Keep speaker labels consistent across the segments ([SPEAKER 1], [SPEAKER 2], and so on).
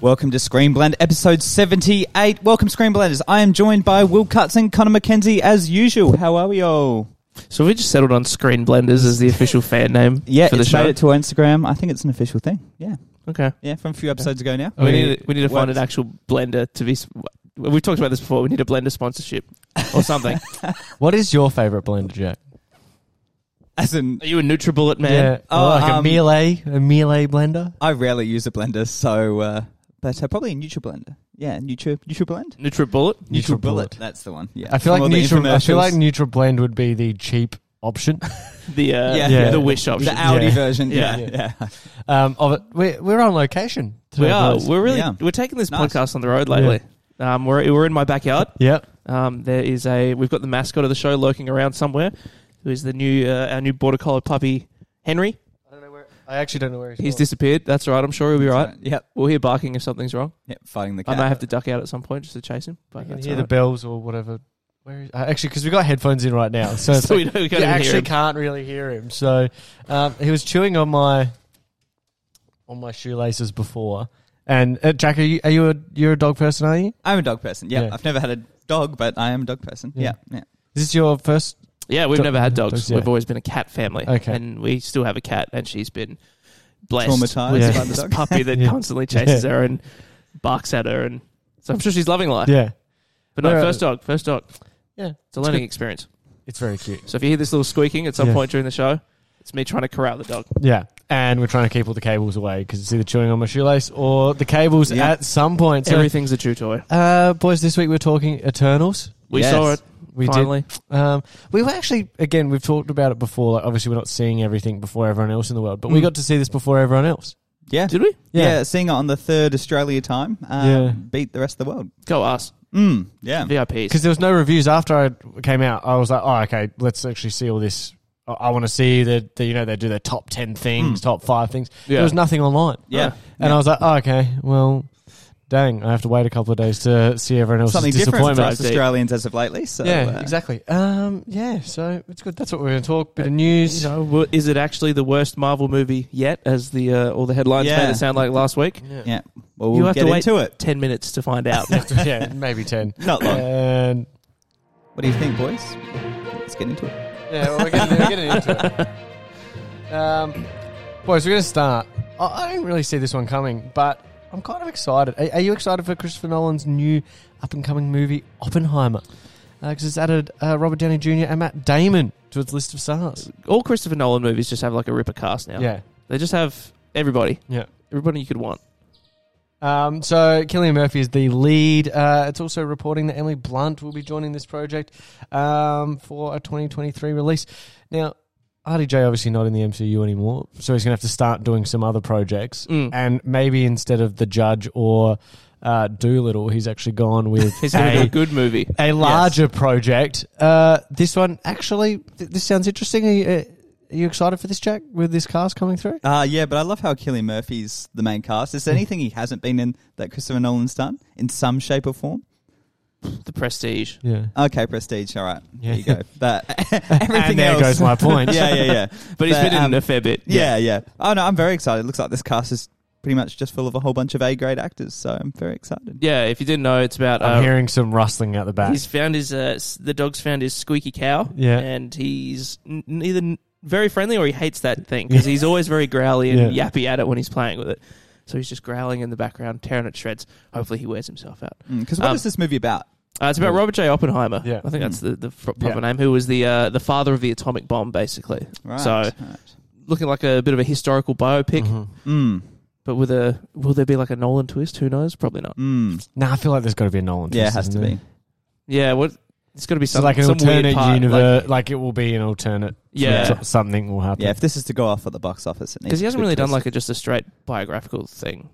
[SPEAKER 1] Welcome to Screen Blend, episode 78. Welcome, Screen Blenders. I am joined by Will Cutts and Connor McKenzie as usual. How are we all?
[SPEAKER 2] So we just settled on Screen Blenders as the official fan name
[SPEAKER 1] Yeah,
[SPEAKER 2] for the
[SPEAKER 1] it's
[SPEAKER 2] show.
[SPEAKER 1] made it to Instagram. I think it's an official thing. Yeah.
[SPEAKER 2] okay.
[SPEAKER 1] Yeah, from a few episodes ago now.
[SPEAKER 2] We need, we need to find
[SPEAKER 1] works.
[SPEAKER 2] an actual blender to be. s- We've talked about this before. We need a blender sponsorship or something.
[SPEAKER 3] What is your favorite blender, Jack?
[SPEAKER 1] As in,
[SPEAKER 2] Are you a NutriBullet man?
[SPEAKER 1] Oh,
[SPEAKER 3] oh, like
[SPEAKER 1] um,
[SPEAKER 3] a melee, a melee blender.
[SPEAKER 1] I rarely use a blender, so, uh, but uh, probably a neutral blender. Yeah, neutral, neutral blend?
[SPEAKER 2] NutriBullet?
[SPEAKER 3] Neutral
[SPEAKER 1] Bullet.
[SPEAKER 3] Bullet.
[SPEAKER 1] That's the one. Yeah.
[SPEAKER 3] I feel
[SPEAKER 1] From all
[SPEAKER 3] like
[SPEAKER 1] the
[SPEAKER 3] neutral. I feel
[SPEAKER 1] infomercials.
[SPEAKER 3] like neutral blend would be the cheap option.
[SPEAKER 2] The uh,
[SPEAKER 1] Yeah.
[SPEAKER 3] Yeah.
[SPEAKER 2] the Wish option.
[SPEAKER 1] the Audi
[SPEAKER 3] Yeah.
[SPEAKER 1] version. Yeah.
[SPEAKER 2] Yeah.
[SPEAKER 1] Yeah.
[SPEAKER 3] Um, of it, we're, we're on location.
[SPEAKER 2] we
[SPEAKER 3] today,
[SPEAKER 2] are.
[SPEAKER 3] boys.
[SPEAKER 2] We're really
[SPEAKER 1] Yeah.
[SPEAKER 2] we're taking this
[SPEAKER 1] Nice.
[SPEAKER 2] podcast on the road lately. Um, we're we're in my backyard.
[SPEAKER 3] Yep.
[SPEAKER 2] Um, there is a we've got the mascot of the show lurking around somewhere. Who is the new uh, our new border collie puppy Henry?
[SPEAKER 3] I don't know where. I actually don't know where
[SPEAKER 2] He's disappeared. That's all right. I'm sure he'll be all right.
[SPEAKER 1] Yep.
[SPEAKER 2] We'll hear barking if something's wrong.
[SPEAKER 1] Yep. Fighting the
[SPEAKER 2] I
[SPEAKER 1] cat.
[SPEAKER 2] may have to duck out at some point just to chase him.
[SPEAKER 3] I
[SPEAKER 2] But
[SPEAKER 3] can
[SPEAKER 2] that's
[SPEAKER 3] hear
[SPEAKER 2] all
[SPEAKER 3] the
[SPEAKER 2] right.
[SPEAKER 3] bells or whatever. Where is, uh, actually, because we got headphones in right now, so, it's
[SPEAKER 2] so
[SPEAKER 3] like,
[SPEAKER 2] we, don't, we
[SPEAKER 3] you
[SPEAKER 2] can't even hear
[SPEAKER 3] actually
[SPEAKER 2] him.
[SPEAKER 3] can't really hear him. So um, he was chewing on my on my shoelaces before. And uh, Jack, are you are you a you're a dog person? Are you?
[SPEAKER 1] I'm a dog person. Yeah.
[SPEAKER 3] Yeah.
[SPEAKER 1] I've never had a dog, but I am a dog person. Yeah.
[SPEAKER 3] Yeah.
[SPEAKER 1] Yeah.
[SPEAKER 3] Is this your first?
[SPEAKER 2] Yeah, we've
[SPEAKER 3] Do-
[SPEAKER 2] never had dogs.
[SPEAKER 3] dogs, yeah.
[SPEAKER 2] We've always been a cat family.
[SPEAKER 3] Okay.
[SPEAKER 2] And we still have a cat, and she's been blessed
[SPEAKER 1] Traumatized
[SPEAKER 2] with
[SPEAKER 3] by
[SPEAKER 1] the
[SPEAKER 2] this
[SPEAKER 1] dog.
[SPEAKER 2] puppy that
[SPEAKER 3] Yeah.
[SPEAKER 2] constantly chases
[SPEAKER 3] Yeah.
[SPEAKER 2] her and barks at her. And so I'm sure she's loving life.
[SPEAKER 3] Yeah,
[SPEAKER 2] But no,
[SPEAKER 3] We're, uh,
[SPEAKER 2] first dog, first dog.
[SPEAKER 3] yeah.
[SPEAKER 2] It's a learning experience.
[SPEAKER 3] It's very cute.
[SPEAKER 2] So if you hear this little squeaking at some
[SPEAKER 3] Yeah.
[SPEAKER 2] point during the show, it's me trying to corral the dog.
[SPEAKER 3] Yeah, and we're trying to keep all the cables away because it's either chewing on my shoelace or the cables
[SPEAKER 1] Yeah.
[SPEAKER 3] at some point. So,
[SPEAKER 2] Everything's a chew toy.
[SPEAKER 3] uh, boys, this week we're talking Eternals.
[SPEAKER 2] We
[SPEAKER 1] Yes.
[SPEAKER 2] saw it.
[SPEAKER 3] We
[SPEAKER 2] finally.
[SPEAKER 3] did. Um, we were actually, again, we've talked about it before. Like, obviously, we're not seeing everything before everyone else in the world, but we
[SPEAKER 2] Mm.
[SPEAKER 3] got to see this before everyone else.
[SPEAKER 1] Yeah.
[SPEAKER 2] Did we?
[SPEAKER 1] Yeah.
[SPEAKER 3] Yeah.
[SPEAKER 1] seeing it on the third Australia time, um,
[SPEAKER 3] Yeah.
[SPEAKER 1] beat the rest of the world.
[SPEAKER 2] Go us.
[SPEAKER 1] Mm, yeah,
[SPEAKER 2] VIPs.
[SPEAKER 3] Because there was no reviews after I came out. I was like, oh, okay, let's actually see all this. I, I want to see the, the, you know, they do their top 10 things, top five things.
[SPEAKER 2] Yeah.
[SPEAKER 3] There was nothing online.
[SPEAKER 1] yeah.
[SPEAKER 3] And I was like, oh, okay, well, dang, I have to wait a couple of days to see everyone else's
[SPEAKER 1] something different
[SPEAKER 3] disappointment.
[SPEAKER 1] for
[SPEAKER 2] disappointment.
[SPEAKER 1] us Australians as of lately. So
[SPEAKER 3] yeah,
[SPEAKER 1] uh,
[SPEAKER 3] exactly. Um, yeah, so it's good. That's what we're going to talk. Bit of news.
[SPEAKER 2] You know, wha- is it actually the worst Marvel movie yet? As the uh, all the headlines
[SPEAKER 1] Yeah.
[SPEAKER 2] made it sound like last week.
[SPEAKER 3] Yeah,
[SPEAKER 1] Yeah, well,
[SPEAKER 2] You
[SPEAKER 1] we'll
[SPEAKER 2] have
[SPEAKER 1] get
[SPEAKER 2] to wait-
[SPEAKER 1] into it.
[SPEAKER 2] Ten minutes to find out.
[SPEAKER 3] yeah, maybe ten.
[SPEAKER 1] Not long.
[SPEAKER 3] And
[SPEAKER 1] What do you think, boys? Let's get into it.
[SPEAKER 3] yeah, well, we're getting, we're getting into it. Um, boys, we're going to start. I, I didn't really see this one coming, but I'm kind of excited. Are, are you excited for Christopher Nolan's new up and coming movie Oppenheimer? Because it's added uh, Robert Downey Jr. and Matt Damon to its list of stars.
[SPEAKER 2] all Christopher Nolan movies just have like a ripper cast now.
[SPEAKER 3] yeah.
[SPEAKER 2] They just have everybody,
[SPEAKER 3] yeah.
[SPEAKER 2] everybody you could want.
[SPEAKER 3] Um, so Killian Murphy is the lead. Uh, it's also reporting that Emily Blunt will be joining this project um, for a 2023 release. Now, RDJ obviously not in the MCU anymore, so he's going to have to start doing some other projects.
[SPEAKER 2] Mm.
[SPEAKER 3] And maybe instead of the Judge or uh, Doolittle, he's actually gone with
[SPEAKER 2] He's gonna do a
[SPEAKER 3] a,
[SPEAKER 2] good movie.
[SPEAKER 3] a larger project. Uh, this one actually, th- this sounds interesting. Are you, uh, are you excited for this, Jack? With this cast coming through?
[SPEAKER 1] Uh, yeah, but I love how Killian Murphy's the main cast. Is there
[SPEAKER 3] Hmm.
[SPEAKER 1] anything he hasn't been in that Christopher Nolan's done in some shape or form?
[SPEAKER 2] The Prestige.
[SPEAKER 3] Yeah.
[SPEAKER 1] Okay, Prestige. All right,
[SPEAKER 3] Yeah.
[SPEAKER 1] there you go. That everything
[SPEAKER 3] and there
[SPEAKER 1] else.
[SPEAKER 3] goes my point.
[SPEAKER 1] yeah, yeah, yeah.
[SPEAKER 2] But he's
[SPEAKER 1] But,
[SPEAKER 2] been in
[SPEAKER 1] um,
[SPEAKER 2] a fair bit.
[SPEAKER 1] Yeah, yeah. Oh no, I'm very excited. It looks like this cast is pretty much just full of a whole bunch of A grade actors, so I'm very excited.
[SPEAKER 2] yeah. If you didn't know, it's about
[SPEAKER 3] I'm
[SPEAKER 2] uh,
[SPEAKER 3] hearing some rustling out the back.
[SPEAKER 2] He's found his uh, s- the dog's found his squeaky cow.
[SPEAKER 3] Yeah.
[SPEAKER 2] and he's n- neither n- very friendly or he hates that thing because he's always very growly and
[SPEAKER 3] Yeah.
[SPEAKER 2] yappy at it when he's playing with it. So he's just growling in the background, tearing it to shreds. Hopefully, he wears himself out.
[SPEAKER 1] Because Mm, what
[SPEAKER 2] Um,
[SPEAKER 1] is this movie about?
[SPEAKER 2] Uh, it's about Robert J. Oppenheimer.
[SPEAKER 3] Yeah.
[SPEAKER 2] I think that's the, the fr- proper
[SPEAKER 3] Yeah.
[SPEAKER 2] name. Who was the uh, the father of the atomic bomb, basically.
[SPEAKER 1] Right.
[SPEAKER 2] So
[SPEAKER 1] right.
[SPEAKER 2] looking like a bit of a historical biopic,
[SPEAKER 3] Mm-hmm.
[SPEAKER 1] Mm,
[SPEAKER 2] but with a will there be like a Nolan twist? Who knows? Probably not.
[SPEAKER 1] mm.
[SPEAKER 3] Nah, I feel like there's got to be a Nolan.
[SPEAKER 1] Yeah, it
[SPEAKER 3] twist,
[SPEAKER 1] has to
[SPEAKER 3] isn't there?
[SPEAKER 1] be.
[SPEAKER 2] Yeah, what? It's got to be
[SPEAKER 3] So
[SPEAKER 2] some,
[SPEAKER 3] like an
[SPEAKER 2] some
[SPEAKER 3] alternate
[SPEAKER 2] weird part. like-
[SPEAKER 3] universe, like, it will be an alternate.
[SPEAKER 2] Yeah.
[SPEAKER 3] so- something will happen.
[SPEAKER 1] Yeah, if this is to go off at the box office, it needs
[SPEAKER 2] because
[SPEAKER 1] a
[SPEAKER 2] he hasn't
[SPEAKER 1] good
[SPEAKER 2] really done
[SPEAKER 1] twist.
[SPEAKER 2] like a, just a straight biographical thing.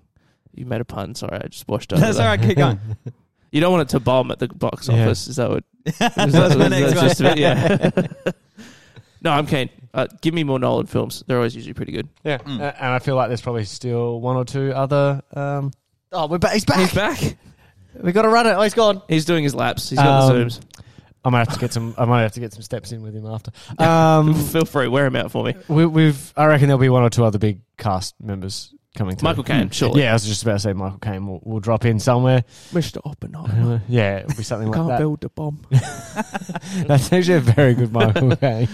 [SPEAKER 2] You made a pun. Sorry, I just washed over.
[SPEAKER 1] That's
[SPEAKER 2] that.
[SPEAKER 1] all right. Keep going.
[SPEAKER 2] You don't want it to bomb at the box
[SPEAKER 3] Yeah.
[SPEAKER 2] office. Is that what?
[SPEAKER 1] That's
[SPEAKER 2] is that
[SPEAKER 1] the
[SPEAKER 2] what-
[SPEAKER 1] next
[SPEAKER 2] that's
[SPEAKER 1] one.
[SPEAKER 2] just a bit- yeah. no, I'm keen. Uh, give me more Nolan films. They're always usually pretty good.
[SPEAKER 3] yeah.
[SPEAKER 1] Mm.
[SPEAKER 3] A- And I feel like there's probably still one or two other. Um, oh, we're back. He's back.
[SPEAKER 2] He's back.
[SPEAKER 3] We got to run it. Oh, he's gone.
[SPEAKER 2] He's doing his laps. He's got the
[SPEAKER 3] Um,
[SPEAKER 2] zooms.
[SPEAKER 3] I might have to get some. I might have to get some steps in with him after. Um,
[SPEAKER 2] Feel free, wear him out for me.
[SPEAKER 3] Mm. we, we've. I reckon there'll be one or two other big cast members coming to
[SPEAKER 2] Michael Caine, surely.
[SPEAKER 3] Mm. Yeah, I was just about to say Michael Caine will, will drop in somewhere.
[SPEAKER 2] Mr. Oppenheimer.
[SPEAKER 3] Yeah, it'll be something like
[SPEAKER 2] Oh, Can't
[SPEAKER 3] that.
[SPEAKER 2] build the bomb.
[SPEAKER 3] That's actually a very good Michael Caine.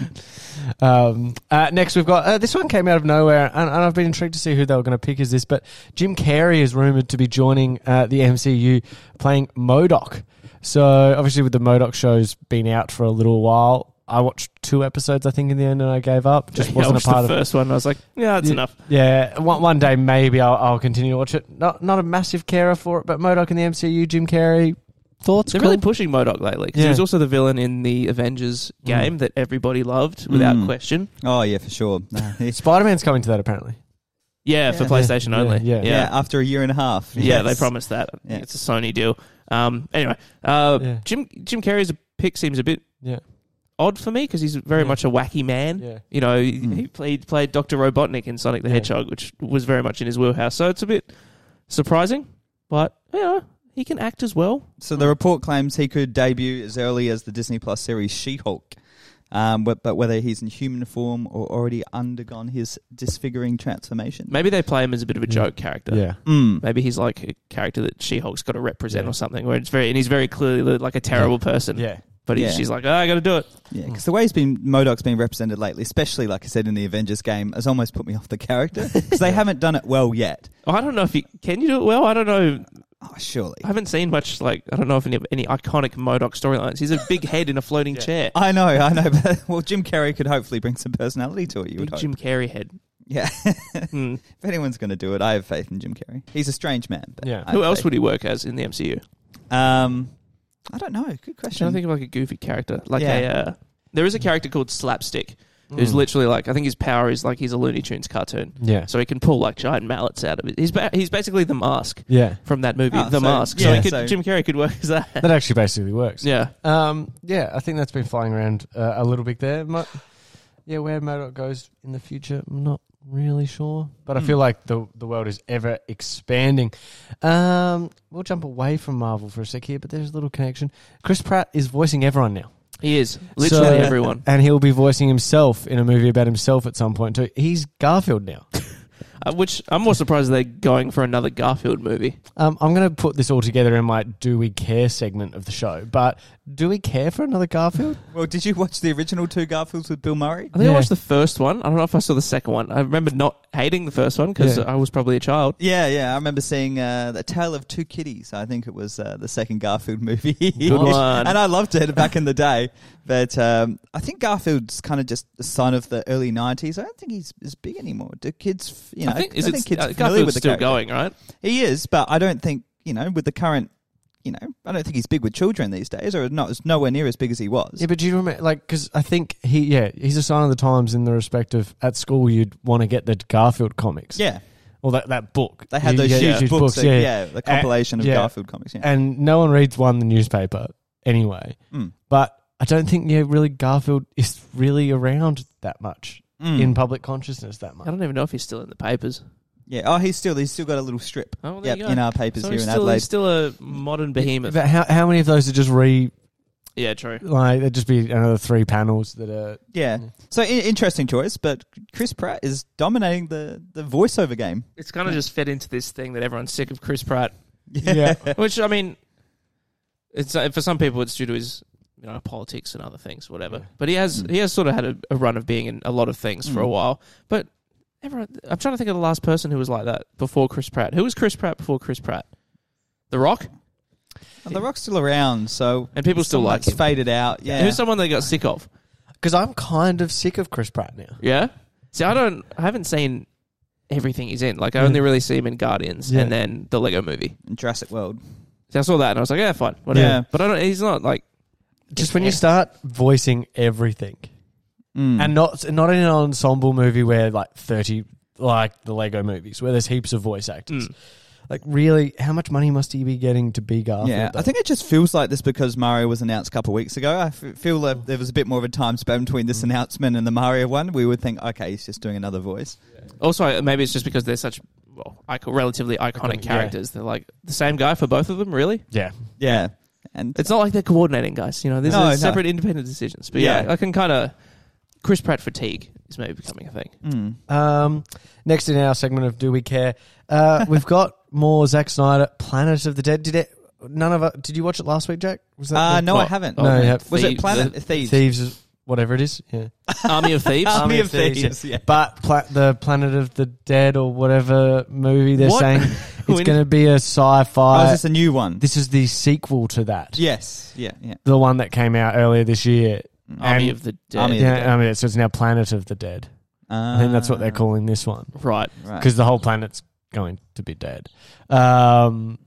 [SPEAKER 3] Um, uh, next, we've got uh, this one came out of nowhere, and, and I've been intrigued to see who they were going to pick. Is this? But Jim Carrey is rumored to be joining uh, the MCU, playing Modoc. So obviously, with the Modoc show's been out for a little while, I watched two episodes, I think, in the end, and I gave up. Just
[SPEAKER 2] Yeah, I
[SPEAKER 3] wasn't a
[SPEAKER 2] watched
[SPEAKER 3] part
[SPEAKER 2] the
[SPEAKER 3] of it.
[SPEAKER 2] first one. I was like, yeah, that's
[SPEAKER 3] Yeah.
[SPEAKER 2] enough.
[SPEAKER 3] Yeah, one, one day maybe I'll, I'll continue to watch it. Not not a massive carer for it, but Modoc in the MCU, Jim Carrey. Thoughts?
[SPEAKER 2] They're
[SPEAKER 3] Cool.
[SPEAKER 2] really pushing Modoc lately 'cause
[SPEAKER 3] Yeah.
[SPEAKER 2] he was also the villain in the Avengers
[SPEAKER 3] Mm.
[SPEAKER 2] game that everybody loved without
[SPEAKER 1] Mm.
[SPEAKER 2] question.
[SPEAKER 1] Oh yeah, for sure. No, yeah.
[SPEAKER 3] Spider Man's coming to that apparently.
[SPEAKER 2] Yeah, for
[SPEAKER 1] Yeah.
[SPEAKER 2] PlayStation
[SPEAKER 3] Yeah,
[SPEAKER 2] only.
[SPEAKER 3] yeah.
[SPEAKER 2] Yeah, yeah.
[SPEAKER 1] Yeah, after a year and a half.
[SPEAKER 2] they
[SPEAKER 1] Yes.
[SPEAKER 2] promised that. I think
[SPEAKER 1] Yeah.
[SPEAKER 2] It's a Sony deal. Um, anyway, uh,
[SPEAKER 3] Yeah.
[SPEAKER 2] Jim Jim Carrey's pick seems a bit
[SPEAKER 3] Yeah.
[SPEAKER 2] odd for me because he's very
[SPEAKER 3] Yeah.
[SPEAKER 2] much a wacky man.
[SPEAKER 3] Yeah.
[SPEAKER 2] You know, he-
[SPEAKER 1] Mm.
[SPEAKER 2] he played played Doctor Robotnik in Sonic the
[SPEAKER 3] Yeah.
[SPEAKER 2] Hedgehog, which was very much in his wheelhouse. So it's a bit surprising, but you know, he can act as well.
[SPEAKER 1] So the report claims he could debut as early as the Disney Plus series She-Hulk. Um, but, but whether he's in human form or already undergone his disfiguring transformation.
[SPEAKER 2] Maybe they play him as a bit of a
[SPEAKER 3] Yeah.
[SPEAKER 2] joke character.
[SPEAKER 3] Yeah.
[SPEAKER 1] Mm.
[SPEAKER 2] Maybe he's like a character that She Hulk's got to represent
[SPEAKER 3] Yeah.
[SPEAKER 2] or something. Where it's very and he's very clearly like a terrible person.
[SPEAKER 3] Yeah.
[SPEAKER 2] But he,
[SPEAKER 1] Yeah.
[SPEAKER 2] she's like, oh, I got to do it.
[SPEAKER 1] Yeah, because the way he's been Modoc's been represented lately, especially like I said in the Avengers game, has almost put me off the character because they haven't done it well yet.
[SPEAKER 2] I don't know if you can you do it well. I don't know.
[SPEAKER 1] Oh, surely.
[SPEAKER 2] I haven't seen much like I don't know if any any iconic Modoc storylines. He's a big head in a floating
[SPEAKER 3] Yeah.
[SPEAKER 2] chair.
[SPEAKER 1] I know, I know. But well, Jim Carrey could hopefully bring some personality to it. You would
[SPEAKER 2] Big
[SPEAKER 1] hope.
[SPEAKER 2] Jim Carrey head.
[SPEAKER 1] Yeah, if
[SPEAKER 2] Hmm.
[SPEAKER 1] anyone's going to do it, I have faith in Jim Carrey. He's a strange man. But
[SPEAKER 3] Yeah.
[SPEAKER 1] I have
[SPEAKER 2] Who else
[SPEAKER 1] faith.
[SPEAKER 2] would he work as in the MCU?
[SPEAKER 1] Um, I don't know. Good
[SPEAKER 2] I'm trying
[SPEAKER 1] question.
[SPEAKER 2] to think of like a goofy character. Like
[SPEAKER 1] Yeah. Hmm.
[SPEAKER 2] a uh, there is a character called Slapstick who's literally like I think his power is like he's a Looney Tunes cartoon.
[SPEAKER 3] Mm. Yeah.
[SPEAKER 2] So he can pull like giant mallets out of it. He's ba- he's basically the mask
[SPEAKER 3] Yeah.
[SPEAKER 2] from that movie,
[SPEAKER 1] Ah,
[SPEAKER 2] The
[SPEAKER 1] so-
[SPEAKER 2] Mask. so,
[SPEAKER 1] yeah,
[SPEAKER 2] he could,
[SPEAKER 1] so-
[SPEAKER 2] Jim Carrey could work as that.
[SPEAKER 3] That actually basically works.
[SPEAKER 2] yeah.
[SPEAKER 3] Um, yeah, I think that's been flying around uh, a little bit there. Mo- yeah, where Modoc goes in the future, I'm not really sure. But I
[SPEAKER 1] Hmm.
[SPEAKER 3] feel like the the world is ever expanding. Um, we'll jump away from Marvel for a sec here, but there's a little connection. Chris Pratt is voicing everyone now.
[SPEAKER 2] He is literally
[SPEAKER 3] So-
[SPEAKER 2] everyone.
[SPEAKER 3] And he'll be voicing himself in a movie about himself at some point too. He's Garfield now.
[SPEAKER 2] Uh, which I'm more surprised they're going for another Garfield movie.
[SPEAKER 3] Um, I'm going to put this all together in my "Do we care?" segment of the show. But do we care for another Garfield?
[SPEAKER 1] Well, did you watch the original two Garfields with Bill Murray?
[SPEAKER 2] I think
[SPEAKER 3] Yeah.
[SPEAKER 2] I watched the first one. I don't know if I saw the second one. I remember not hating the first one because
[SPEAKER 3] Yeah.
[SPEAKER 2] I was probably a child.
[SPEAKER 1] Yeah, yeah. I remember seeing uh, the Tale of Two Kitties. I think it was uh, the second Garfield movie,
[SPEAKER 2] one.
[SPEAKER 1] and I loved it back in the day. But um, I think Garfield's kind of just a son of the early '90s. I don't think he's as big anymore. Do kids, f- you know?
[SPEAKER 2] I think,
[SPEAKER 1] I
[SPEAKER 2] is
[SPEAKER 1] don't
[SPEAKER 2] it,
[SPEAKER 1] think kids
[SPEAKER 2] uh,
[SPEAKER 1] familiar
[SPEAKER 2] Garfield's
[SPEAKER 1] with the
[SPEAKER 2] still
[SPEAKER 1] character.
[SPEAKER 2] going, right?
[SPEAKER 1] He is, but I don't think you know with the current. You know, I don't think he's big with children these days, or not. It's nowhere near as big as he was.
[SPEAKER 3] Yeah, but do you remember? Like, because I think he, yeah, he's a sign of the times in the respect of at school you'd want to get the Garfield comics.
[SPEAKER 1] Yeah,
[SPEAKER 3] or that that book
[SPEAKER 1] they had
[SPEAKER 3] You
[SPEAKER 1] those
[SPEAKER 3] get
[SPEAKER 1] huge, books. that- yeah. the compilation of
[SPEAKER 3] yeah.
[SPEAKER 1] Garfield comics. Yeah,
[SPEAKER 3] and no one reads one the newspaper anyway.
[SPEAKER 1] Mm.
[SPEAKER 3] But I don't think yeah, really Garfield is really around that much
[SPEAKER 1] Mm.
[SPEAKER 3] in public consciousness that
[SPEAKER 2] I
[SPEAKER 3] much.
[SPEAKER 2] don't even know if he's still in the papers.
[SPEAKER 1] yeah. Oh, he's still he's still got a little strip.
[SPEAKER 2] Oh, well, there
[SPEAKER 1] Yep,
[SPEAKER 2] you go.
[SPEAKER 1] in our papers
[SPEAKER 2] So
[SPEAKER 1] here
[SPEAKER 2] he's
[SPEAKER 1] in
[SPEAKER 2] still,
[SPEAKER 1] Adelaide.
[SPEAKER 2] he's still a modern behemoth.
[SPEAKER 3] But how how many of those are just re
[SPEAKER 2] Yeah, true.
[SPEAKER 3] like there'd just be another three panels that are
[SPEAKER 1] Yeah.
[SPEAKER 3] Yeah.
[SPEAKER 1] So I- interesting choice, but Chris Pratt is dominating the, the voiceover game.
[SPEAKER 2] It's kind of just fed into this thing that everyone's sick of Chris Pratt,
[SPEAKER 3] yeah
[SPEAKER 2] which I mean, it's uh, for some people it's due to his you know politics and other things, whatever.
[SPEAKER 3] Yeah.
[SPEAKER 2] But he has
[SPEAKER 1] Mm.
[SPEAKER 2] he has sort of had a, a run of being in a lot of things for a
[SPEAKER 1] Mm.
[SPEAKER 2] while. But everyone, I'm trying to think of the last person who was like that before Chris Pratt. Who was Chris Pratt before Chris Pratt? The Rock,
[SPEAKER 1] And the Rock's still around, so
[SPEAKER 2] and people still like
[SPEAKER 1] it's
[SPEAKER 2] him.
[SPEAKER 1] faded out. Yeah.
[SPEAKER 2] Who's someone they got sick of?
[SPEAKER 3] because I'm kind of sick of Chris Pratt now.
[SPEAKER 2] Yeah. See, I don't. I haven't seen everything he's in. Like I
[SPEAKER 3] Yeah.
[SPEAKER 2] only really see him in Guardians
[SPEAKER 3] Yeah.
[SPEAKER 2] and then the Lego Movie.
[SPEAKER 1] In Jurassic World.
[SPEAKER 2] So I saw that and I was like, yeah, fine, whatever.
[SPEAKER 1] Yeah.
[SPEAKER 2] But I don't. He's not like
[SPEAKER 3] Just when you start voicing everything
[SPEAKER 1] Mm.
[SPEAKER 3] and not not in an ensemble movie where like thirty like the Lego movies where there's heaps of voice actors.
[SPEAKER 1] Hmm.
[SPEAKER 2] Mm.
[SPEAKER 3] Like really, how much money must he be getting to be Garfield?
[SPEAKER 1] yeah,
[SPEAKER 3] though?
[SPEAKER 1] I think it just feels like this because Mario was announced a couple of weeks ago. I f- feel that there was a bit more of a time span between this announcement and the Mario one. We would think, okay, he's just doing another voice.
[SPEAKER 2] Also, maybe it's just because they're such well, ico- relatively iconic
[SPEAKER 3] Iconic, yeah.
[SPEAKER 2] characters. They're like the same guy for both of them, really.
[SPEAKER 3] yeah,
[SPEAKER 1] Yeah, and
[SPEAKER 2] It's not like they're coordinating, guys. You know, these
[SPEAKER 1] No,
[SPEAKER 2] are
[SPEAKER 1] no.
[SPEAKER 2] separate, independent decisions. But yeah,
[SPEAKER 1] Yeah.
[SPEAKER 2] I can kind of Chris Pratt fatigue is maybe becoming a thing.
[SPEAKER 1] Mm.
[SPEAKER 3] Um, next in our segment of Do We Care, uh, we've got more Zack Snyder Planet of the Dead. Did it? None of it. Did you watch it last week, Jack? Was that
[SPEAKER 1] Uh,
[SPEAKER 3] the-
[SPEAKER 1] no, I
[SPEAKER 2] Well,
[SPEAKER 1] haven't.
[SPEAKER 3] No, you have-
[SPEAKER 1] Was it
[SPEAKER 2] Oh, Thieves-
[SPEAKER 1] Planet
[SPEAKER 2] the
[SPEAKER 1] Thieves?
[SPEAKER 3] Thieves, is- whatever it is. Yeah,
[SPEAKER 2] Army of Thieves?
[SPEAKER 1] Army
[SPEAKER 3] Army
[SPEAKER 1] of
[SPEAKER 3] of
[SPEAKER 1] Thieves.
[SPEAKER 3] Thieves,
[SPEAKER 1] Yeah.
[SPEAKER 3] but pla- the Planet of the Dead or whatever movie they're
[SPEAKER 2] What?
[SPEAKER 3] saying it's
[SPEAKER 2] When-
[SPEAKER 3] going to be a
[SPEAKER 1] Oh,
[SPEAKER 3] sci-fi.
[SPEAKER 1] is this a new one?
[SPEAKER 3] this is the sequel to that.
[SPEAKER 1] yes. Yeah. Yeah. Mm.
[SPEAKER 3] the one that came out earlier this year.
[SPEAKER 2] Army
[SPEAKER 3] and-
[SPEAKER 2] of the Dead.
[SPEAKER 1] Army of-
[SPEAKER 3] Yeah, I mean, so it's now Planet of the Dead. I think that's what they're calling this one.
[SPEAKER 2] Right.
[SPEAKER 1] Ah, Right.
[SPEAKER 3] because the whole planet's going to be dead. Um,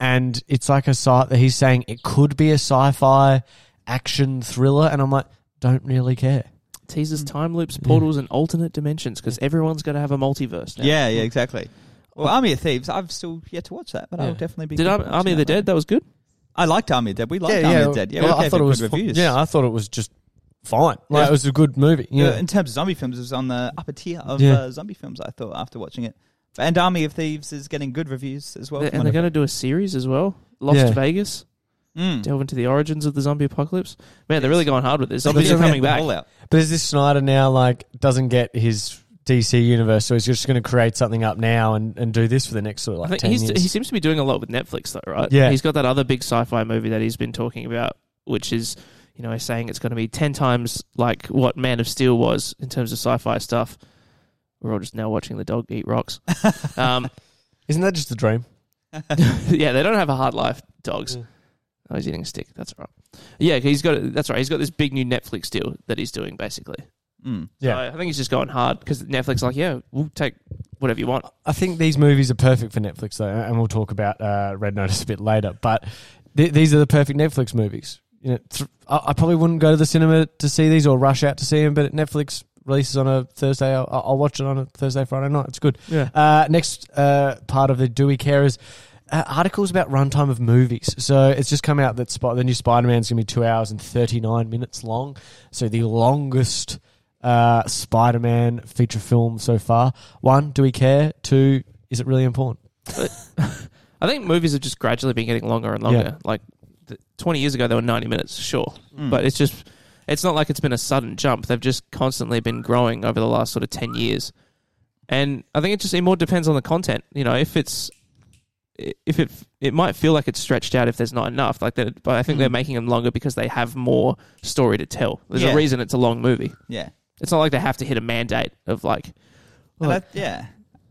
[SPEAKER 3] and it's like a site that he's saying it could be a sci-fi action thriller, and I'm like, don't really care.
[SPEAKER 2] Teases
[SPEAKER 1] Mm.
[SPEAKER 2] time loops,
[SPEAKER 3] Yeah.
[SPEAKER 2] portals, and alternate dimensions because everyone's going to have a multiverse now.
[SPEAKER 1] Yeah. Yeah. Exactly. Well, Army of Thieves. I've still yet to watch that, but I'll
[SPEAKER 3] Yeah.
[SPEAKER 1] definitely be.
[SPEAKER 2] Did
[SPEAKER 1] keep
[SPEAKER 2] Ar-
[SPEAKER 1] watching
[SPEAKER 2] Army of the
[SPEAKER 1] that
[SPEAKER 2] Dead?
[SPEAKER 1] one.
[SPEAKER 2] That was good.
[SPEAKER 1] I liked Army of the Dead. We liked Army of the Dead. Yeah, we
[SPEAKER 3] I
[SPEAKER 1] gave
[SPEAKER 3] thought it was
[SPEAKER 1] good
[SPEAKER 3] fi-
[SPEAKER 1] reviews.
[SPEAKER 3] Yeah, I thought it was just fine. Like
[SPEAKER 1] Yeah.
[SPEAKER 3] it was a good movie.
[SPEAKER 1] Yeah,
[SPEAKER 3] Yeah,
[SPEAKER 1] in terms of zombie films, it was on the upper tier of
[SPEAKER 3] Yeah.
[SPEAKER 1] uh, zombie films. I thought after watching it, and Army of Thieves is getting good reviews as well.
[SPEAKER 2] They-
[SPEAKER 1] from
[SPEAKER 2] and they're
[SPEAKER 1] what
[SPEAKER 2] going to do a series as well. Lost
[SPEAKER 3] Yeah.
[SPEAKER 2] Vegas,
[SPEAKER 1] I- Mm.
[SPEAKER 2] delve into the origins of the zombie apocalypse. Man, they're
[SPEAKER 1] Yes.
[SPEAKER 2] really going hard with this. Zombies
[SPEAKER 1] Yeah,
[SPEAKER 2] are coming back.
[SPEAKER 1] all out.
[SPEAKER 3] but is this Snyder now like doesn't get his DC universe, so he's just going to create something up now and, and do this for the next sort
[SPEAKER 2] I
[SPEAKER 3] of like
[SPEAKER 2] think
[SPEAKER 3] ten
[SPEAKER 2] he's,
[SPEAKER 3] years?
[SPEAKER 2] he seems to be doing a lot with Netflix, though, right?
[SPEAKER 3] Yeah.
[SPEAKER 2] He's got that other big sci fi movie that he's been talking about, which is, you know, he's saying it's going to be 10 times like what Man of Steel was in terms of sci fi stuff. We're all just now watching the dog eat rocks. Um,
[SPEAKER 3] Isn't that just a dream?
[SPEAKER 2] yeah, they don't have a hard life, dogs.
[SPEAKER 3] Yeah.
[SPEAKER 2] Oh, he's eating a stick. That's all right. Yeah, he's got, that's right. He's got this big new Netflix deal that he's doing, basically.
[SPEAKER 1] Mm.
[SPEAKER 3] Yeah.
[SPEAKER 2] So I think he's just going hard because Netflix, like, yeah, we'll take whatever you want.
[SPEAKER 3] I think these movies are perfect for Netflix, though, and we'll talk about uh, Red Notice a bit later. But th- these are the perfect Netflix movies. You know, th- I-, I probably wouldn't go to the cinema to see these or rush out to see them, but Netflix releases on a Thursday. I'll, I'll watch it on a Thursday, Friday night. It's good.
[SPEAKER 2] Yeah.
[SPEAKER 3] Uh, next uh, part of the Do We Care is uh, articles about runtime of movies. So it's just come out that Sp- the new Spider Man's going to be two hours and 39 minutes long. So the longest uh, Spider Man feature film so far. One, do we care? Two, is it really important?
[SPEAKER 2] I think movies have just gradually been getting longer and longer. Like th- 20 years ago, they were 90 minutes, sure.
[SPEAKER 3] Hmm.
[SPEAKER 1] Mm.
[SPEAKER 2] But it's just, it's not like it's been a sudden jump. They've just constantly been growing over the last sort of 10 years. And I think it just, it more depends on the content. You know, if it's, i- if it, it might feel like it's stretched out if there's not enough. Like that, but I
[SPEAKER 1] Mm.
[SPEAKER 2] think
[SPEAKER 3] Hmm.
[SPEAKER 2] they're making them longer because they have more story to tell. There's
[SPEAKER 1] Yeah.
[SPEAKER 2] a reason it's a long movie.
[SPEAKER 1] yeah,
[SPEAKER 2] It's not like they have to hit a mandate of like,
[SPEAKER 1] and I,
[SPEAKER 2] Look.
[SPEAKER 1] yeah.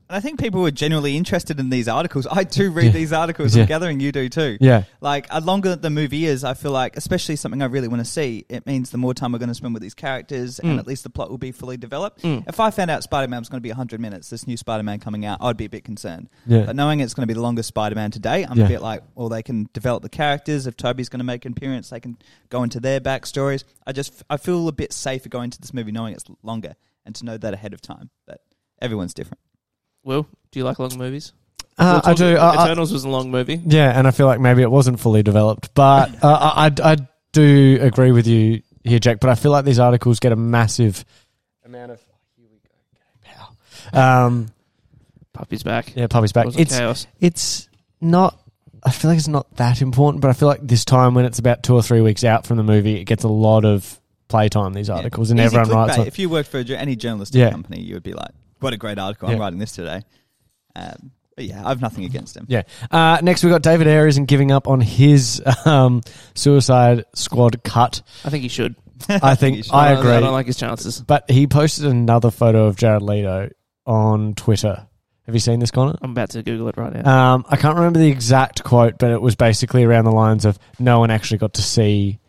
[SPEAKER 1] And I think people were genuinely interested in these articles. I do read
[SPEAKER 3] Yeah.
[SPEAKER 1] these articles.
[SPEAKER 3] Yeah.
[SPEAKER 1] I'm gathering you do too.
[SPEAKER 3] Yeah.
[SPEAKER 1] Like, the longer the movie is, I feel like, especially something I really want to see, it means the more time we're going to spend with these characters, and
[SPEAKER 2] Mm.
[SPEAKER 1] at least the plot will be fully developed.
[SPEAKER 2] mm,
[SPEAKER 1] If I found out Spider Man was going to be 100 minutes, this new Spider Man coming out, I'd be a bit concerned.
[SPEAKER 3] Yeah.
[SPEAKER 1] But knowing it's going to be the longest Spider Man to date, I'm
[SPEAKER 3] Yeah.
[SPEAKER 1] a bit like, well, they can develop the characters. If Toby's going to make an appearance, they can go into their backstories. I just, I feel a bit safer going to this movie knowing it's longer and to know that ahead of time. But everyone's different.
[SPEAKER 2] Will, do you like long movies?
[SPEAKER 3] Uh, I
[SPEAKER 2] We'll talk-
[SPEAKER 3] do. I, I-
[SPEAKER 2] Eternals was a long movie.
[SPEAKER 3] yeah, and I feel like maybe it wasn't fully developed, but uh, I, I, I do agree with you here, Jack. But I feel like these articles get a massive amount of. Here we go. Pow. Um,
[SPEAKER 2] Puppy's back.
[SPEAKER 3] yeah, puppy's back.
[SPEAKER 2] Causing
[SPEAKER 3] It's
[SPEAKER 2] chaos.
[SPEAKER 3] it's not I feel like it's not that important, but I feel like this time when it's about two or three weeks out from the movie, it gets a lot of playtime. These articles, and
[SPEAKER 1] Easy
[SPEAKER 3] everyone writes
[SPEAKER 1] clickbait.
[SPEAKER 3] on.
[SPEAKER 1] If you worked for a, jour- any journalistic
[SPEAKER 3] Yeah.
[SPEAKER 1] company, you would be like, what a great article. I'm
[SPEAKER 3] Yeah.
[SPEAKER 1] writing this today. Um, but yeah, I've nothing against him.
[SPEAKER 3] Yeah. Uh, next, we got David Ayres and giving up on his um, Suicide Squad cut.
[SPEAKER 2] I think he should.
[SPEAKER 3] I think
[SPEAKER 1] should.
[SPEAKER 3] I
[SPEAKER 2] don't- I
[SPEAKER 3] agree.
[SPEAKER 2] don't like his chances.
[SPEAKER 3] But he posted another photo of Jared Leto on Twitter. Have you seen this, Connor?
[SPEAKER 2] I'm about to Google it right now.
[SPEAKER 3] Um, I can't remember the exact quote, but it was basically around the lines of "No one actually got to see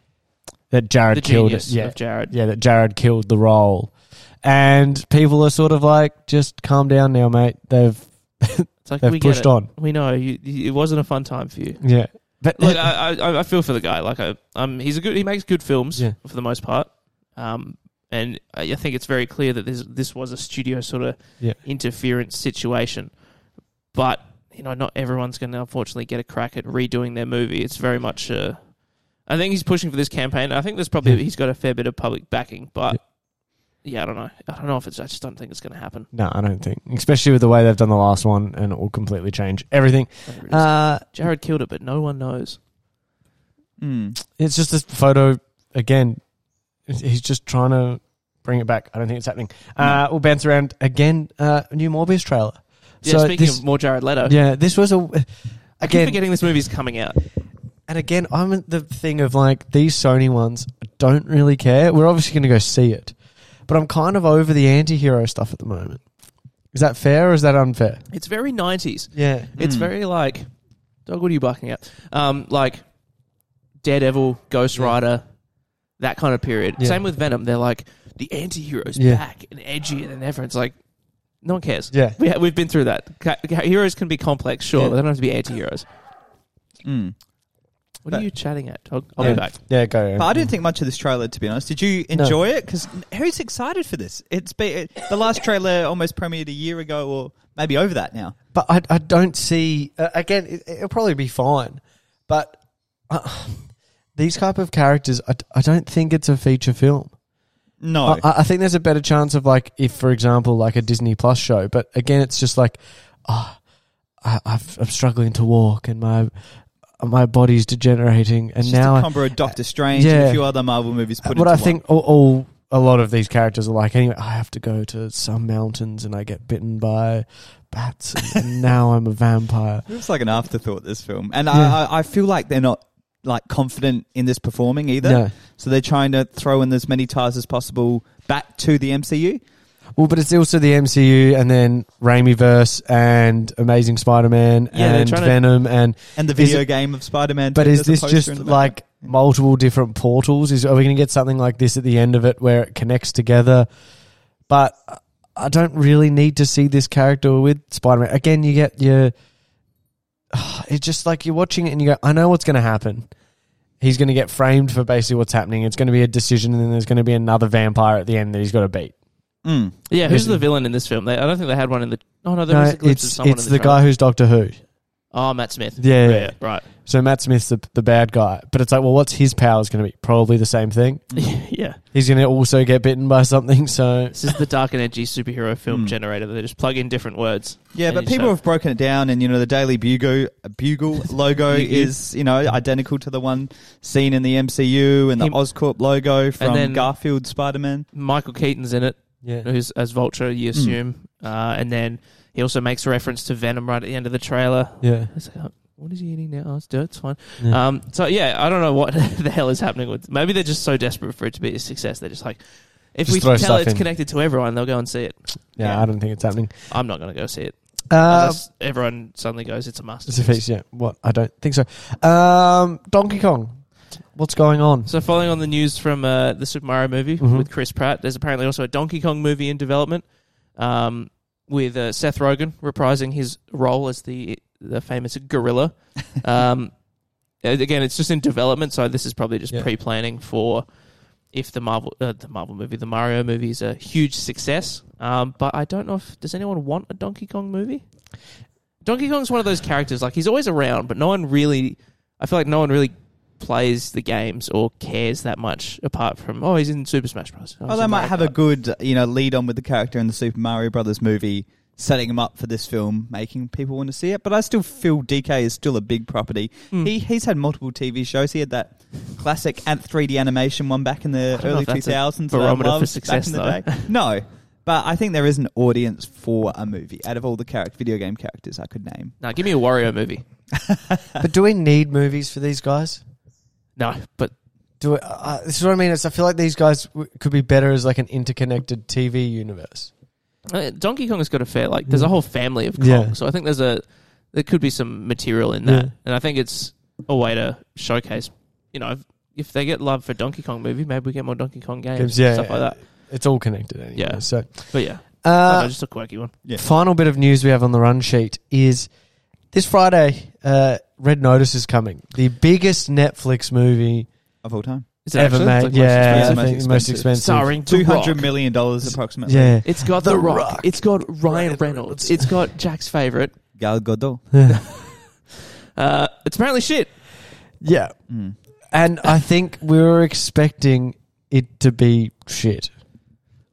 [SPEAKER 3] that Jared
[SPEAKER 2] the
[SPEAKER 3] killed
[SPEAKER 2] genius
[SPEAKER 3] it." Yeah,
[SPEAKER 2] of Jared.
[SPEAKER 3] yeah, that Jared killed the role, and people are sort of like, just calm down now, mate. They've
[SPEAKER 2] It's like
[SPEAKER 3] they've
[SPEAKER 2] we
[SPEAKER 3] pushed
[SPEAKER 2] get it.
[SPEAKER 3] on.
[SPEAKER 2] We know you, you- it wasn't a fun time for you.
[SPEAKER 3] Yeah, but
[SPEAKER 2] Look, I, I I feel for the guy. Like I, um, he's a good. He makes good films
[SPEAKER 3] Yeah.
[SPEAKER 2] for the most part. Um, and I I think it's very clear that this this was a studio sort of
[SPEAKER 3] Yeah.
[SPEAKER 2] interference situation. But you know, not everyone's going to unfortunately get a crack at redoing their movie. It's very much. Uh, I think he's pushing for this campaign. I think there's probably
[SPEAKER 3] Yeah.
[SPEAKER 2] he's got a fair bit of public backing, but. Yeah, I don't know. I don't know if it's. I just don't think it's going to happen.
[SPEAKER 3] no, I don't think, especially with the way they've done the last one, and it will completely change everything.
[SPEAKER 2] Whatever it is.
[SPEAKER 3] Uh,
[SPEAKER 2] Jared killed it, but no one knows.
[SPEAKER 1] Mm.
[SPEAKER 3] it's just this photo again. He's just trying to bring it back. I don't think it's happening. Uh, we'll bounce around again. Uh, new Morbius trailer.
[SPEAKER 2] Yeah, speaking
[SPEAKER 3] this,
[SPEAKER 2] of more Jared Leto,
[SPEAKER 3] yeah, this was a
[SPEAKER 2] I keep
[SPEAKER 3] again
[SPEAKER 2] forgetting this movie's coming out.
[SPEAKER 3] and again. I'm in the thing of like these Sony ones. I don't really care. We're obviously going to go see it, but I'm kind of over the anti-hero stuff at the moment. Is that fair or is that unfair?
[SPEAKER 2] It's very nineties.
[SPEAKER 3] Yeah,
[SPEAKER 2] It's
[SPEAKER 1] Mm.
[SPEAKER 2] very like dog. What are you barking at? Um, like Daredevil, Ghost
[SPEAKER 3] Yeah.
[SPEAKER 2] Rider, that kind of period.
[SPEAKER 3] Yeah.
[SPEAKER 2] Same with Venom. They're like the anti-hero's
[SPEAKER 3] Yeah.
[SPEAKER 2] back and edgier than ever. It's like no one cares.
[SPEAKER 3] yeah.
[SPEAKER 2] We ha- we've been through that. Ca- ca- Heroes can be complex, sure,
[SPEAKER 3] Yeah.
[SPEAKER 2] but they don't have to be anti-heroes.
[SPEAKER 1] Mm.
[SPEAKER 2] What
[SPEAKER 1] But-
[SPEAKER 2] are you chatting at, Tog? I'll
[SPEAKER 3] Yeah.
[SPEAKER 2] be back.
[SPEAKER 3] Yeah, go. Aaron.
[SPEAKER 1] But I didn't think much of this trailer, to be honest. Did you
[SPEAKER 3] No.
[SPEAKER 1] enjoy it? 'Cause it? Because who's excited for this? It's been it, the last trailer almost premiered a year ago, or maybe over that now.
[SPEAKER 3] but I, I don't see uh, again it, it'll probably be fine but uh, these type of characters I, I don't think it's a feature film
[SPEAKER 1] No,
[SPEAKER 3] I- I, I think there's a better chance of like if for example like a disney plus show but again it's just like ah, I, I've, i'm struggling to walk and my my body's degenerating and
[SPEAKER 1] it's
[SPEAKER 3] now
[SPEAKER 1] just
[SPEAKER 3] I, Uh,
[SPEAKER 1] a combo of Doctor Strange and
[SPEAKER 3] yeah.
[SPEAKER 1] a few other Marvel movies put
[SPEAKER 3] what
[SPEAKER 1] into
[SPEAKER 3] I
[SPEAKER 1] one.
[SPEAKER 3] think all, all a lot of these characters are like. Anyway, I have to go to some mountains and I get bitten by bats, and, and now I'm a vampire.
[SPEAKER 1] It was like an afterthought. This film, and
[SPEAKER 3] Yeah.
[SPEAKER 1] I I, I feel like they're not like confident in this performing either.
[SPEAKER 3] No.
[SPEAKER 1] So they're trying to throw in as many ties as possible back to the MCU.
[SPEAKER 3] Well, but it's also the MCU and then Raimi verse and Amazing Spider-Man
[SPEAKER 2] Yeah, they're
[SPEAKER 3] and
[SPEAKER 2] trying to-
[SPEAKER 3] Venom and
[SPEAKER 1] And the
[SPEAKER 3] Is
[SPEAKER 1] video
[SPEAKER 3] it-
[SPEAKER 1] game of Spider-Man.
[SPEAKER 3] but
[SPEAKER 1] too,
[SPEAKER 3] is
[SPEAKER 1] there's
[SPEAKER 3] this
[SPEAKER 1] a
[SPEAKER 3] just
[SPEAKER 1] poster in the back.
[SPEAKER 3] like multiple different portals? Is are we going to get something like this at the end of it where it connects together? But I don't really need to see this character with Spider-Man again. You get your it's just like you're watching it and you go, I know what's going to happen. He's going to get framed for basically what's happening. It's going to be a decision, and then there's going to be another vampire at the end that he's got to beat.
[SPEAKER 1] Mm.
[SPEAKER 2] Yeah, who's
[SPEAKER 3] Yeah.
[SPEAKER 2] the villain in this film? They, I don't think they had one in the. Oh no, there
[SPEAKER 3] No,
[SPEAKER 2] was a glimpse of
[SPEAKER 3] it's
[SPEAKER 2] someone
[SPEAKER 3] it's
[SPEAKER 2] in the,
[SPEAKER 3] the guy who's Doctor Who.
[SPEAKER 2] Oh, Matt Smith.
[SPEAKER 3] Yeah.
[SPEAKER 2] right.
[SPEAKER 3] So Matt Smith's the, the bad guy, but it's like, well, what's his powers going to be? Probably the same thing.
[SPEAKER 2] yeah,
[SPEAKER 3] He's going to also get bitten by something. So
[SPEAKER 2] this is the dark and edgy superhero film
[SPEAKER 1] Hmm.
[SPEAKER 2] generator that they just plug in different words.
[SPEAKER 1] Yeah,
[SPEAKER 2] And
[SPEAKER 1] but
[SPEAKER 2] you
[SPEAKER 1] people
[SPEAKER 2] say-
[SPEAKER 1] have broken it down, and you know the Daily Bugle Bugle logo
[SPEAKER 2] Bugle.
[SPEAKER 1] is you know identical to the one seen in the MCU and the
[SPEAKER 2] Him-
[SPEAKER 1] Oscorp logo from
[SPEAKER 2] then-
[SPEAKER 1] Garfield Spider-Man.
[SPEAKER 2] Michael Keaton's in it,
[SPEAKER 3] yeah,
[SPEAKER 2] who's as Vulture, you
[SPEAKER 3] Hmm.
[SPEAKER 2] assume, uh, and then he also makes a reference to Venom right at the end of the trailer.
[SPEAKER 3] yeah.
[SPEAKER 2] It's like, oh, What is he eating now? Oh, it's dirt. It's fine.
[SPEAKER 3] Yeah.
[SPEAKER 2] Um, so yeah, I don't know what the hell is happening with. Maybe they're just so desperate for it to be a success. They're just like, if
[SPEAKER 3] Just
[SPEAKER 2] we
[SPEAKER 3] throw
[SPEAKER 2] tell
[SPEAKER 3] stuff
[SPEAKER 2] it's
[SPEAKER 3] in.
[SPEAKER 2] connected to everyone, they'll go and see it.
[SPEAKER 3] yeah, I don't think it's happening.
[SPEAKER 2] I'm not going to go see it.
[SPEAKER 3] Uh,
[SPEAKER 2] Unless everyone suddenly goes, it's a masterpiece.
[SPEAKER 3] it's a feast. Yeah, what? I don't think so. Um, Donkey Kong. What's going on?
[SPEAKER 2] So, following on the news from uh, the Super Mario movie
[SPEAKER 3] Mhm.
[SPEAKER 2] with Chris Pratt, there's apparently also a Donkey Kong movie in development um, with uh, Seth Rogen reprising his role as the the famous gorilla. um, and again, it's just in development, so this is probably just
[SPEAKER 3] Yeah.
[SPEAKER 2] pre planning for if the Marvel uh, the Marvel movie, the Mario movie is a huge success. Um, but I don't know if does anyone want a Donkey Kong movie. Donkey Kong's one of those characters like he's always around, but no one really. I feel like no one really plays the games or cares that much apart from oh he's in Super Smash Bros.
[SPEAKER 1] Oh, they might have a good you know lead on with the character in the Super Mario Brothers movie, setting him up for this film, making people want to see it. But I still feel DK is still a big property.
[SPEAKER 2] Mm.
[SPEAKER 1] He he's had multiple TV shows. He had that classic ant 3D animation one back in the
[SPEAKER 2] don't know
[SPEAKER 1] early
[SPEAKER 2] if that's a
[SPEAKER 1] 2000s. that I
[SPEAKER 2] barometer for
[SPEAKER 1] loved
[SPEAKER 2] success,
[SPEAKER 1] back in the day. no. But I think there is an audience for a movie out of all the character, video game characters I could name.
[SPEAKER 2] Now give me a Wario movie.
[SPEAKER 3] but do we need movies for these guys?
[SPEAKER 2] No, but
[SPEAKER 3] Do we, uh, this is what I mean. It's, I feel like these guys w- could be better as like an interconnected TV universe.
[SPEAKER 2] uh, Donkey Kong's got a fair like there's a whole family of Kong,
[SPEAKER 3] Yeah.
[SPEAKER 2] so I think there's a there could be some material in that,
[SPEAKER 3] Yeah.
[SPEAKER 2] and I think it's a way to showcase. You know, if, if they get love for Donkey Kong movie, maybe we get more Donkey Kong games,
[SPEAKER 3] Games, yeah,
[SPEAKER 2] stuff like that.
[SPEAKER 3] It's all connected anyway.
[SPEAKER 2] Yeah.
[SPEAKER 3] So,
[SPEAKER 2] But yeah, I don't
[SPEAKER 3] uh,
[SPEAKER 2] know, just a quirky one.
[SPEAKER 1] Yeah.
[SPEAKER 3] Final bit of news we have on the run sheet is this Friday, uh, Red Notice is coming. The biggest Netflix movie
[SPEAKER 1] Of all time.
[SPEAKER 2] Is
[SPEAKER 3] ever
[SPEAKER 2] actually?
[SPEAKER 3] made.
[SPEAKER 2] It's like most
[SPEAKER 3] yeah,
[SPEAKER 2] expensive.
[SPEAKER 3] I think
[SPEAKER 1] expensive.
[SPEAKER 3] most expensive.
[SPEAKER 2] starring
[SPEAKER 1] Two
[SPEAKER 2] The Rock.
[SPEAKER 1] hundred million dollars approximately.
[SPEAKER 3] Yeah.
[SPEAKER 2] It's got The,
[SPEAKER 3] The
[SPEAKER 2] Rock.
[SPEAKER 3] Rock.
[SPEAKER 2] It's got Ryan
[SPEAKER 3] Ryan
[SPEAKER 2] Reynolds.
[SPEAKER 3] Reynolds.
[SPEAKER 2] It's got Jack's favorite.
[SPEAKER 1] Gal Gadot.
[SPEAKER 2] Uh, it's apparently shit.
[SPEAKER 3] yeah.
[SPEAKER 1] Mm.
[SPEAKER 3] And I think we were expecting it to be shit.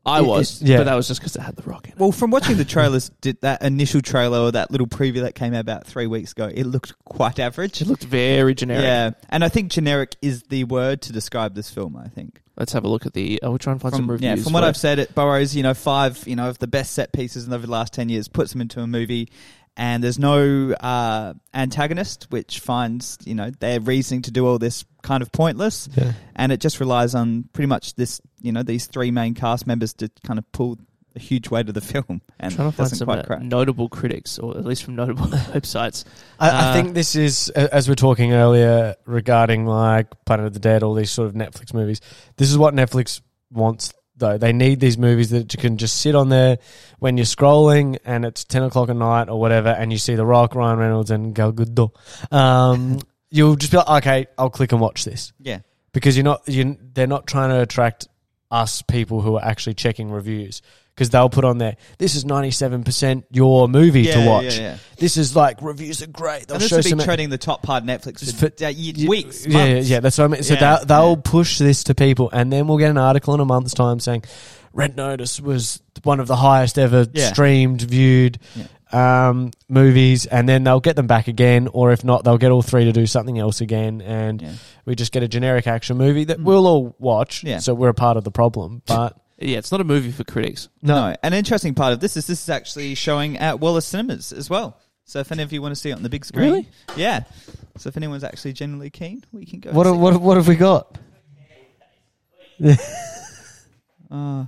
[SPEAKER 2] I
[SPEAKER 3] It-
[SPEAKER 2] was,
[SPEAKER 3] it- yeah.
[SPEAKER 2] but that was just because it had The Rock in it.
[SPEAKER 1] Well, from watching the trailers, did that initial trailer or that little preview that came out about three weeks ago, it looked quite average.
[SPEAKER 2] It looked very generic.
[SPEAKER 1] yeah, and I think generic is the word to describe this film. I think
[SPEAKER 2] Let's have a look at the. Oh, we'll try and find some
[SPEAKER 1] From, yeah,
[SPEAKER 2] reviews.
[SPEAKER 1] from what
[SPEAKER 2] for
[SPEAKER 1] I've
[SPEAKER 2] it.
[SPEAKER 1] said, it borrows you know five you know of the best set pieces in over the last ten years, puts them into a movie, and there's no uh, antagonist, which finds you know their reasoning to do all this kind of pointless,
[SPEAKER 3] Yeah.
[SPEAKER 1] and it just relies on pretty much this you know these three main cast members to kind of pull the huge weight of the film, and
[SPEAKER 2] trying to find
[SPEAKER 1] doesn't
[SPEAKER 2] some
[SPEAKER 1] quite
[SPEAKER 2] uh,
[SPEAKER 1] crack.
[SPEAKER 2] notable critics, or at least from notable websites.
[SPEAKER 3] I, I
[SPEAKER 2] Uh,
[SPEAKER 3] think this is, a- as we're talking earlier regarding like Planet of the Dead, all these sort of Netflix movies. This is what Netflix wants, though. They need these movies that you can just sit on there when you're scrolling and it's 10 o'clock at night or whatever, and you see The Rock, Ryan Reynolds, and Gal Gadot. Um, you'll just be like, okay, I'll click and watch this
[SPEAKER 1] Yeah,
[SPEAKER 3] because you're not you they're not trying to attract us people who are actually checking reviews because they'll put on there this is 97% your movie
[SPEAKER 1] Yeah,
[SPEAKER 3] to watch
[SPEAKER 1] yeah, yeah.
[SPEAKER 3] this is like reviews are great they'll
[SPEAKER 1] and this
[SPEAKER 3] show
[SPEAKER 1] has been
[SPEAKER 3] some e-
[SPEAKER 1] treading the top part of Netflix
[SPEAKER 3] Just
[SPEAKER 1] for,
[SPEAKER 3] for-
[SPEAKER 1] uh, ye-
[SPEAKER 3] Yeah,
[SPEAKER 1] weeks,
[SPEAKER 3] yeah, yeah
[SPEAKER 1] months.
[SPEAKER 3] yeah, that's what i mean so
[SPEAKER 1] Yeah,
[SPEAKER 3] they'll, they'll
[SPEAKER 1] yeah.
[SPEAKER 3] push this to people and then we'll get an article in a month's time saying red notice was one of the highest ever
[SPEAKER 1] Yeah.
[SPEAKER 3] streamed viewed um, movies and then they'll get them back again or if not they'll get all three to do something else again and
[SPEAKER 1] Yeah. Mm.
[SPEAKER 3] we just get a generic action movie that we'll all watch.
[SPEAKER 1] Yeah.
[SPEAKER 3] So we're a part of the problem. But
[SPEAKER 2] Yeah, it's not a movie for critics.
[SPEAKER 1] No. an interesting part of this is this is actually showing at Wallace Cinemas as well. So if any of you want to see it on the big screen,
[SPEAKER 2] Really?
[SPEAKER 1] yeah. So if anyone's actually genuinely keen, we can go.
[SPEAKER 3] what
[SPEAKER 1] and
[SPEAKER 3] have,
[SPEAKER 1] see
[SPEAKER 3] what, have- what have we got?
[SPEAKER 1] it. Uh,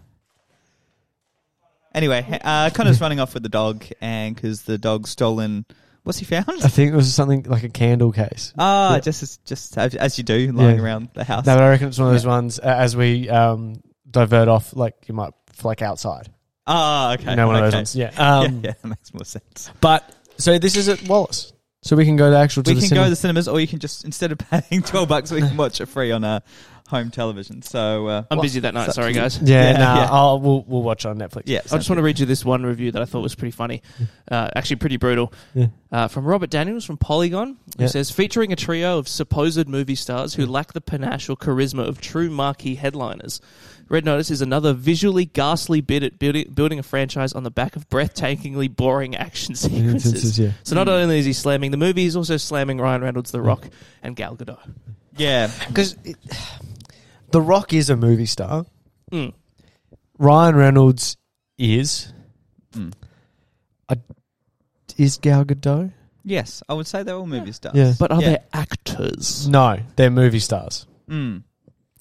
[SPEAKER 1] anyway, he- uh, Connor's running off with the dog, and because the dog's stolen, what's he
[SPEAKER 3] I
[SPEAKER 1] found?
[SPEAKER 3] think it was something like a candle case.
[SPEAKER 1] Ah,
[SPEAKER 3] Yeah.
[SPEAKER 1] just as just as, as you do, lying
[SPEAKER 3] Yeah.
[SPEAKER 1] around the house.
[SPEAKER 3] No, but I reckon it's one of those
[SPEAKER 1] Yeah.
[SPEAKER 3] ones uh, as we um, divert off, like you might like outside.
[SPEAKER 1] Ah, okay.
[SPEAKER 3] You know, one of those
[SPEAKER 1] okay.
[SPEAKER 3] ones. Yeah.
[SPEAKER 1] yeah,
[SPEAKER 3] Um,
[SPEAKER 1] yeah, that makes more sense.
[SPEAKER 3] But so this is at Wallace. So we can go to actual. To
[SPEAKER 1] We
[SPEAKER 3] the
[SPEAKER 1] can go
[SPEAKER 3] cinema.
[SPEAKER 1] to the cinemas, or you can just instead of paying twelve bucks, we can watch it free on uh, home television. So uh,
[SPEAKER 2] I'm
[SPEAKER 1] what-
[SPEAKER 2] busy that night.
[SPEAKER 1] so-
[SPEAKER 2] Sorry, guys.
[SPEAKER 3] yeah,
[SPEAKER 1] Yeah,
[SPEAKER 3] nah,
[SPEAKER 1] yeah.
[SPEAKER 3] I'll, we'll we'll watch it on Netflix.
[SPEAKER 1] yeah,
[SPEAKER 2] I just want to read you this one review that I thought was pretty funny, uh, actually pretty brutal,
[SPEAKER 3] Yeah.
[SPEAKER 2] uh, from Robert Daniels from Polygon, who
[SPEAKER 3] Yeah.
[SPEAKER 2] says featuring a trio of supposed movie stars who lack the panache or charisma of true marquee headliners. Red Notice is another visually ghastly bit at building, building a franchise on the back of breathtakingly boring action sequences.
[SPEAKER 3] yeah.
[SPEAKER 2] So not only is he slamming the movie, he's also slamming Ryan Reynolds, The Rock, and Gal Gadot.
[SPEAKER 1] Yeah,
[SPEAKER 3] because The Rock is a movie star.
[SPEAKER 2] Mm.
[SPEAKER 3] Ryan Reynolds is.
[SPEAKER 1] Mm.
[SPEAKER 3] I- is Gal Gadot?
[SPEAKER 1] Yes, I would say they're all movie stars.
[SPEAKER 3] Yeah.
[SPEAKER 2] But are
[SPEAKER 1] Yeah.
[SPEAKER 2] they actors?
[SPEAKER 3] No, they're movie stars.
[SPEAKER 1] Mm.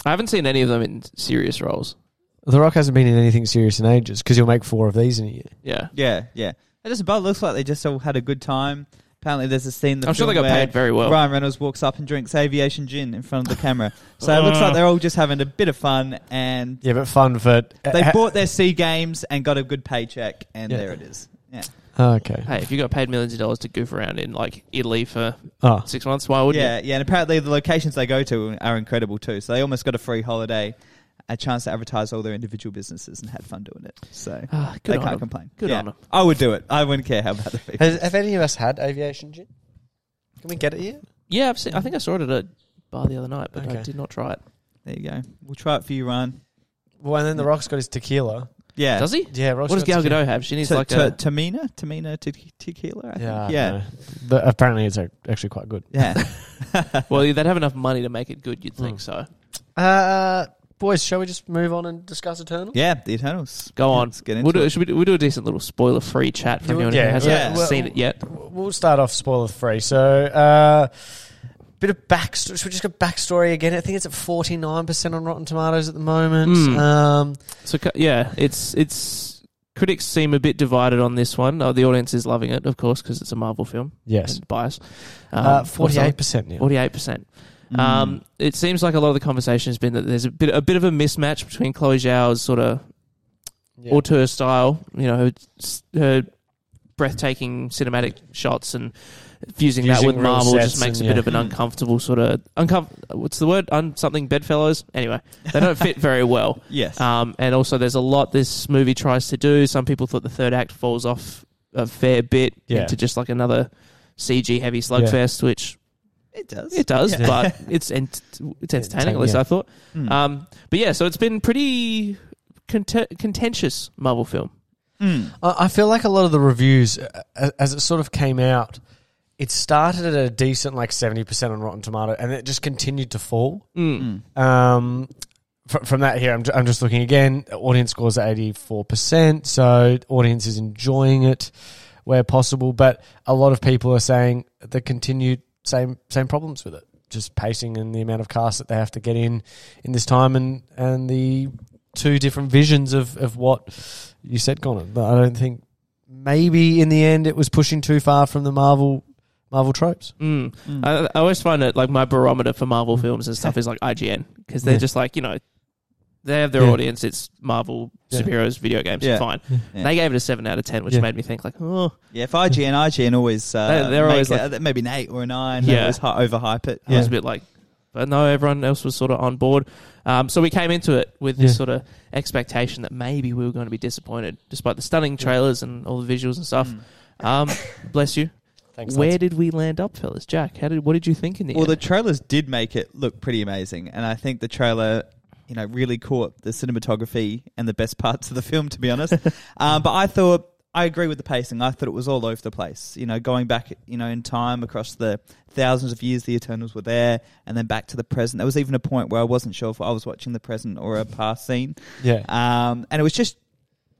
[SPEAKER 2] I haven't seen any of them in serious roles.
[SPEAKER 3] The Rock hasn't been in anything serious in ages because he'll make four of these in a year.
[SPEAKER 2] Yeah.
[SPEAKER 1] Yeah, yeah. It just about looks like they just all had a good time. Apparently, there's a scene. in The
[SPEAKER 2] I'm sure they
[SPEAKER 1] film
[SPEAKER 2] got
[SPEAKER 1] where
[SPEAKER 2] paid very well.
[SPEAKER 1] Ryan Reynolds walks up and drinks aviation gin in front of the camera. So it looks like they're all just having a bit of fun, and
[SPEAKER 3] Yeah, but fun for
[SPEAKER 1] they
[SPEAKER 3] ha-
[SPEAKER 1] bought their C games and got a good paycheck, and
[SPEAKER 3] Yeah.
[SPEAKER 1] there it is. Yeah,
[SPEAKER 3] Oh, okay.
[SPEAKER 2] Hey, if you got paid millions of dollars to goof around in like Italy for
[SPEAKER 3] Oh,
[SPEAKER 2] six months, why wouldn't
[SPEAKER 1] yeah, yeah. And apparently, the locations they go to are incredible too. So they almost got a free holiday, a chance to advertise all their individual businesses, and had fun doing it. So
[SPEAKER 2] you? Ah,
[SPEAKER 1] they
[SPEAKER 2] good
[SPEAKER 1] can't
[SPEAKER 2] on 'em.
[SPEAKER 1] complain.
[SPEAKER 2] Good
[SPEAKER 1] yeah.
[SPEAKER 2] on 'em.
[SPEAKER 1] I would do it. I wouldn't care how bad the people.
[SPEAKER 3] have any of us had aviation gin? Can we get it here?
[SPEAKER 2] Yeah, I've seen, I think I saw it at a bar the other night, but I
[SPEAKER 3] Okay.
[SPEAKER 2] did not try it.
[SPEAKER 1] There you go. We'll try it for you, Ryan.
[SPEAKER 3] Well, and then The Rock's got his tequila.
[SPEAKER 1] Yeah.
[SPEAKER 2] Does he?
[SPEAKER 3] Yeah, Rock's
[SPEAKER 2] What does
[SPEAKER 3] got
[SPEAKER 2] Gal
[SPEAKER 3] his tequila.
[SPEAKER 2] Gadot have? She needs
[SPEAKER 1] Ta-
[SPEAKER 2] like
[SPEAKER 1] ta-
[SPEAKER 2] a.
[SPEAKER 1] Tamina, Tamina te- tequila. I think.
[SPEAKER 3] Yeah,
[SPEAKER 1] yeah,
[SPEAKER 3] yeah. But apparently, it's ac- actually quite good.
[SPEAKER 1] yeah.
[SPEAKER 2] Well, they'd have enough money to make it good, you'd think.
[SPEAKER 3] Mm.
[SPEAKER 2] So
[SPEAKER 3] Uh, boys, shall we just move on and discuss Eternal?
[SPEAKER 1] yeah, the Eternals.
[SPEAKER 2] go on.
[SPEAKER 1] Let's get into
[SPEAKER 2] We'll do,
[SPEAKER 1] it.
[SPEAKER 2] should we, do, we'll do a decent little spoiler-free chat for
[SPEAKER 3] Yeah,
[SPEAKER 2] anyone
[SPEAKER 3] yeah,
[SPEAKER 2] who hasn't
[SPEAKER 1] yeah.
[SPEAKER 2] seen it yet.
[SPEAKER 3] We'll start off spoiler free. So, uh, bit of backstory. Should we just go backstory again? I think it's at forty nine percent on Rotten Tomatoes at the moment.
[SPEAKER 2] Mm.
[SPEAKER 3] Um,
[SPEAKER 2] So cu- yeah, it's it's critics seem a bit divided on this one. Oh, the audience is loving it, of course, because it's a Marvel film.
[SPEAKER 3] yes, Uh,
[SPEAKER 2] and um, bias.
[SPEAKER 3] forty eight percent now.
[SPEAKER 2] Forty-eight percent.
[SPEAKER 3] Hmm.
[SPEAKER 1] Mm.
[SPEAKER 2] Um, it seems like a lot of the conversation has been that there's a bit a bit of a mismatch between Chloe Zhao's sort of
[SPEAKER 3] Yeah.
[SPEAKER 2] auteur style, you know, her, her breathtaking cinematic shots and fusing, that
[SPEAKER 3] Fusing
[SPEAKER 2] with
[SPEAKER 3] real
[SPEAKER 2] Marvel
[SPEAKER 3] sets
[SPEAKER 2] just makes
[SPEAKER 3] and,
[SPEAKER 2] a bit
[SPEAKER 3] yeah.
[SPEAKER 2] of an uncomfortable sort of uncomfortable. What's the word? Un something bedfellows. Anyway, they don't fit very well.
[SPEAKER 1] yes.
[SPEAKER 2] Um, and also, there's a lot this movie tries to do. Some people thought the third act falls off a fair bit
[SPEAKER 3] Yeah.
[SPEAKER 2] into just like another CG heavy slugfest, which
[SPEAKER 1] it does.
[SPEAKER 2] it does,
[SPEAKER 1] Yeah.
[SPEAKER 2] but it's ent- it's entertaining. At least
[SPEAKER 3] Yeah. Hmm.
[SPEAKER 2] I thought.
[SPEAKER 1] Mm.
[SPEAKER 2] Um, but yeah, so it's been pretty cont- contentious Marvel film.
[SPEAKER 1] Mm.
[SPEAKER 3] I I feel like a lot of the reviews, uh, as- as it sort of came out, it started at a
[SPEAKER 2] Hmm.
[SPEAKER 3] Hmm. decent like seventy percent on Rotten Tomato, and it just continued to fall.
[SPEAKER 2] Mm.
[SPEAKER 1] Mm.
[SPEAKER 3] Um, fr- from that here, I'm, ju- I'm just looking again. Audience scores at 84%, so audience is enjoying it where possible. But a lot of people are saying the continued same same problems with it, just pacing and the amount of casts that they have to get in in this time, and and the two different visions of of what you said, Connor. But I don't think maybe in the end it was pushing too far from the Marvel Marvel tropes.
[SPEAKER 2] Mm. I, I always find it like my barometer for Marvel films and stuff is like IGN because they're
[SPEAKER 3] Yeah.
[SPEAKER 2] just like you know they have their
[SPEAKER 3] Yeah.
[SPEAKER 2] audience. It's Marvel
[SPEAKER 3] Yeah.
[SPEAKER 2] superheroes, video games,
[SPEAKER 1] Yeah.
[SPEAKER 2] fine.
[SPEAKER 3] Yeah.
[SPEAKER 1] Yeah.
[SPEAKER 2] They gave it a seven out of ten, which
[SPEAKER 3] Yeah.
[SPEAKER 2] made me think like, oh,
[SPEAKER 1] Yeah, if IG and IGN always uh,
[SPEAKER 2] They- they're
[SPEAKER 1] make
[SPEAKER 2] always
[SPEAKER 1] it-
[SPEAKER 2] like-
[SPEAKER 1] uh, maybe an eight or a nine.
[SPEAKER 2] Yeah.
[SPEAKER 1] Yeah, always hi- overhype it.
[SPEAKER 2] I
[SPEAKER 1] Yeah.
[SPEAKER 2] was a bit like, but no, everyone else was sort of on board. Um, so we came into it with this
[SPEAKER 3] Yeah.
[SPEAKER 2] sort of expectation that maybe we were going to be disappointed, despite the stunning trailers and all the visuals and stuff. Um, bless you.
[SPEAKER 3] Thanks.
[SPEAKER 2] Where did we land up, fellas? Jack, how did what did you think in the
[SPEAKER 1] Well, the
[SPEAKER 2] end?
[SPEAKER 1] trailers did make it look pretty amazing, and I think the trailer, you know, really caught the cinematography and the best parts of the film, to be honest. um, but I thought I agree with the pacing. I thought it was all over the place. You know, going back, you know, in time across the thousands of years the Eternals were there, and then back to the present. There was even a point where I wasn't sure if I was watching the present or a past scene.
[SPEAKER 3] yeah.
[SPEAKER 1] Um, and it was just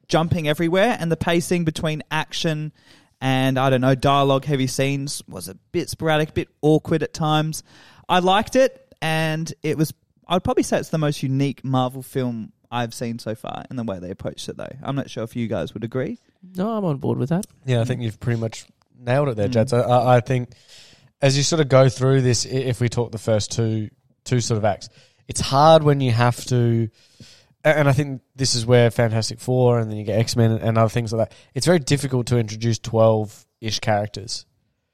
[SPEAKER 1] jumping everywhere, and the pacing between action and I don't know dialogue heavy scenes was a bit sporadic, a bit awkward at times. I liked it, and it was. I'd probably say it's the most unique Marvel film I've seen so far in the way they approached it, though. I'm not sure if you guys would agree.
[SPEAKER 2] no, I'm on board with that.
[SPEAKER 3] Yeah, I think you've pretty much nailed it there,
[SPEAKER 1] Mm.
[SPEAKER 3] Jad. So I, I think as you sort of go through this, i- if we talk the first two two sort of acts, it's hard when you have to, a- and I think this is where Fantastic Four and then you get X Men and other things like that. It's very difficult to introduce twelve ish characters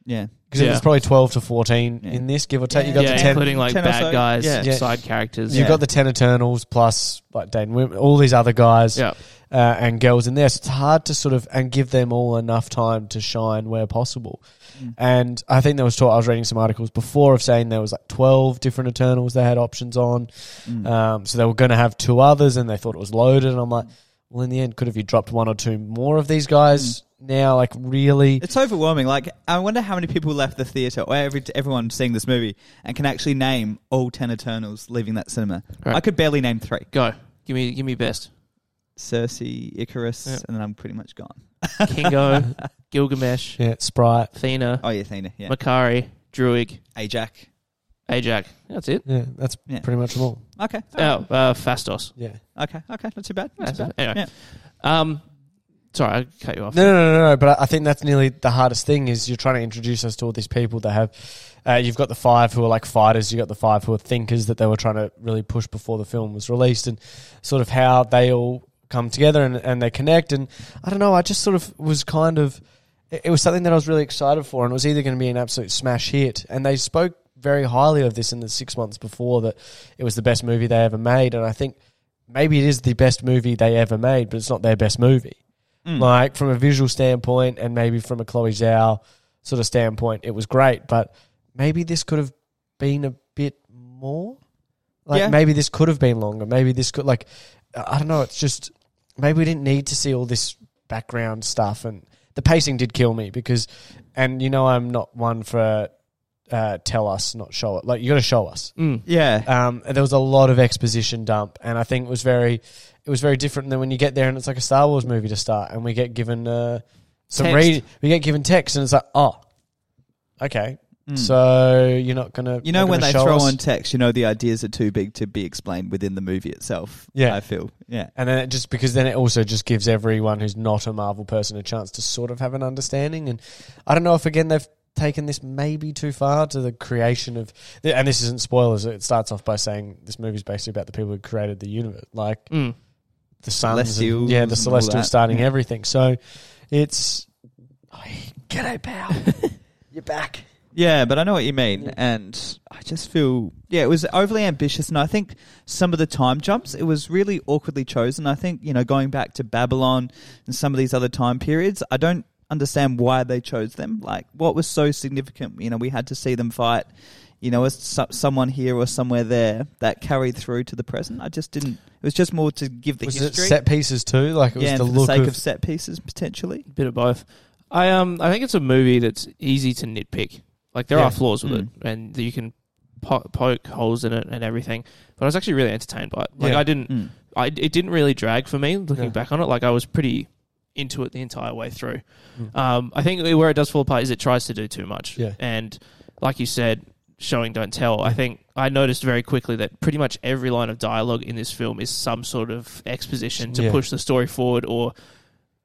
[SPEAKER 1] Yeah,
[SPEAKER 3] because
[SPEAKER 2] Yeah.
[SPEAKER 3] it's probably twelve to fourteen
[SPEAKER 1] Yeah.
[SPEAKER 3] in this, give or take. You
[SPEAKER 1] Yeah.
[SPEAKER 3] got
[SPEAKER 2] yeah,
[SPEAKER 3] the ten.
[SPEAKER 2] including like
[SPEAKER 1] 10 or
[SPEAKER 2] bad
[SPEAKER 1] so.
[SPEAKER 2] guys,
[SPEAKER 1] Yeah.
[SPEAKER 3] Yeah.
[SPEAKER 2] side characters.
[SPEAKER 1] Yeah.
[SPEAKER 3] You've got the ten Eternals plus like Dane, Whit- all these other guys
[SPEAKER 2] Yeah.
[SPEAKER 3] uh, and girls in there. So it's hard to sort of and give them all enough time to shine where possible.
[SPEAKER 1] Mm.
[SPEAKER 3] And I think there was talk. I was reading some articles before of saying there was like twelve different Eternals they had options on.
[SPEAKER 1] Mm.
[SPEAKER 3] Um, so they were going to have two others, and they thought it was loaded. And I'm like, well, in the end, could have you dropped one or two more of these guys now? Like really?
[SPEAKER 1] Mm. it's overwhelming. Like, I wonder how many people left the theater or every, everyone seeing this movie and can actually name all ten Eternals leaving that cinema.
[SPEAKER 2] Right.
[SPEAKER 1] I could barely name three:
[SPEAKER 2] Go. Give me give me best.
[SPEAKER 1] Cersei, Icarus,
[SPEAKER 2] Yeah.
[SPEAKER 1] and then I'm pretty much gone.
[SPEAKER 2] Kingo, Gilgamesh,
[SPEAKER 3] yeah, Sprite.
[SPEAKER 2] Athena,
[SPEAKER 1] Oh yeah, Athena. Yeah,
[SPEAKER 2] Makari, Druig,
[SPEAKER 1] Ajax.
[SPEAKER 2] Ajak. That's it.
[SPEAKER 3] Yeah, that's
[SPEAKER 1] Yeah.
[SPEAKER 3] pretty much them all.
[SPEAKER 1] Okay.
[SPEAKER 2] Oh, uh, Fastos.
[SPEAKER 3] Yeah.
[SPEAKER 1] Okay. Okay. Not too bad. Not too
[SPEAKER 2] That's
[SPEAKER 1] bad.
[SPEAKER 2] it. Anyway. Um, sorry, I cut you off.
[SPEAKER 3] No, no, no, no, no. But I I think that's nearly the hardest thing is you're trying to introduce us to all these people that have. Uh, you've got the five who are like fighters. You've got the five who are thinkers that they were trying to really push before the film was released, and sort of how they all come together and, and they connect. And I don't know. I just sort of was kind of. It it was something that I was really excited for, and it was either going to be an absolute smash hit. And they spoke very highly of this in the six months before that it was the best movie they ever made. And I think maybe it is the best movie they ever made, but it's not their best movie
[SPEAKER 1] Mm.
[SPEAKER 3] like from a visual standpoint and maybe from a Chloe Zhao sort of standpoint, it was great. But maybe this could have been a bit more. Like
[SPEAKER 1] Yeah.
[SPEAKER 3] maybe this could have been longer. Maybe this could like I I don't know. It's just maybe we didn't need to see all this background stuff and the pacing did kill me because and you know I'm not one for uh, tell us not show it. Like you got to show us
[SPEAKER 2] Mm.
[SPEAKER 1] Yeah.
[SPEAKER 3] um, and there was a lot of exposition dump, and I think it was very, it was very different than when you get there and it's like a Star Wars movie to start, and we get given uh, some
[SPEAKER 2] Text.
[SPEAKER 3] read, we get given text, and it's like, oh, okay,
[SPEAKER 1] Mm.
[SPEAKER 3] so you're not gonna,
[SPEAKER 1] you know
[SPEAKER 3] not
[SPEAKER 1] when
[SPEAKER 3] gonna
[SPEAKER 1] they
[SPEAKER 3] show
[SPEAKER 1] throw
[SPEAKER 3] us?
[SPEAKER 1] on text, you know the ideas are too big to be explained within the movie itself.
[SPEAKER 3] Yeah.
[SPEAKER 1] I feel. Yeah.
[SPEAKER 3] and then it just because then it also just gives everyone who's not a Marvel person a chance to sort of have an understanding, and I don't know if again they've taken this maybe too far to the creation of, and this isn't spoilers. It starts off by saying this movie's basically about the people who created the universe, like.
[SPEAKER 2] Mm.
[SPEAKER 3] the suns, and,
[SPEAKER 1] Celestials
[SPEAKER 3] yeah,
[SPEAKER 1] and
[SPEAKER 3] the
[SPEAKER 1] all
[SPEAKER 3] celestial
[SPEAKER 1] that.
[SPEAKER 3] starting
[SPEAKER 1] Yeah.
[SPEAKER 3] everything. So it's g'day, pal. You're back.
[SPEAKER 1] Yeah, but I know what you mean,
[SPEAKER 3] Yeah.
[SPEAKER 1] and I just feel yeah, it was overly ambitious, and I think some of the time jumps it was really awkwardly chosen. I think you know going back to Babylon and some of these other time periods, I don't understand why they chose them. Like, what was so significant? You know, we had to see them fight. You know, as so- someone here or somewhere there that carried through to the present. I just didn't. It was just more to give the
[SPEAKER 3] was
[SPEAKER 1] history,
[SPEAKER 3] it set pieces too? Like it was
[SPEAKER 1] yeah, and
[SPEAKER 3] the
[SPEAKER 1] for the
[SPEAKER 3] look
[SPEAKER 1] sake
[SPEAKER 3] of,
[SPEAKER 1] of, set pieces potentially.
[SPEAKER 2] Bit of both. I um I think it's a movie that's easy to nitpick. Like there
[SPEAKER 3] Yeah.
[SPEAKER 2] are flaws with
[SPEAKER 1] Mm.
[SPEAKER 2] it, and you can po- poke holes in it and everything. But I was actually really entertained by it. Like
[SPEAKER 3] Yeah.
[SPEAKER 2] I didn't,
[SPEAKER 1] Mm.
[SPEAKER 2] I it didn't really drag for me looking
[SPEAKER 3] Yeah.
[SPEAKER 2] back on it. Like I was pretty into it the entire way through. Um, I think where it does fall apart is it tries to do too much.
[SPEAKER 3] Hmm. Yeah.
[SPEAKER 2] And like you said, showing don't tell. I think I noticed very quickly that pretty much every line of dialogue in this film is some sort of exposition to
[SPEAKER 3] Yeah.
[SPEAKER 2] push the story forward or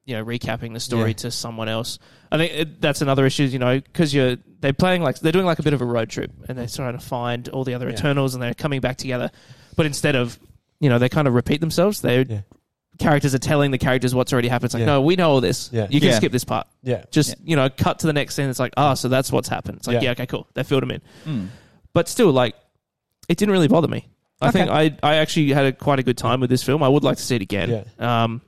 [SPEAKER 2] you know recapping the story
[SPEAKER 3] Yeah.
[SPEAKER 2] to someone else. I think it, that's another issue, you know, because you're they're playing like they're doing like a bit of a road trip and they're trying to find all the other
[SPEAKER 3] Yeah.
[SPEAKER 2] Eternals and they're coming back together, but instead of you know they kind of repeat themselves. They
[SPEAKER 3] Yeah.
[SPEAKER 2] characters are telling the characters what's already happened. It's like
[SPEAKER 3] Yeah.
[SPEAKER 2] no, we know all this.
[SPEAKER 3] Yeah.
[SPEAKER 2] You can
[SPEAKER 1] Yeah.
[SPEAKER 2] skip this part
[SPEAKER 3] Yeah.
[SPEAKER 2] just
[SPEAKER 1] Yeah.
[SPEAKER 2] you know cut to the next scene it's like ah so that's what's happened it's like yeah,
[SPEAKER 3] Yeah.
[SPEAKER 2] okay cool they filled him in
[SPEAKER 1] Mm.
[SPEAKER 2] but still like it didn't really bother me i
[SPEAKER 1] Okay.
[SPEAKER 2] think i i actually had a, quite a good time with this film i would like to see it again um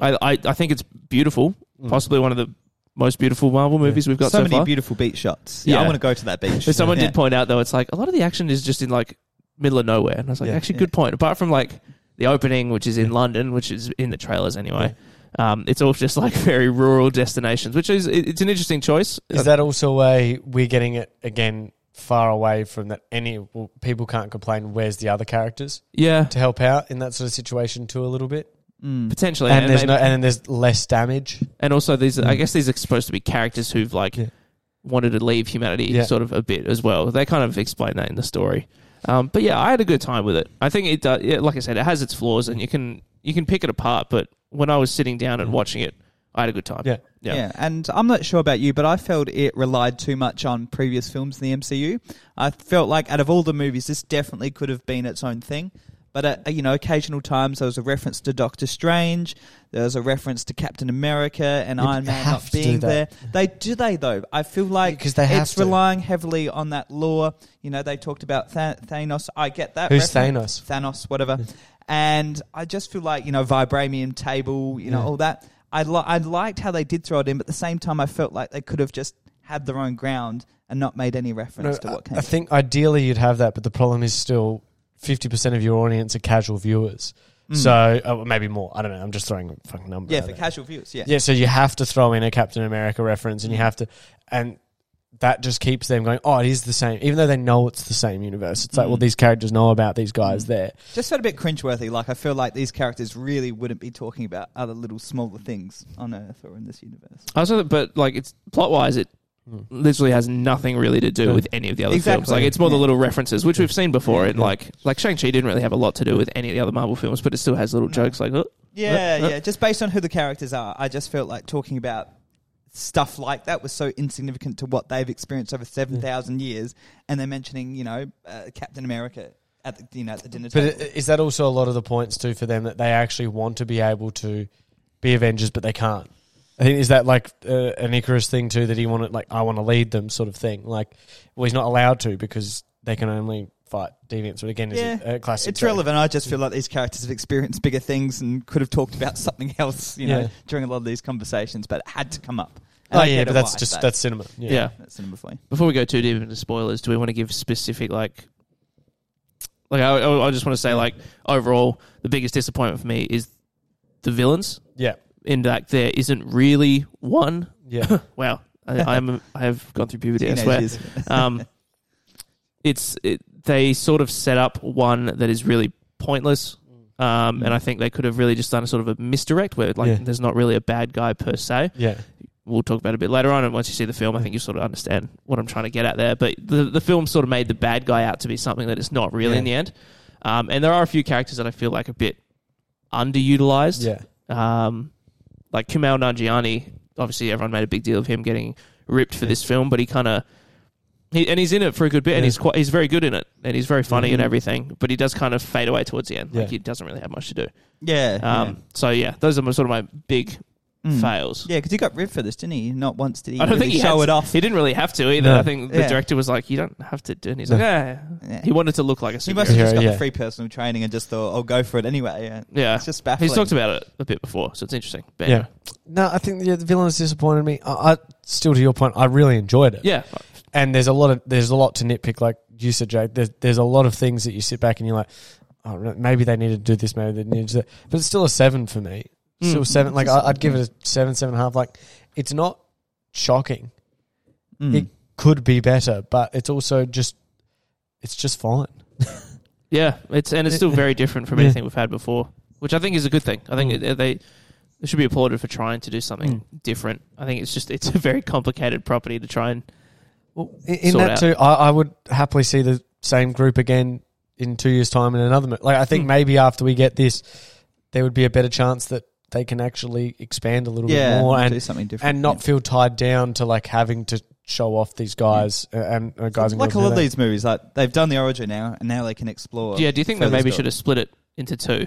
[SPEAKER 2] I, I i think it's beautiful
[SPEAKER 3] Mm.
[SPEAKER 2] possibly one of the most beautiful marvel movies we've got so,
[SPEAKER 1] so, many
[SPEAKER 2] far
[SPEAKER 1] beautiful beach shots. Yeah, I
[SPEAKER 2] Yeah.
[SPEAKER 1] want to go to that beach.
[SPEAKER 2] But someone
[SPEAKER 1] Yeah.
[SPEAKER 2] did point out though it's like a lot of the action is just in like middle of nowhere and i was like
[SPEAKER 3] Yeah.
[SPEAKER 2] actually
[SPEAKER 1] Yeah.
[SPEAKER 2] good point apart from like the opening which is in london which is in the trailers anyway Um, it's all just like very rural destinations, which is it- it's an interesting choice. Uh,
[SPEAKER 1] uh,
[SPEAKER 3] Is that also a we're getting it again far away from that any well, people can't complain where's the other characters
[SPEAKER 2] Yeah,
[SPEAKER 3] to help out in that sort of situation too a little bit
[SPEAKER 1] Mm.
[SPEAKER 2] potentially.
[SPEAKER 3] and,
[SPEAKER 2] And,
[SPEAKER 3] there's
[SPEAKER 2] maybe-
[SPEAKER 3] no and then there's less damage
[SPEAKER 2] and also these, I
[SPEAKER 3] Mm.
[SPEAKER 2] guess these are supposed to be characters who've like
[SPEAKER 3] Yeah.
[SPEAKER 2] wanted to leave humanity
[SPEAKER 3] Yeah.
[SPEAKER 2] sort of a bit as well. They kind of explain that in the story. Um, but yeah, I had a good time with it. I think it, does, yeah, like I said, it has its flaws, and you can you can pick it apart. But when I was sitting down and watching it, I had a good time.
[SPEAKER 3] Mm. Yeah.
[SPEAKER 2] yeah,
[SPEAKER 1] Yeah. and I'm not sure about you, but I felt it relied too much on previous films in the MCU. I felt like out of all the movies, this definitely could have been its own thing. But at, you know, occasional times there was a reference to Doctor Strange, there was a reference to Captain America and
[SPEAKER 3] Yeah, but
[SPEAKER 1] Iron
[SPEAKER 3] they
[SPEAKER 1] Man
[SPEAKER 3] have
[SPEAKER 1] not
[SPEAKER 3] to do
[SPEAKER 1] being there.
[SPEAKER 3] that.
[SPEAKER 1] They do they though? I feel like
[SPEAKER 3] Because they have
[SPEAKER 1] it's
[SPEAKER 3] to.
[SPEAKER 1] relying heavily on that lore. You know, they talked about Tha- Thanos. I get that.
[SPEAKER 3] who's
[SPEAKER 1] reference.
[SPEAKER 3] thanos
[SPEAKER 1] Thanos, whatever. And I just feel like you know vibramium table, you know
[SPEAKER 3] Yeah.
[SPEAKER 1] all that. I li- I liked how they did throw it in, but at the same time, I felt like they could have just had their own ground and not made any reference
[SPEAKER 3] No,
[SPEAKER 1] to what
[SPEAKER 3] I-
[SPEAKER 1] came.
[SPEAKER 3] I think ideally you'd have that, but the problem is still fifty percent of your audience are casual viewers.
[SPEAKER 1] Mm.
[SPEAKER 3] So oh, maybe more. I don't know. I'm just throwing a fucking number.
[SPEAKER 1] yeah,
[SPEAKER 3] out
[SPEAKER 1] for
[SPEAKER 3] there.
[SPEAKER 1] casual viewers, yeah,
[SPEAKER 3] Yeah, so you have to throw in a Captain America reference,
[SPEAKER 1] Hmm.
[SPEAKER 3] and you have to, and that just keeps them going. Oh, it is the same, even though they know it's the same universe. It's like, well,
[SPEAKER 1] Mm.
[SPEAKER 3] these characters know about these guys
[SPEAKER 1] Mm.
[SPEAKER 3] there.
[SPEAKER 1] just felt a bit cringeworthy. Like I feel like these characters really wouldn't be talking about other little smaller things on Earth or in this universe.
[SPEAKER 2] Also, but like it's plot wise, it
[SPEAKER 3] Mm.
[SPEAKER 2] literally has nothing really to do
[SPEAKER 3] Yeah.
[SPEAKER 2] with any of the other films.
[SPEAKER 1] Exactly.
[SPEAKER 2] Like it's more the
[SPEAKER 1] Yeah.
[SPEAKER 2] little references, which we've seen before, and
[SPEAKER 3] Yeah.
[SPEAKER 2] like like Shang Chi didn't really have a lot to do with any of the other Marvel films, but it still has little
[SPEAKER 1] No.
[SPEAKER 2] jokes like, oh,
[SPEAKER 1] Yeah,
[SPEAKER 2] Uh, uh.
[SPEAKER 1] yeah. Just based on who the characters are, I just felt like talking about stuff like that was so insignificant to what they've experienced over seven thousand years, and they're mentioning, you know, uh, Captain America at the, you know at the dinner table.
[SPEAKER 3] But i- is that also a lot of the points too for them that they actually want to be able to be Avengers, but they can't? I think is that like uh, an Icarus thing too that he wanted, like I want to lead them sort of thing. Like, well, he's not allowed to because they can only fight deviants. But again, is
[SPEAKER 1] Yeah.
[SPEAKER 3] a, a classic.
[SPEAKER 1] it's
[SPEAKER 3] trope.
[SPEAKER 1] relevant. I just feel like these characters have experienced bigger things and could have talked about something else, you know,
[SPEAKER 3] Yeah.
[SPEAKER 1] during a lot of these conversations. But it had to come up. And
[SPEAKER 3] Oh
[SPEAKER 1] I
[SPEAKER 3] yeah,
[SPEAKER 1] get
[SPEAKER 3] but
[SPEAKER 1] it
[SPEAKER 3] that's
[SPEAKER 1] why,
[SPEAKER 3] just
[SPEAKER 1] but
[SPEAKER 3] that's cinema. Yeah.
[SPEAKER 2] yeah.
[SPEAKER 1] that's number four.
[SPEAKER 2] Before we go too deep into spoilers, do we want to give specific like, like I, I I just want to say like overall the biggest disappointment for me is the villains.
[SPEAKER 3] Yeah.
[SPEAKER 2] In that there isn't really one.
[SPEAKER 3] Yeah.
[SPEAKER 2] Wow, I, I'm I have gone through puberty. I
[SPEAKER 1] Teenage
[SPEAKER 2] swear.
[SPEAKER 1] years.
[SPEAKER 2] Um, it's it, they sort of set up one that is really pointless, um, and I think they could have really just done a sort of a misdirect where like
[SPEAKER 3] Yeah.
[SPEAKER 2] there's not really a bad guy per se.
[SPEAKER 3] yeah.
[SPEAKER 2] We'll talk about it a bit later on, and once you see the film, I think you sort of understand what I'm trying to get at there. But the the film sort of made the bad guy out to be something that it's not really
[SPEAKER 3] Yeah.
[SPEAKER 2] in the end. Um, and there are a few characters that I feel like a bit underutilized.
[SPEAKER 3] Yeah.
[SPEAKER 2] Um, like Kumail Nanjiani, obviously everyone made a big deal of him getting ripped for this film, but he kind of he, and he's in it for a good bit, and
[SPEAKER 3] Yeah.
[SPEAKER 2] he's quite he's very good in it, and he's very funny and
[SPEAKER 3] Mhm.
[SPEAKER 2] everything, but he does kind of fade away towards the end. Like
[SPEAKER 3] Yeah.
[SPEAKER 2] he doesn't really have much to do.
[SPEAKER 1] yeah,
[SPEAKER 2] Um, So yeah, those are my, sort of my big
[SPEAKER 1] yeah. Mm.
[SPEAKER 2] fails.
[SPEAKER 1] Yeah, because he got ribbed for this, didn't he? Not once did he,
[SPEAKER 2] I don't
[SPEAKER 1] really
[SPEAKER 2] think he
[SPEAKER 1] show
[SPEAKER 2] had-
[SPEAKER 1] it off.
[SPEAKER 2] He didn't really have to either.
[SPEAKER 3] No.
[SPEAKER 2] I think the
[SPEAKER 1] Yeah.
[SPEAKER 2] director was like, "You don't have to do," it." and he's
[SPEAKER 3] No.
[SPEAKER 2] like, "Yeah."
[SPEAKER 1] Yeah.
[SPEAKER 2] He wanted to look like a
[SPEAKER 1] He
[SPEAKER 2] superhero.
[SPEAKER 1] must have just got
[SPEAKER 3] Yeah.
[SPEAKER 1] the free personal training and just thought, I'll go for it anyway. Yeah.
[SPEAKER 2] yeah,
[SPEAKER 1] It's just baffling.
[SPEAKER 2] he's talked about it a bit before, so it's interesting. But
[SPEAKER 3] Yeah. No, I think the, the villains disappointed me. I, I still, to your point, I really enjoyed it.
[SPEAKER 2] yeah,
[SPEAKER 3] And there's a lot of there's a lot to nitpick, like you said, Jake. There's there's a lot of things that you sit back and you're like, oh, re- maybe they needed to do this, maybe they needed to. do that. But it's still a seven for me. Still
[SPEAKER 2] Mm.
[SPEAKER 3] seven. Like
[SPEAKER 1] It's a
[SPEAKER 3] I, I'd
[SPEAKER 1] seven,
[SPEAKER 3] give
[SPEAKER 1] yeah.
[SPEAKER 3] it a seven, seven and a half. Like it's not shocking.
[SPEAKER 1] Mm.
[SPEAKER 3] It could be better, but it's also just it's just fine.
[SPEAKER 2] Yeah, it's and it's still very different from
[SPEAKER 3] Yeah.
[SPEAKER 2] anything we've had before, which I think is a good thing. I think
[SPEAKER 3] Mm.
[SPEAKER 2] it- they they should be applauded for trying to do something different. I think it's just it's a very complicated property to try and
[SPEAKER 3] Well, in, in
[SPEAKER 2] Sort
[SPEAKER 3] that
[SPEAKER 2] out.
[SPEAKER 3] too, I, I would happily see the same group again in two years' time in another. mo- Like I think
[SPEAKER 2] Hmm.
[SPEAKER 3] maybe after we get this, there would be a better chance that they can actually expand a little
[SPEAKER 1] yeah,
[SPEAKER 3] bit more
[SPEAKER 1] and
[SPEAKER 3] and
[SPEAKER 1] do something different
[SPEAKER 3] and not
[SPEAKER 1] yeah.
[SPEAKER 3] feel tied down to like having to show off these guys uh, and uh, guys and
[SPEAKER 1] like a lot
[SPEAKER 3] girls who
[SPEAKER 1] of
[SPEAKER 3] do
[SPEAKER 1] these movies. Like they've done the origin now, and now they can explore.
[SPEAKER 2] yeah. Do you think they
[SPEAKER 1] further
[SPEAKER 2] maybe
[SPEAKER 1] story.
[SPEAKER 2] should have split it into two?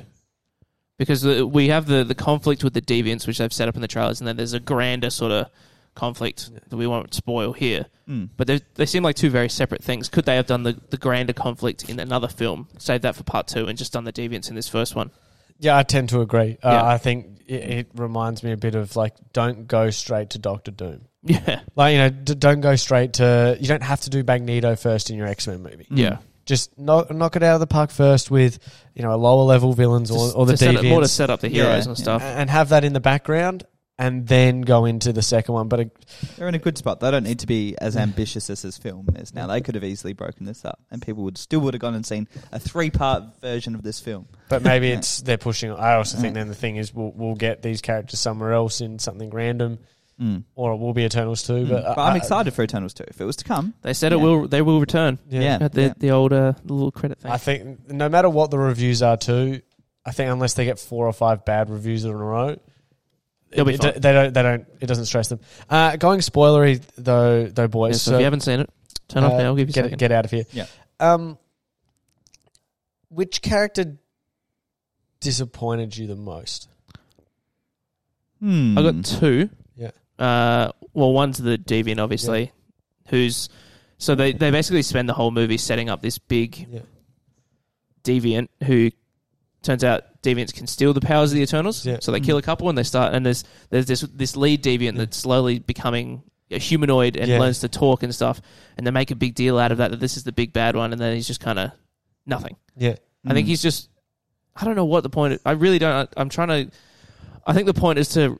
[SPEAKER 2] Because the, we have the the conflict with the deviants, which they've set up in the trailers, and then there's a grander sort of conflict that we won't spoil here.
[SPEAKER 1] Mm.
[SPEAKER 2] But they they seem like two very separate things. Could they have done the, the grander conflict in another film, saved that for part two, and just done the deviants in this first one?
[SPEAKER 3] Yeah, I tend to agree. Uh,
[SPEAKER 2] Yeah.
[SPEAKER 3] I think it, it reminds me a bit of like don't go straight to Doctor Doom.
[SPEAKER 2] Yeah,
[SPEAKER 3] Like you know, d- don't go straight to. You don't have to do Magneto first in your X Men movie.
[SPEAKER 1] Mm.
[SPEAKER 2] yeah.
[SPEAKER 3] Just knock, knock it out of the park first with you know a lower level villains or,
[SPEAKER 2] Just
[SPEAKER 3] or the
[SPEAKER 2] to set up- more to
[SPEAKER 3] deviants,
[SPEAKER 2] set up the heroes
[SPEAKER 1] Yeah,
[SPEAKER 2] and
[SPEAKER 1] yeah.
[SPEAKER 2] stuff.
[SPEAKER 3] a- and have that in the background, and then go into the second one. But uh,
[SPEAKER 1] They're in a good spot. They don't need to be as ambitious as this film is now. They could have easily broken this up, and people would still would have gone and seen a three part version of this film.
[SPEAKER 3] but maybe
[SPEAKER 1] Yeah.
[SPEAKER 3] it's they're pushing. I also
[SPEAKER 1] Mm.
[SPEAKER 3] think then the thing is we'll we'll get these characters somewhere else in something random,
[SPEAKER 1] Mm.
[SPEAKER 3] or it will be Eternals
[SPEAKER 2] Hmm.
[SPEAKER 3] too.
[SPEAKER 1] Mm.
[SPEAKER 3] But, uh,
[SPEAKER 1] But
[SPEAKER 3] I-
[SPEAKER 1] I'm
[SPEAKER 3] I-
[SPEAKER 1] excited for Eternals too. If it was to come,
[SPEAKER 2] They said it
[SPEAKER 1] Yeah.
[SPEAKER 2] will. They will return.
[SPEAKER 1] yeah,
[SPEAKER 2] At the
[SPEAKER 1] yeah.
[SPEAKER 2] the old uh, little credit thing.
[SPEAKER 3] I think no matter what the reviews are, too, I think unless they get four or five bad reviews in a row,
[SPEAKER 2] They'll be
[SPEAKER 3] it-
[SPEAKER 2] fine.
[SPEAKER 3] they don't. They don't. It doesn't stress them. Uh, going spoilery though, though,
[SPEAKER 2] Yeah,
[SPEAKER 3] boys.
[SPEAKER 2] so,
[SPEAKER 3] so,
[SPEAKER 2] if you haven't seen it, turn off
[SPEAKER 3] uh,
[SPEAKER 2] now. I'll give you a
[SPEAKER 3] get
[SPEAKER 2] second.
[SPEAKER 3] get out of here.
[SPEAKER 1] Yeah.
[SPEAKER 3] Um, which character disappointed you the most?
[SPEAKER 1] Hmm.
[SPEAKER 2] I got two.
[SPEAKER 3] Mm. Yeah.
[SPEAKER 2] Uh, well, one's the deviant, obviously, who's so they they basically spend the whole movie setting up this big
[SPEAKER 3] Yeah.
[SPEAKER 2] deviant who turns out deviants can steal the powers of the Eternals.
[SPEAKER 3] Yeah.
[SPEAKER 2] So they kill a couple and they start and there's there's this this lead deviant that's slowly becoming a humanoid and
[SPEAKER 3] Yeah.
[SPEAKER 2] learns to talk and stuff. And they make a big deal out of that that this is the big bad one, and then he's just kind of nothing.
[SPEAKER 3] Yeah.
[SPEAKER 2] I
[SPEAKER 3] Hmm.
[SPEAKER 2] think
[SPEAKER 1] Mm.
[SPEAKER 2] he's just. I don't know what the point. I really don't. I, I'm trying to. I think the point is to.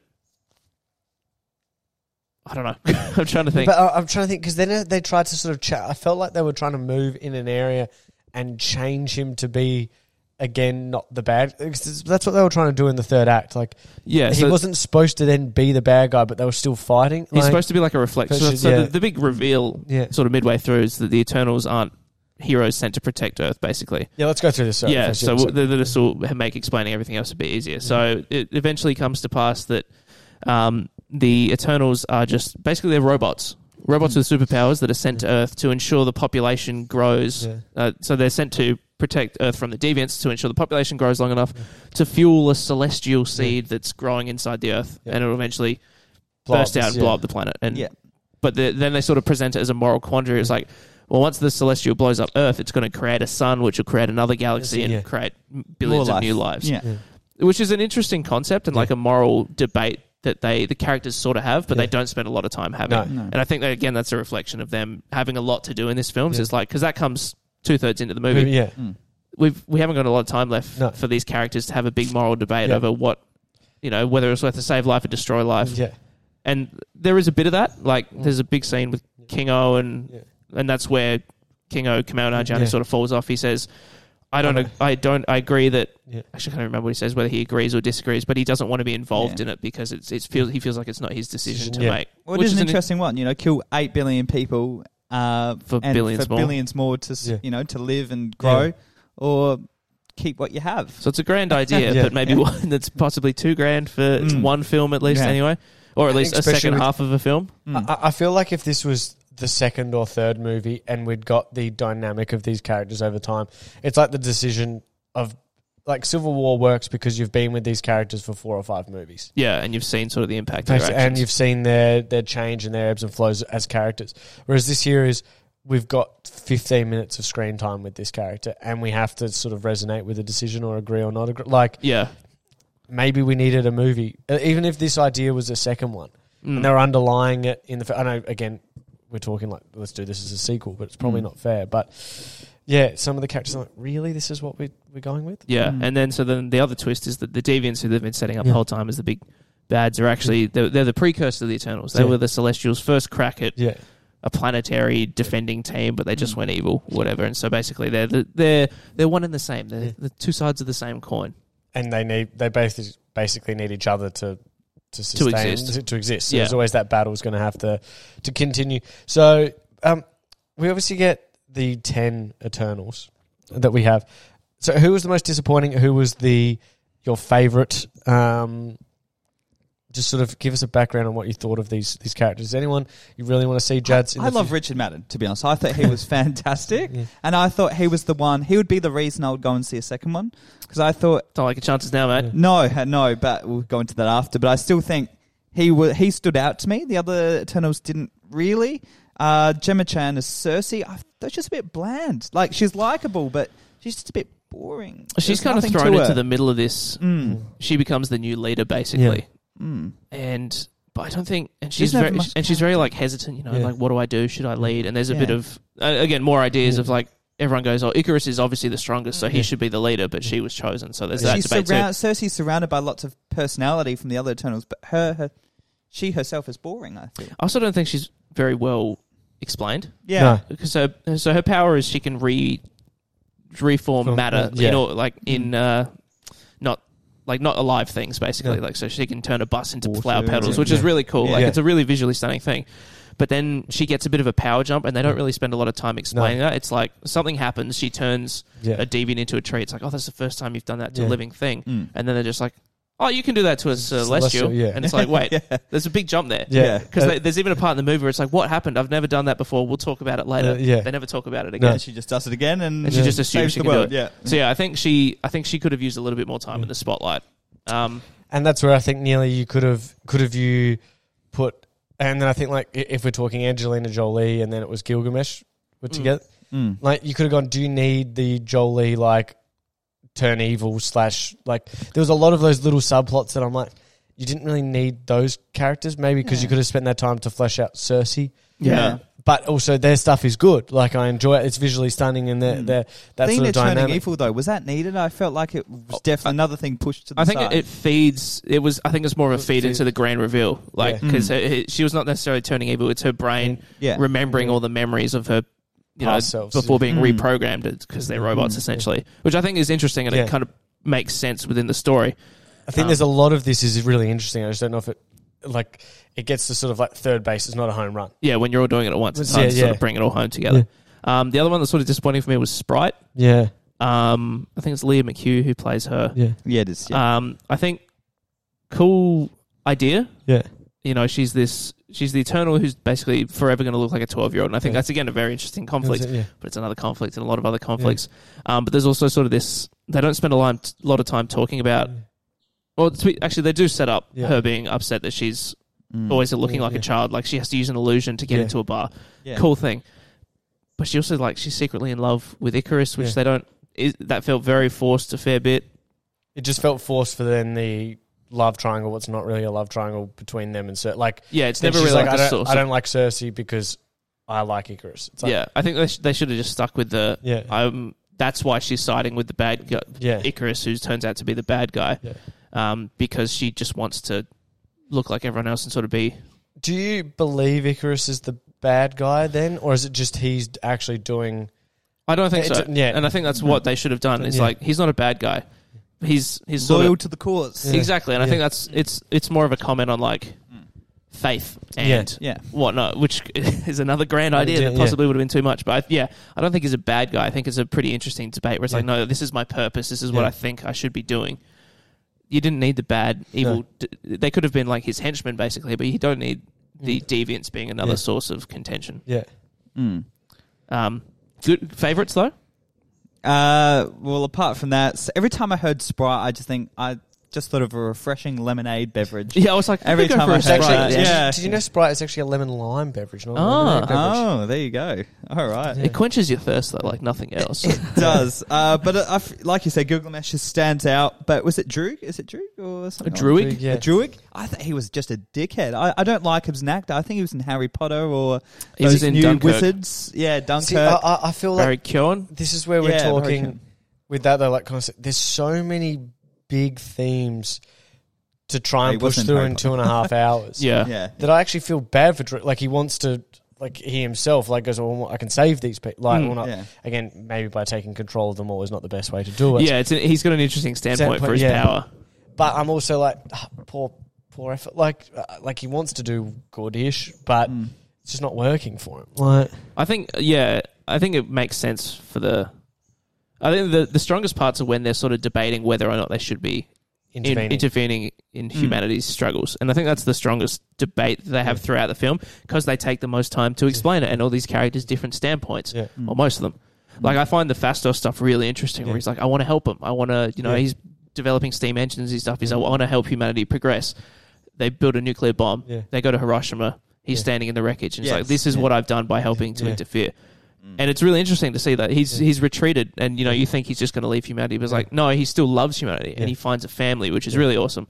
[SPEAKER 2] I don't know. I'm trying to think.
[SPEAKER 3] But I, I'm trying to think because then they tried to sort of. Cha- I felt like they were trying to move in an area and change him to be again not the bad. 'cause That's what they were trying to do in the third act. Like
[SPEAKER 2] yeah,
[SPEAKER 3] he
[SPEAKER 2] so
[SPEAKER 3] wasn't supposed to then be the bad guy, but they were still fighting.
[SPEAKER 2] he's
[SPEAKER 3] Like,
[SPEAKER 2] supposed to be like a reflection. So,
[SPEAKER 3] Question,
[SPEAKER 2] so
[SPEAKER 3] yeah.
[SPEAKER 2] the, the big reveal,
[SPEAKER 3] Yeah,
[SPEAKER 2] sort of midway through, is that the Eternals aren't heroes sent to protect Earth, basically.
[SPEAKER 3] yeah. Let's go through this. sorry,
[SPEAKER 2] yeah,
[SPEAKER 3] first,
[SPEAKER 2] so th- th- this will make explaining everything else a bit easier. So
[SPEAKER 3] Mm-hmm.
[SPEAKER 2] it eventually comes to pass that um, the Eternals are just basically they're robots,
[SPEAKER 3] Mm.
[SPEAKER 2] robots with superpowers that are sent to Earth to ensure the population grows.
[SPEAKER 3] Yeah.
[SPEAKER 2] Uh, so they're sent to protect Earth from the deviants to ensure the population grows long enough to fuel a celestial seed that's growing inside the Earth,
[SPEAKER 3] Yeah.
[SPEAKER 2] and it'll eventually
[SPEAKER 3] Blow up
[SPEAKER 2] burst out
[SPEAKER 3] this-
[SPEAKER 2] and blow
[SPEAKER 3] yeah.
[SPEAKER 2] up the planet. And
[SPEAKER 1] Yeah.
[SPEAKER 2] but the, then they sort of present it as a moral quandary. It's like, well, once the celestial blows up Earth, it's going to create a sun, which will create another galaxy and
[SPEAKER 3] Yeah.
[SPEAKER 2] create billions
[SPEAKER 1] More
[SPEAKER 2] of
[SPEAKER 1] life.
[SPEAKER 2] new lives.
[SPEAKER 1] Yeah.
[SPEAKER 3] Yeah.
[SPEAKER 2] Which is an interesting concept and like a moral debate that they the characters sort of have, but
[SPEAKER 3] Yeah.
[SPEAKER 2] they don't spend a lot of time having.
[SPEAKER 3] No.
[SPEAKER 1] No.
[SPEAKER 2] And I think that again, that's a reflection of them having a lot to do in this film.
[SPEAKER 3] Yeah.
[SPEAKER 2] So It's like because that comes two thirds into the movie,
[SPEAKER 3] Maybe, yeah,
[SPEAKER 1] Mm.
[SPEAKER 2] we've we haven't got a lot of time left
[SPEAKER 3] No.
[SPEAKER 2] for these characters to have a big moral debate
[SPEAKER 3] Yeah.
[SPEAKER 2] over what you know whether it's worth to save life or destroy life
[SPEAKER 3] yeah,
[SPEAKER 2] and there is a bit of that. Like there's a big scene with Kingo, and
[SPEAKER 3] Yeah.
[SPEAKER 2] and that's where Kingo Kamau Nanjiani
[SPEAKER 3] Yeah.
[SPEAKER 2] sort of falls off. He says, "I don't,
[SPEAKER 3] I know.
[SPEAKER 2] I don't, I agree that."
[SPEAKER 3] Yeah.
[SPEAKER 2] Actually, I can't remember what he says, whether he agrees or disagrees, but he doesn't want to be involved
[SPEAKER 1] Yeah.
[SPEAKER 2] in it because it's it feels he feels like it's not his decision to
[SPEAKER 3] Yeah.
[SPEAKER 2] make.
[SPEAKER 1] Well, it
[SPEAKER 2] which
[SPEAKER 1] is an
[SPEAKER 2] is an-
[SPEAKER 1] interesting one. You know, kill eight billion people uh,
[SPEAKER 2] For
[SPEAKER 1] and
[SPEAKER 2] billions
[SPEAKER 1] for
[SPEAKER 2] more.
[SPEAKER 1] billions more to s
[SPEAKER 3] Yeah.
[SPEAKER 1] you know to live and grow,
[SPEAKER 3] Yeah.
[SPEAKER 1] or keep what you have.
[SPEAKER 2] So it's a grand idea,
[SPEAKER 3] Yeah.
[SPEAKER 2] but maybe
[SPEAKER 1] Yeah.
[SPEAKER 2] one that's possibly too grand for
[SPEAKER 1] Mm.
[SPEAKER 2] one film at least,
[SPEAKER 1] Yeah.
[SPEAKER 2] anyway, or at
[SPEAKER 3] I
[SPEAKER 2] least
[SPEAKER 3] think
[SPEAKER 2] a
[SPEAKER 3] especially
[SPEAKER 2] second
[SPEAKER 3] with-
[SPEAKER 2] half of a film.
[SPEAKER 1] Mm.
[SPEAKER 3] I, I feel like if this was the second or third movie and we'd got the dynamic of these characters over time, it's like the decision of like Civil War works because you've been with these characters for four or five movies.
[SPEAKER 2] Yeah, and you've seen sort of the impact. Of
[SPEAKER 3] Thanks,
[SPEAKER 2] their
[SPEAKER 3] and
[SPEAKER 2] actions.
[SPEAKER 3] you've seen their their change and their ebbs and flows as characters. Whereas this here is we've got 15 minutes of screen time with this character, and we have to sort of resonate with a decision or agree or not agree. Like
[SPEAKER 2] yeah,
[SPEAKER 3] maybe we needed a movie, Uh, even if this idea was a second one,
[SPEAKER 2] Mm.
[SPEAKER 3] and they're underlying it in the. fir- I know again we're talking like let's do this as a sequel, but it's probably
[SPEAKER 1] Mm.
[SPEAKER 3] not fair. But yeah, some of the characters are like really this is what we we're going with.
[SPEAKER 2] Yeah,
[SPEAKER 1] Mm.
[SPEAKER 2] and then so then the other twist is that the deviants who they've been setting up
[SPEAKER 3] Yeah.
[SPEAKER 2] the whole time as the big bads are actually they're, they're the precursor to the Eternals. They
[SPEAKER 3] Yeah.
[SPEAKER 2] were the Celestials' first crack at
[SPEAKER 3] Yeah, Mm.
[SPEAKER 2] a planetary defending team, but they just went evil, whatever. And so basically, they're the, they're they're one and the same. They're
[SPEAKER 3] Yeah.
[SPEAKER 2] the two sides of the same coin.
[SPEAKER 3] and they need they basically basically need each other to to sustain
[SPEAKER 2] exist.
[SPEAKER 3] to exist. So
[SPEAKER 2] Yeah.
[SPEAKER 3] there's always that battle's going to have to to continue. So um, we obviously get the ten Eternals that we have. So who was the most disappointing? Who was the your favorite? Um, just sort of give us a background on what you thought of these these characters. Anyone you really want to see? Jad's. In
[SPEAKER 1] I
[SPEAKER 3] the
[SPEAKER 1] love
[SPEAKER 3] fu-
[SPEAKER 1] Richard Madden, to be honest. I thought he was fantastic.
[SPEAKER 3] Yeah.
[SPEAKER 1] And I thought he was the one, he would be the reason I would go and see a second one. Because I thought,
[SPEAKER 2] Don't like your chances now, mate.
[SPEAKER 3] Yeah.
[SPEAKER 1] no, no, but we'll go into that after. But I still think he wa he stood out to me. The other Eternals didn't really. Uh, Gemma Chan as Cersei, I, that's just a bit bland. Like, she's likable, but she's just a bit boring.
[SPEAKER 2] She's
[SPEAKER 1] There's
[SPEAKER 2] kind of
[SPEAKER 1] nothing
[SPEAKER 2] thrown
[SPEAKER 1] to
[SPEAKER 2] into
[SPEAKER 1] her.
[SPEAKER 2] the middle of this.
[SPEAKER 3] Hmm.
[SPEAKER 1] Mm,
[SPEAKER 2] She becomes the new leader, basically.
[SPEAKER 1] mm.
[SPEAKER 2] and but I don't think, and
[SPEAKER 1] She
[SPEAKER 2] she's
[SPEAKER 1] doesn't have
[SPEAKER 2] very,
[SPEAKER 1] much
[SPEAKER 2] and she's very like hesitant. You know,
[SPEAKER 3] Yeah.
[SPEAKER 2] like what do I do? Should I lead? And there's a
[SPEAKER 1] Yeah.
[SPEAKER 2] bit of uh, again more ideas
[SPEAKER 3] Yeah.
[SPEAKER 2] of like everyone goes, oh, Icarus is obviously the strongest, so he
[SPEAKER 3] Yeah.
[SPEAKER 2] should be the leader, but she was chosen. So there's
[SPEAKER 3] Yeah.
[SPEAKER 2] that
[SPEAKER 1] She's
[SPEAKER 2] debate
[SPEAKER 1] surround- Cersei's surrounded by lots of personality from the other Eternals, but her, her she herself is boring, I feel.
[SPEAKER 2] too. I also don't think she's very well explained
[SPEAKER 1] Yeah.
[SPEAKER 3] No.
[SPEAKER 2] because her so her power is she can re reform
[SPEAKER 3] Form-
[SPEAKER 2] matter.
[SPEAKER 3] yeah. Mm.
[SPEAKER 2] You know, like in uh, not. Like not alive things, basically.
[SPEAKER 3] Yeah.
[SPEAKER 2] Like so, she can turn a bus into
[SPEAKER 1] Water
[SPEAKER 2] flower
[SPEAKER 1] into-
[SPEAKER 2] petals, which is
[SPEAKER 3] yeah.
[SPEAKER 2] really cool.
[SPEAKER 1] Yeah.
[SPEAKER 2] Like
[SPEAKER 3] Yeah.
[SPEAKER 2] it's a really visually stunning thing. But then she gets a bit of a power jump, and they don't really spend a lot of time explaining that. It's like something happens, she turns
[SPEAKER 3] Yeah.
[SPEAKER 2] a deviant into a tree. It's like, oh, that's the first time you've done that to
[SPEAKER 3] Yeah.
[SPEAKER 2] a living thing.
[SPEAKER 1] Mm.
[SPEAKER 2] And then they're just like, oh, you can do that to a celestial.
[SPEAKER 3] Celestial, yeah.
[SPEAKER 2] And it's like, wait,
[SPEAKER 1] Yeah.
[SPEAKER 2] there's a big jump there.
[SPEAKER 3] Yeah.
[SPEAKER 2] Because
[SPEAKER 3] Uh,
[SPEAKER 2] there's even a part in the movie where it's like, what happened? I've never done that before. We'll talk about it later.
[SPEAKER 3] Uh, yeah.
[SPEAKER 2] They never talk about it
[SPEAKER 3] No.
[SPEAKER 2] again.
[SPEAKER 1] And she just does it again, and,
[SPEAKER 2] And she just
[SPEAKER 1] saves
[SPEAKER 2] assumes she
[SPEAKER 1] the
[SPEAKER 2] can do
[SPEAKER 1] world.
[SPEAKER 2] it.
[SPEAKER 1] Yeah.
[SPEAKER 2] So yeah, I think she, I think she could have used a little bit more time in the spotlight. Um,
[SPEAKER 3] and that's where I think nearly you could have could have you put and then I think like i- if we're talking Angelina Jolie and then it was Gilgamesh put
[SPEAKER 2] Mm.
[SPEAKER 3] together
[SPEAKER 1] Mm.
[SPEAKER 3] like you could have gone do you need the Jolie like turn evil slash like there was a lot of those little subplots that I'm like you didn't really need those characters maybe because you
[SPEAKER 1] Yeah.
[SPEAKER 3] could have spent that time to flesh out Cersei
[SPEAKER 1] Yeah.
[SPEAKER 3] but also their stuff is good like I enjoy it it's visually stunning and they're,
[SPEAKER 1] Mm.
[SPEAKER 3] they're that
[SPEAKER 1] Thing
[SPEAKER 3] sort of
[SPEAKER 1] they're turning
[SPEAKER 3] dynamic
[SPEAKER 1] evil though was that needed? I felt like it was
[SPEAKER 2] Oh,
[SPEAKER 1] def another thing pushed to the
[SPEAKER 2] I think
[SPEAKER 1] side.
[SPEAKER 2] it, it feeds. It was. I think it's more of a
[SPEAKER 3] It
[SPEAKER 2] feed
[SPEAKER 3] feeds-
[SPEAKER 2] into the grand reveal, like
[SPEAKER 1] Yeah.
[SPEAKER 2] because
[SPEAKER 1] Mm.
[SPEAKER 2] she was not necessarily turning evil. It's her brain
[SPEAKER 1] yeah,
[SPEAKER 2] remembering all the memories of her, you know,
[SPEAKER 3] Past selves.
[SPEAKER 2] before being
[SPEAKER 1] Mm.
[SPEAKER 2] reprogrammed because they're robots
[SPEAKER 1] Mm.
[SPEAKER 2] essentially, which I think is interesting and
[SPEAKER 3] Yeah.
[SPEAKER 2] it kind of makes sense within the story.
[SPEAKER 3] I think
[SPEAKER 2] Um,
[SPEAKER 3] there's a lot of this is really interesting. I just don't know if it like it gets to sort of like third base. It's not a home run.
[SPEAKER 2] Yeah, when you're all doing it at once, it's
[SPEAKER 3] Yeah,
[SPEAKER 2] hard to sort
[SPEAKER 3] yeah.
[SPEAKER 2] of bring it all home together. Um, the other one that's sort of disappointing for me was Sprite.
[SPEAKER 3] Yeah,
[SPEAKER 2] Um, I think it's Leah McHugh who plays her.
[SPEAKER 3] yeah,
[SPEAKER 1] yeah, it is. Yeah.
[SPEAKER 2] Um, I think cool idea,
[SPEAKER 3] yeah.
[SPEAKER 2] you know, she's this she's the eternal who's basically forever going to look like a 12 year old. And I think
[SPEAKER 3] Yeah.
[SPEAKER 2] that's, again, a very interesting conflict,
[SPEAKER 3] Yeah.
[SPEAKER 2] but it's another conflict and a lot of other conflicts. Um, but there's also sort of this, they don't spend a lot, lot of time talking
[SPEAKER 3] Uh,
[SPEAKER 2] about, well, to be- actually, they do set up
[SPEAKER 3] Yeah.
[SPEAKER 2] her being upset that she's
[SPEAKER 1] Mm.
[SPEAKER 2] always looking
[SPEAKER 3] Yeah,
[SPEAKER 2] like
[SPEAKER 3] yeah.
[SPEAKER 2] a child. Like she has to use an illusion to get
[SPEAKER 3] Yeah.
[SPEAKER 2] into a bar.
[SPEAKER 1] Yeah.
[SPEAKER 2] Cool thing. But she also, like, she's secretly in love with Icarus, which
[SPEAKER 3] Yeah.
[SPEAKER 2] they don't, is, that felt very forced a fair bit.
[SPEAKER 3] It just felt forced for then the love triangle. What's not really a love triangle between them and Cer- like
[SPEAKER 2] Yeah, it's
[SPEAKER 3] then
[SPEAKER 2] never
[SPEAKER 3] she's
[SPEAKER 2] really like,
[SPEAKER 3] I
[SPEAKER 2] a
[SPEAKER 3] don't,
[SPEAKER 2] source.
[SPEAKER 3] I
[SPEAKER 2] of-
[SPEAKER 3] don't like Cersei because I like Icarus. It's like,
[SPEAKER 2] yeah, I think they, sh- they should have just stuck with the,
[SPEAKER 3] yeah,
[SPEAKER 2] um, that's why she's siding with the bad guy,
[SPEAKER 3] yeah,
[SPEAKER 2] Icarus, who turns out to be the bad guy,
[SPEAKER 3] yeah.
[SPEAKER 2] um, because she just wants to look like everyone else and sort of be.
[SPEAKER 3] Do you believe Icarus is the bad guy then, or is it just he's actually doing?
[SPEAKER 2] I don't think
[SPEAKER 3] It-
[SPEAKER 2] so.
[SPEAKER 3] yeah.
[SPEAKER 2] and I think that's what they should have done. Is
[SPEAKER 3] Yeah.
[SPEAKER 2] like he's not a bad guy. He's he's sort
[SPEAKER 1] loyal
[SPEAKER 2] of,
[SPEAKER 1] to the cause.
[SPEAKER 3] Yeah.
[SPEAKER 2] exactly, and I
[SPEAKER 3] Yeah.
[SPEAKER 2] think that's it's it's more of a comment on like
[SPEAKER 1] Mm.
[SPEAKER 2] faith
[SPEAKER 3] Yeah.
[SPEAKER 2] and
[SPEAKER 1] Yeah,
[SPEAKER 2] whatnot, which is another grand
[SPEAKER 3] Another
[SPEAKER 2] idea
[SPEAKER 3] idea,
[SPEAKER 2] that
[SPEAKER 3] yeah.
[SPEAKER 2] possibly would have been too much. But I, yeah, I don't think he's a bad guy. I think it's a pretty interesting debate where it's like, no, this is my purpose. This is what
[SPEAKER 3] Yeah.
[SPEAKER 2] I think I should be doing. You didn't need the bad, evil. D- they could have been like his henchmen, basically, but you don't need the deviants being another
[SPEAKER 3] Yeah.
[SPEAKER 2] source of contention.
[SPEAKER 3] Yeah,
[SPEAKER 1] Mm.
[SPEAKER 2] Um, good favorites though.
[SPEAKER 1] Uh, well, apart from that, s every time I heard Sprite, I just think I just thought of a refreshing lemonade beverage.
[SPEAKER 2] Yeah, I was like,
[SPEAKER 1] Every
[SPEAKER 2] every
[SPEAKER 1] time
[SPEAKER 2] time for
[SPEAKER 1] I
[SPEAKER 2] a
[SPEAKER 1] heard
[SPEAKER 3] It's actually,
[SPEAKER 2] Sprite.
[SPEAKER 1] that,
[SPEAKER 2] Yeah.
[SPEAKER 1] yeah.
[SPEAKER 3] Did you know Sprite is actually a lemon lime beverage? Not a
[SPEAKER 2] Ah.
[SPEAKER 3] lemonade beverage.
[SPEAKER 1] Oh, there you go. All right.
[SPEAKER 3] Yeah.
[SPEAKER 2] it quenches your thirst though, like nothing else.
[SPEAKER 1] does. Uh, but I f like you said, Google Mesh just stands out. But was it Drew? Is it Drew or something?
[SPEAKER 2] Druig?
[SPEAKER 3] Yeah.
[SPEAKER 1] A Druig? I thought he was just a dickhead. I, I don't like him as an actor. I think he was in Harry Potter or
[SPEAKER 2] He
[SPEAKER 1] those
[SPEAKER 2] was in
[SPEAKER 1] new
[SPEAKER 2] Dunkirk.
[SPEAKER 1] wizards. Yeah, Dunkirk.
[SPEAKER 3] See, I, I, I feel like
[SPEAKER 2] Barry Keoghan.
[SPEAKER 3] this is where we're
[SPEAKER 1] Yeah,
[SPEAKER 3] talking
[SPEAKER 1] Hurricane.
[SPEAKER 3] with that though. Like, concept, there's so many big themes to try
[SPEAKER 1] He
[SPEAKER 3] and push
[SPEAKER 1] wasn't
[SPEAKER 3] through
[SPEAKER 1] Harry
[SPEAKER 3] in
[SPEAKER 1] Potter.
[SPEAKER 3] two and a half hours.
[SPEAKER 2] Yeah.
[SPEAKER 1] Yeah.
[SPEAKER 3] that I actually feel bad for. Dr- Like, he wants to like he himself like goes, well, I can save these people. Like,
[SPEAKER 2] Mm.
[SPEAKER 3] well, not,
[SPEAKER 1] Yeah.
[SPEAKER 3] again, maybe by taking control of them all is not the best way to do it.
[SPEAKER 2] yeah, it's an, he's got an interesting standpoint,
[SPEAKER 3] Standpoint,
[SPEAKER 2] for his
[SPEAKER 3] yeah.
[SPEAKER 2] power.
[SPEAKER 3] But I'm also like, ah, poor, poor effort. Like, uh, like he wants to do good-ish, but
[SPEAKER 1] Mm.
[SPEAKER 3] it's just not working for him. Like,
[SPEAKER 2] I think yeah, I think it makes sense for the. I think the the strongest parts are when they're sort of debating whether or not they should be in-
[SPEAKER 3] intervening.
[SPEAKER 2] intervening
[SPEAKER 3] Hmm.
[SPEAKER 2] in humanity's struggles, and I think that's the strongest debate that they have throughout the film because they take the most time to explain it and all these characters' different standpoints,
[SPEAKER 3] Yeah.
[SPEAKER 2] or most of them. Like I find the Fastos stuff really interesting,
[SPEAKER 3] Yeah.
[SPEAKER 2] where he's like, "I want to help him. I want to, you know,
[SPEAKER 3] Yeah.
[SPEAKER 2] he's developing steam engines and stuff. He's, like, I want to help humanity progress." They build a nuclear bomb.
[SPEAKER 3] Yeah.
[SPEAKER 2] They go to Hiroshima. He's
[SPEAKER 3] Yeah.
[SPEAKER 2] standing in the wreckage, and he's like,
[SPEAKER 1] Yes.
[SPEAKER 2] "This is
[SPEAKER 1] Yeah.
[SPEAKER 2] what I've done by helping to
[SPEAKER 3] Yeah.
[SPEAKER 2] interfere." And it's really interesting to see that he's
[SPEAKER 3] Yeah.
[SPEAKER 2] he's retreated, and you know you think he's just going to leave humanity, but it's like no, he still loves humanity,
[SPEAKER 3] Yeah.
[SPEAKER 2] and he finds a family, which is
[SPEAKER 3] Yeah.
[SPEAKER 2] really awesome.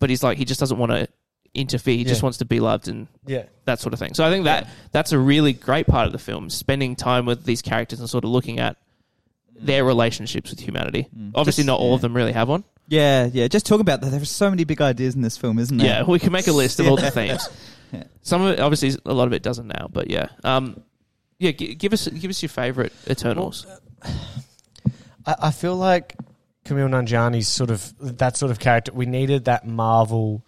[SPEAKER 2] But he's like he just doesn't want to interfere; he just
[SPEAKER 3] Yeah.
[SPEAKER 2] wants to be loved and
[SPEAKER 3] yeah,
[SPEAKER 2] that sort of thing. So I think that that's a really great part of the film, spending time with these characters and sort of looking at their relationships with humanity. Obviously,
[SPEAKER 1] Just-
[SPEAKER 2] not all
[SPEAKER 1] yeah.
[SPEAKER 2] of them really have one.
[SPEAKER 1] Yeah, yeah. Just talk about that. There are so many big ideas in this film, isn't there?
[SPEAKER 2] Yeah, we can make a list of all the themes.
[SPEAKER 1] Yeah.
[SPEAKER 2] Some of it, obviously, a lot of it doesn't now, but yeah, um, yeah. G- give us give us your favorite Eternals.
[SPEAKER 3] I, I feel like Camille Nanjiani's sort of that sort of character. We needed that Marvel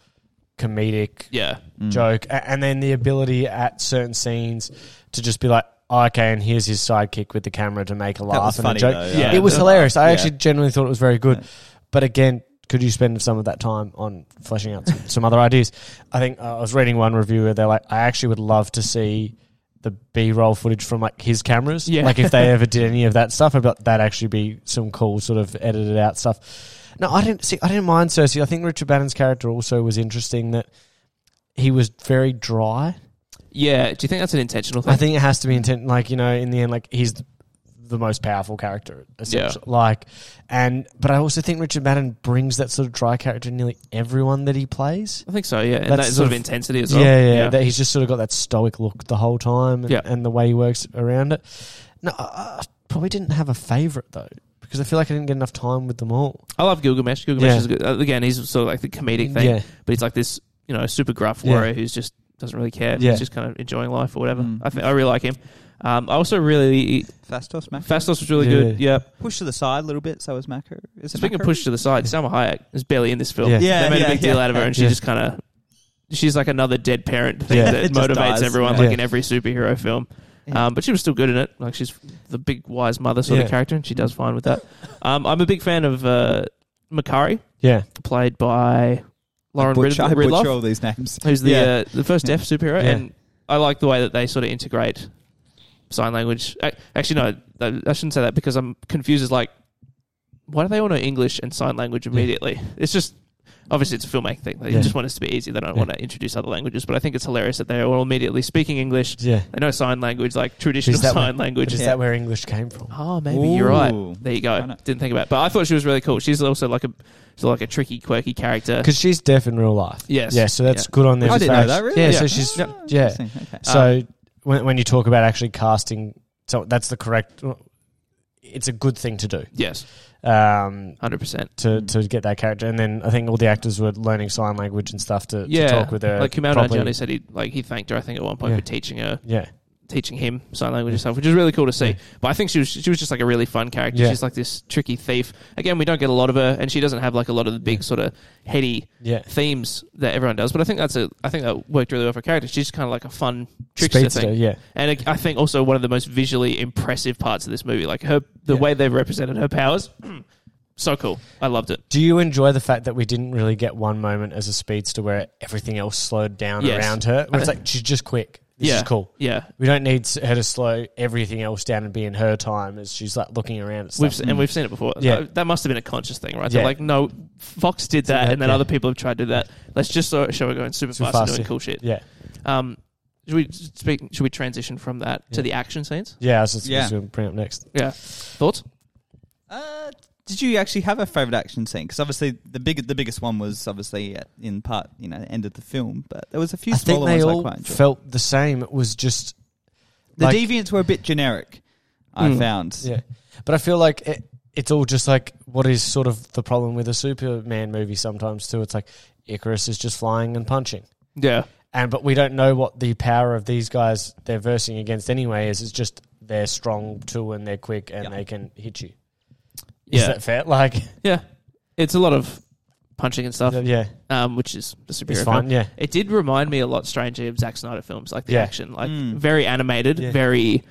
[SPEAKER 3] comedic
[SPEAKER 2] yeah,
[SPEAKER 1] Mm.
[SPEAKER 3] joke, a- and then the ability at certain scenes to just be like, "Oh, "Okay," and here's his sidekick with the camera to make a laugh
[SPEAKER 1] was
[SPEAKER 3] and
[SPEAKER 1] funny,
[SPEAKER 3] a joke.
[SPEAKER 1] though,
[SPEAKER 2] yeah.
[SPEAKER 3] it was
[SPEAKER 2] Yeah.
[SPEAKER 3] hilarious. I
[SPEAKER 1] Yeah.
[SPEAKER 3] actually genuinely thought it was very good.
[SPEAKER 1] Yeah.
[SPEAKER 3] But again, could you spend some of that time on fleshing out some, some other ideas? I think uh, I was reading one review where they're like, "I actually would love to see." The B roll footage from like his cameras,
[SPEAKER 2] Yeah.
[SPEAKER 3] like if they ever did any of that stuff, I'd be like, that'd actually be some cool sort of edited out stuff. No, I didn't see. I didn't mind Cersei. I think Richard Bannon's character also was interesting. That he was very dry.
[SPEAKER 2] yeah. Do you think that's an intentional thing?
[SPEAKER 3] I think it has to be intent. Like you know, in the end, like he's the most powerful character. Essentially. Like, and but I also think Richard Madden brings that sort of dry character in nearly everyone that he plays.
[SPEAKER 2] I think so, yeah. And
[SPEAKER 3] That's
[SPEAKER 2] that sort
[SPEAKER 3] sort
[SPEAKER 2] of
[SPEAKER 3] of-
[SPEAKER 2] intensity as well.
[SPEAKER 3] Yeah, yeah, That he's just sort of got that stoic look the whole time, and,
[SPEAKER 2] Yeah.
[SPEAKER 3] and the way he works around it. No, I, I probably didn't have a favorite though. Because I feel like I didn't get enough time with them all.
[SPEAKER 2] I love Gilgamesh. Gilgamesh
[SPEAKER 3] Yeah.
[SPEAKER 2] is good. Uh, Again, he's sort of like the comedic thing,
[SPEAKER 3] Yeah,
[SPEAKER 2] but he's like this, you know, super gruff
[SPEAKER 3] Yeah.
[SPEAKER 2] warrior who's just doesn't really care.
[SPEAKER 3] Yeah.
[SPEAKER 2] He's just kind of enjoying life or whatever.
[SPEAKER 1] Mm.
[SPEAKER 2] I think I really like him. Um, I also really
[SPEAKER 1] Fastos Macro.
[SPEAKER 2] Fastos was really
[SPEAKER 3] Yeah.
[SPEAKER 2] good. Yeah.
[SPEAKER 1] push to the side a little bit. So is Macro. Is it
[SPEAKER 2] Speaking of
[SPEAKER 1] Macro?
[SPEAKER 2] push to the side, Salma Hayek is barely in this film.
[SPEAKER 3] Yeah.
[SPEAKER 1] Yeah,
[SPEAKER 2] they made
[SPEAKER 1] yeah,
[SPEAKER 2] a big deal
[SPEAKER 1] yeah.
[SPEAKER 2] out of her, and she
[SPEAKER 3] Yeah.
[SPEAKER 2] just kind of she's like another dead parent thing
[SPEAKER 3] Yeah.
[SPEAKER 2] that
[SPEAKER 1] It just
[SPEAKER 2] motivates
[SPEAKER 1] dies.
[SPEAKER 2] everyone,
[SPEAKER 3] Yeah.
[SPEAKER 2] like
[SPEAKER 3] Yeah.
[SPEAKER 2] in every superhero film.
[SPEAKER 1] Yeah.
[SPEAKER 2] Um, but she was still good in it. Like she's the big wise mother sort
[SPEAKER 3] Yeah.
[SPEAKER 2] of character, and she does fine with that. Um, I'm a big fan of uh, Makari.
[SPEAKER 3] yeah,
[SPEAKER 2] played by Lauren
[SPEAKER 1] I butcher,
[SPEAKER 2] Rid-
[SPEAKER 1] I butcher
[SPEAKER 2] Ridloff,
[SPEAKER 1] all these names.
[SPEAKER 2] who's the
[SPEAKER 1] Yeah.
[SPEAKER 2] uh, the first
[SPEAKER 1] Yeah.
[SPEAKER 2] deaf superhero,
[SPEAKER 3] Yeah.
[SPEAKER 2] and I like the way that they sort of integrate sign language. Ac- Actually, no, I- I shouldn't say that because I'm confused. As like, why do they all know English and sign language immediately? It's just obviously it's a filmmaking thing. They
[SPEAKER 3] Yeah.
[SPEAKER 2] just want us to be easy. They don't
[SPEAKER 3] Yeah.
[SPEAKER 2] want to introduce other languages. But I think it's hilarious that they're all immediately speaking English.
[SPEAKER 3] yeah.
[SPEAKER 2] They know sign language, like traditional
[SPEAKER 3] that
[SPEAKER 2] sign
[SPEAKER 3] Which
[SPEAKER 2] language.
[SPEAKER 3] is
[SPEAKER 1] Yeah.
[SPEAKER 3] that where English came from?
[SPEAKER 2] Oh, maybe you're right.
[SPEAKER 1] Ooh.
[SPEAKER 2] There you go.
[SPEAKER 1] Kinda.
[SPEAKER 2] Didn't think about. it. But I thought she was really cool. She's also like a she's like a tricky, quirky character.
[SPEAKER 3] Because she's deaf in real life.
[SPEAKER 2] Yes.
[SPEAKER 3] Yeah, so that's
[SPEAKER 2] Yeah.
[SPEAKER 3] good on them.
[SPEAKER 1] I didn't know that, really.
[SPEAKER 3] Yeah,
[SPEAKER 2] Yeah.
[SPEAKER 3] so she's
[SPEAKER 1] Ah,
[SPEAKER 3] yeah.
[SPEAKER 1] interesting. Okay.
[SPEAKER 3] So when when you talk about actually casting, so that's the correct. It's a good thing to do
[SPEAKER 2] Yes,
[SPEAKER 3] um,
[SPEAKER 2] hundred percent.
[SPEAKER 3] to to get that character, and then I think all the actors were learning sign language and stuff to,
[SPEAKER 2] Yeah,
[SPEAKER 3] to talk with her.
[SPEAKER 2] like Kumail
[SPEAKER 3] properly.
[SPEAKER 2] Nanjiani said, he like he thanked her. I think at one point
[SPEAKER 3] Yeah.
[SPEAKER 2] for teaching her,
[SPEAKER 3] Yeah,
[SPEAKER 2] teaching him sign language and stuff, which is really cool to see.
[SPEAKER 3] Yeah.
[SPEAKER 2] But I think she was she was just like a really fun character.
[SPEAKER 3] Yeah.
[SPEAKER 2] She's like this tricky thief. Again, we don't get a lot of her, and she doesn't have like a lot of the big
[SPEAKER 3] Yeah.
[SPEAKER 2] sort of heady
[SPEAKER 3] yeah,
[SPEAKER 2] themes that everyone does. But I think that's a I think that worked really well for character. She's just kind of like a fun trickster
[SPEAKER 3] Speedster,
[SPEAKER 2] thing.
[SPEAKER 3] Yeah,
[SPEAKER 2] And I- I think also one of the most visually impressive parts of this movie, like her the
[SPEAKER 3] Yeah.
[SPEAKER 2] way they've represented her powers, so cool. I loved it.
[SPEAKER 3] Do you enjoy the fact that we didn't really get one moment as a speedster where everything else slowed down
[SPEAKER 2] Yes. Uh,
[SPEAKER 3] around her? Where it's like she's just quick. This
[SPEAKER 2] yeah,
[SPEAKER 3] is cool.
[SPEAKER 2] Yeah,
[SPEAKER 3] We don't need s- her to slow everything else down and be in her time as she's like looking around. At stuff.
[SPEAKER 2] We've se- and we've seen it before.
[SPEAKER 3] Yeah.
[SPEAKER 2] That, that must have been a conscious thing, right?
[SPEAKER 3] Yeah.
[SPEAKER 2] They're like, no, Fox did that,
[SPEAKER 3] Yeah,
[SPEAKER 2] and then
[SPEAKER 3] yeah.
[SPEAKER 2] other people have tried to do that. Let's just so- show her going super
[SPEAKER 3] Super
[SPEAKER 2] fast,
[SPEAKER 3] fast,
[SPEAKER 2] and doing
[SPEAKER 3] yeah.
[SPEAKER 2] cool shit.
[SPEAKER 3] yeah,
[SPEAKER 2] Um, should we speak? Should we transition from that to
[SPEAKER 3] Yeah.
[SPEAKER 2] the action scenes?
[SPEAKER 3] yeah. I was just
[SPEAKER 1] Yeah.
[SPEAKER 3] going to bring up next.
[SPEAKER 2] Yeah, thoughts?
[SPEAKER 1] Uh, did you actually have a favorite action scene? Because obviously the big, the biggest one was obviously at- in part, you know, end of the film. But there was a few
[SPEAKER 3] I think
[SPEAKER 1] smaller ones
[SPEAKER 3] they
[SPEAKER 1] I
[SPEAKER 3] all
[SPEAKER 1] quite enjoyed.
[SPEAKER 3] felt the same. It was just
[SPEAKER 1] the
[SPEAKER 3] like-
[SPEAKER 1] deviants were a bit generic. I
[SPEAKER 2] Mm.
[SPEAKER 1] found.
[SPEAKER 3] yeah, but I feel like it, it's all just like what is sort of the problem with a Superman movie sometimes too. It's like Icarus is just flying and punching,
[SPEAKER 2] Yeah,
[SPEAKER 3] and but we don't know what the power of these guys they're versing against anyway is. It's just they're strong too, and they're quick, and
[SPEAKER 1] Yeah.
[SPEAKER 3] they can hit you. Is
[SPEAKER 2] Yeah.
[SPEAKER 3] that fair? Like,
[SPEAKER 2] yeah. It's a lot of punching and stuff,
[SPEAKER 3] yeah,
[SPEAKER 2] um, which is the
[SPEAKER 3] it's
[SPEAKER 2] superior film.
[SPEAKER 3] fine. Yeah,
[SPEAKER 2] It did remind me a lot, strangely, of Zack Snyder films, like the
[SPEAKER 3] Yeah.
[SPEAKER 2] action, like
[SPEAKER 1] Mm.
[SPEAKER 2] very animated,
[SPEAKER 3] Yeah.
[SPEAKER 2] very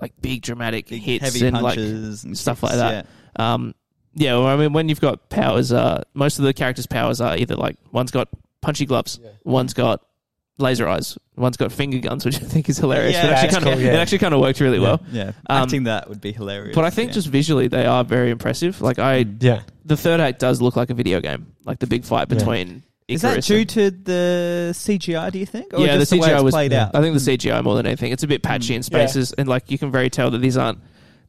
[SPEAKER 2] like big dramatic
[SPEAKER 1] Big
[SPEAKER 2] hits
[SPEAKER 1] heavy
[SPEAKER 2] and
[SPEAKER 1] punches and
[SPEAKER 2] stuff
[SPEAKER 1] kicks,
[SPEAKER 2] like that. like um, yeah. Well, I mean, when you've got powers, uh, most of the characters' powers are either like one's got punchy gloves,
[SPEAKER 3] Yeah.
[SPEAKER 2] one's got laser eyes, one's got finger guns, which I think is hilarious.
[SPEAKER 1] Yeah,
[SPEAKER 2] it
[SPEAKER 1] that's
[SPEAKER 2] actually kind of
[SPEAKER 3] cool, yeah.
[SPEAKER 2] it actually kind of worked really
[SPEAKER 3] Yeah.
[SPEAKER 2] well.
[SPEAKER 1] Yeah, yeah.
[SPEAKER 2] Um,
[SPEAKER 1] acting that would be hilarious.
[SPEAKER 2] But I think
[SPEAKER 1] yeah.
[SPEAKER 2] just visually they are very impressive. Like I,
[SPEAKER 3] yeah.
[SPEAKER 2] the third act does look like a video game, like the big fight
[SPEAKER 3] Yeah.
[SPEAKER 2] between.
[SPEAKER 1] is that
[SPEAKER 2] Icarus
[SPEAKER 1] due
[SPEAKER 2] and-
[SPEAKER 1] to the CGI? Do you think? Or
[SPEAKER 2] Yeah,
[SPEAKER 1] just
[SPEAKER 2] the
[SPEAKER 1] way
[SPEAKER 2] CGI
[SPEAKER 1] it's
[SPEAKER 2] was-
[SPEAKER 1] played out. Mm.
[SPEAKER 2] I think the CGI more than anything. It's a bit patchy in spaces, and like you can very tell that these aren't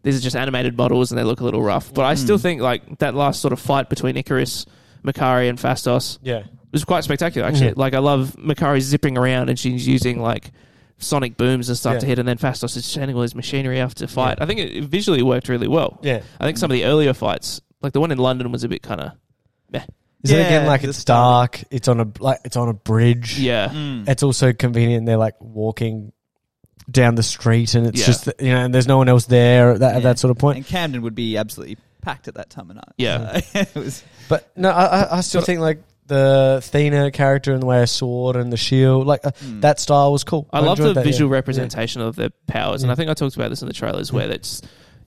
[SPEAKER 2] these are just animated models, and they look a little rough. But I still
[SPEAKER 1] Mm.
[SPEAKER 2] think like that last sort of fight between Icarus, Makari, and Fastos
[SPEAKER 3] Yeah,
[SPEAKER 2] was quite spectacular. Actually,
[SPEAKER 1] Mm.
[SPEAKER 3] Yeah.
[SPEAKER 2] like I love Makari zipping around, and she's using like sonic booms and stuff
[SPEAKER 3] Yeah.
[SPEAKER 2] to hit, and then Fastos is sending all his machinery out to fight. I think it, it visually worked really well.
[SPEAKER 3] yeah.
[SPEAKER 2] I think some of the earlier fights, like the one in London, was a bit kind of
[SPEAKER 3] Is it again
[SPEAKER 1] Yeah,
[SPEAKER 3] like
[SPEAKER 1] the
[SPEAKER 3] it's
[SPEAKER 1] style.
[SPEAKER 3] dark? It's on a like it's on a bridge.
[SPEAKER 2] yeah.
[SPEAKER 1] Mm.
[SPEAKER 3] it's also convenient. They're like walking down the street, and it's
[SPEAKER 2] Yeah.
[SPEAKER 3] just you know, and there's no one else there at that, at
[SPEAKER 1] Yeah.
[SPEAKER 3] that sort of point.
[SPEAKER 1] And Camden would be absolutely packed at that time of night.
[SPEAKER 2] Yeah.
[SPEAKER 1] So, it was,
[SPEAKER 3] But no, I, I, I still think like the Athena character and the way her sword and the shield, like uh,
[SPEAKER 1] mm.
[SPEAKER 3] that style was cool.
[SPEAKER 2] I, love
[SPEAKER 3] enjoyed
[SPEAKER 2] the
[SPEAKER 3] that, yeah.
[SPEAKER 2] visual representation of their powers, and
[SPEAKER 3] Yeah.
[SPEAKER 2] I think I talked about this in the trailers where it's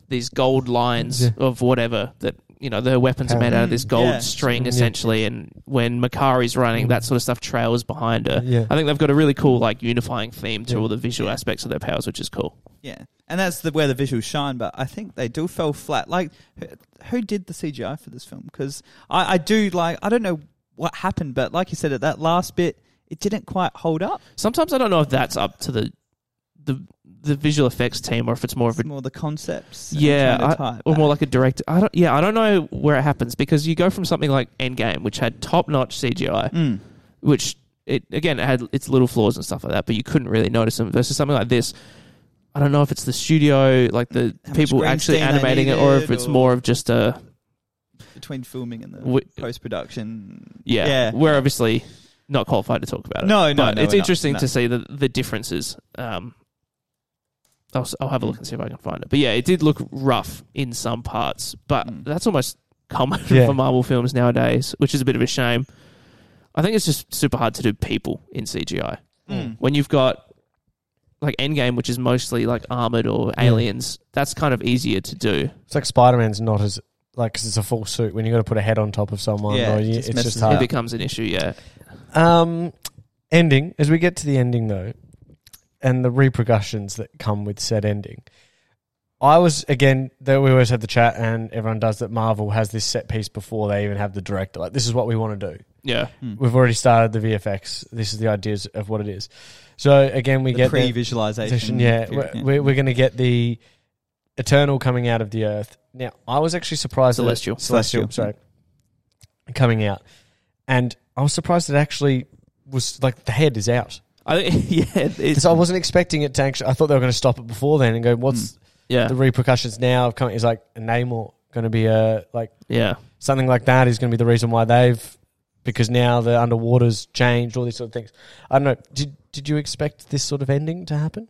[SPEAKER 2] these gold lines
[SPEAKER 3] Yeah.
[SPEAKER 2] of whatever that you know their weapons are made out of this gold
[SPEAKER 1] Yeah.
[SPEAKER 2] string
[SPEAKER 3] Yeah.
[SPEAKER 2] essentially, and when Makari's running, that sort of stuff trails behind her.
[SPEAKER 3] Yeah.
[SPEAKER 2] I think they've got a really cool like unifying theme to
[SPEAKER 3] Yeah.
[SPEAKER 2] all the visual aspects of their powers, which is cool.
[SPEAKER 1] Yeah, and that's the where the visuals shine. But I think they do fell flat. Like, who, who did the CGI for this film? Because I, I do like I don't know what happened, but like you said at that last bit, it didn't quite hold up.
[SPEAKER 2] Sometimes I don't know if that's up to the the the visual effects team or if it's more of a
[SPEAKER 1] It's more the concepts. and
[SPEAKER 2] Yeah,
[SPEAKER 1] trying to
[SPEAKER 2] I-
[SPEAKER 1] tie it
[SPEAKER 2] or
[SPEAKER 1] back.
[SPEAKER 2] more like a director. I don't. Yeah, I don't know where it happens because you go from something like Endgame, which had top notch CGI,
[SPEAKER 1] Mm.
[SPEAKER 2] which it again it had its little flaws and stuff like that, but you couldn't really notice them. Versus something like this, I don't know if it's the studio, like the
[SPEAKER 1] How much
[SPEAKER 2] people
[SPEAKER 1] green
[SPEAKER 2] actually
[SPEAKER 1] screen they
[SPEAKER 2] animating it, or if
[SPEAKER 1] needed,
[SPEAKER 2] it's
[SPEAKER 1] or-
[SPEAKER 2] more of just a
[SPEAKER 1] between filming and the
[SPEAKER 2] Wi-
[SPEAKER 1] post production.
[SPEAKER 2] yeah.
[SPEAKER 1] Yeah.
[SPEAKER 2] We're obviously not qualified to talk about it.
[SPEAKER 1] No, no,
[SPEAKER 2] but
[SPEAKER 1] no,
[SPEAKER 2] it's
[SPEAKER 1] we're not,
[SPEAKER 2] interesting
[SPEAKER 1] no.
[SPEAKER 2] to see the the differences. Um, I'll, s will have a look and see if I can find it. But yeah, it did look rough in some parts, but
[SPEAKER 1] Mm.
[SPEAKER 2] that's almost common
[SPEAKER 3] Yeah.
[SPEAKER 2] for Marvel films nowadays, which is a bit of a shame. I think it's just super hard to do people in CGI
[SPEAKER 1] Mm.
[SPEAKER 2] when you've got like Endgame, which is mostly like armored or
[SPEAKER 3] Yeah.
[SPEAKER 2] aliens. That's kind of easier to do.
[SPEAKER 3] It's like Spider Man's not as like 'cause it's a full suit when you got to put a head on top of someone.
[SPEAKER 1] Yeah,
[SPEAKER 3] or
[SPEAKER 1] it
[SPEAKER 3] you,
[SPEAKER 1] just
[SPEAKER 3] it's
[SPEAKER 1] messes
[SPEAKER 3] just
[SPEAKER 1] it
[SPEAKER 2] It
[SPEAKER 3] hard.
[SPEAKER 2] becomes an issue. Yeah,
[SPEAKER 3] Um, ending. As we get to the ending, though, and the repercussions that come with said ending, I was again that we always have the chat, and everyone does that. Marvel has this set piece before they even have the director. Like, this is what we want to do.
[SPEAKER 2] yeah,
[SPEAKER 1] Mm.
[SPEAKER 3] We've already started the VFX. This is the ideas of what it is. So again, we
[SPEAKER 1] the
[SPEAKER 3] get the-
[SPEAKER 1] pre-visualization.
[SPEAKER 3] yeah,
[SPEAKER 1] period,
[SPEAKER 3] we're, we're, we're going to get the eternal coming out of the earth. Now, I was actually surprised. that-
[SPEAKER 2] Celestial.
[SPEAKER 3] celestial,
[SPEAKER 1] Celestial.
[SPEAKER 3] sorry, coming out, and I was surprised it actually was like the head is out
[SPEAKER 2] I think yeah, it's,
[SPEAKER 3] because I wasn't expecting it to actually. I thought they were going to stop it before then and go, "What's
[SPEAKER 2] Mm, yeah,
[SPEAKER 3] the repercussions now of coming?" Is like a Namor going to be a like
[SPEAKER 2] yeah.
[SPEAKER 3] something like that is going to be the reason why they've because now the underwater's changed, all these sort of things. I don't know. Did did you expect this sort of ending to happen?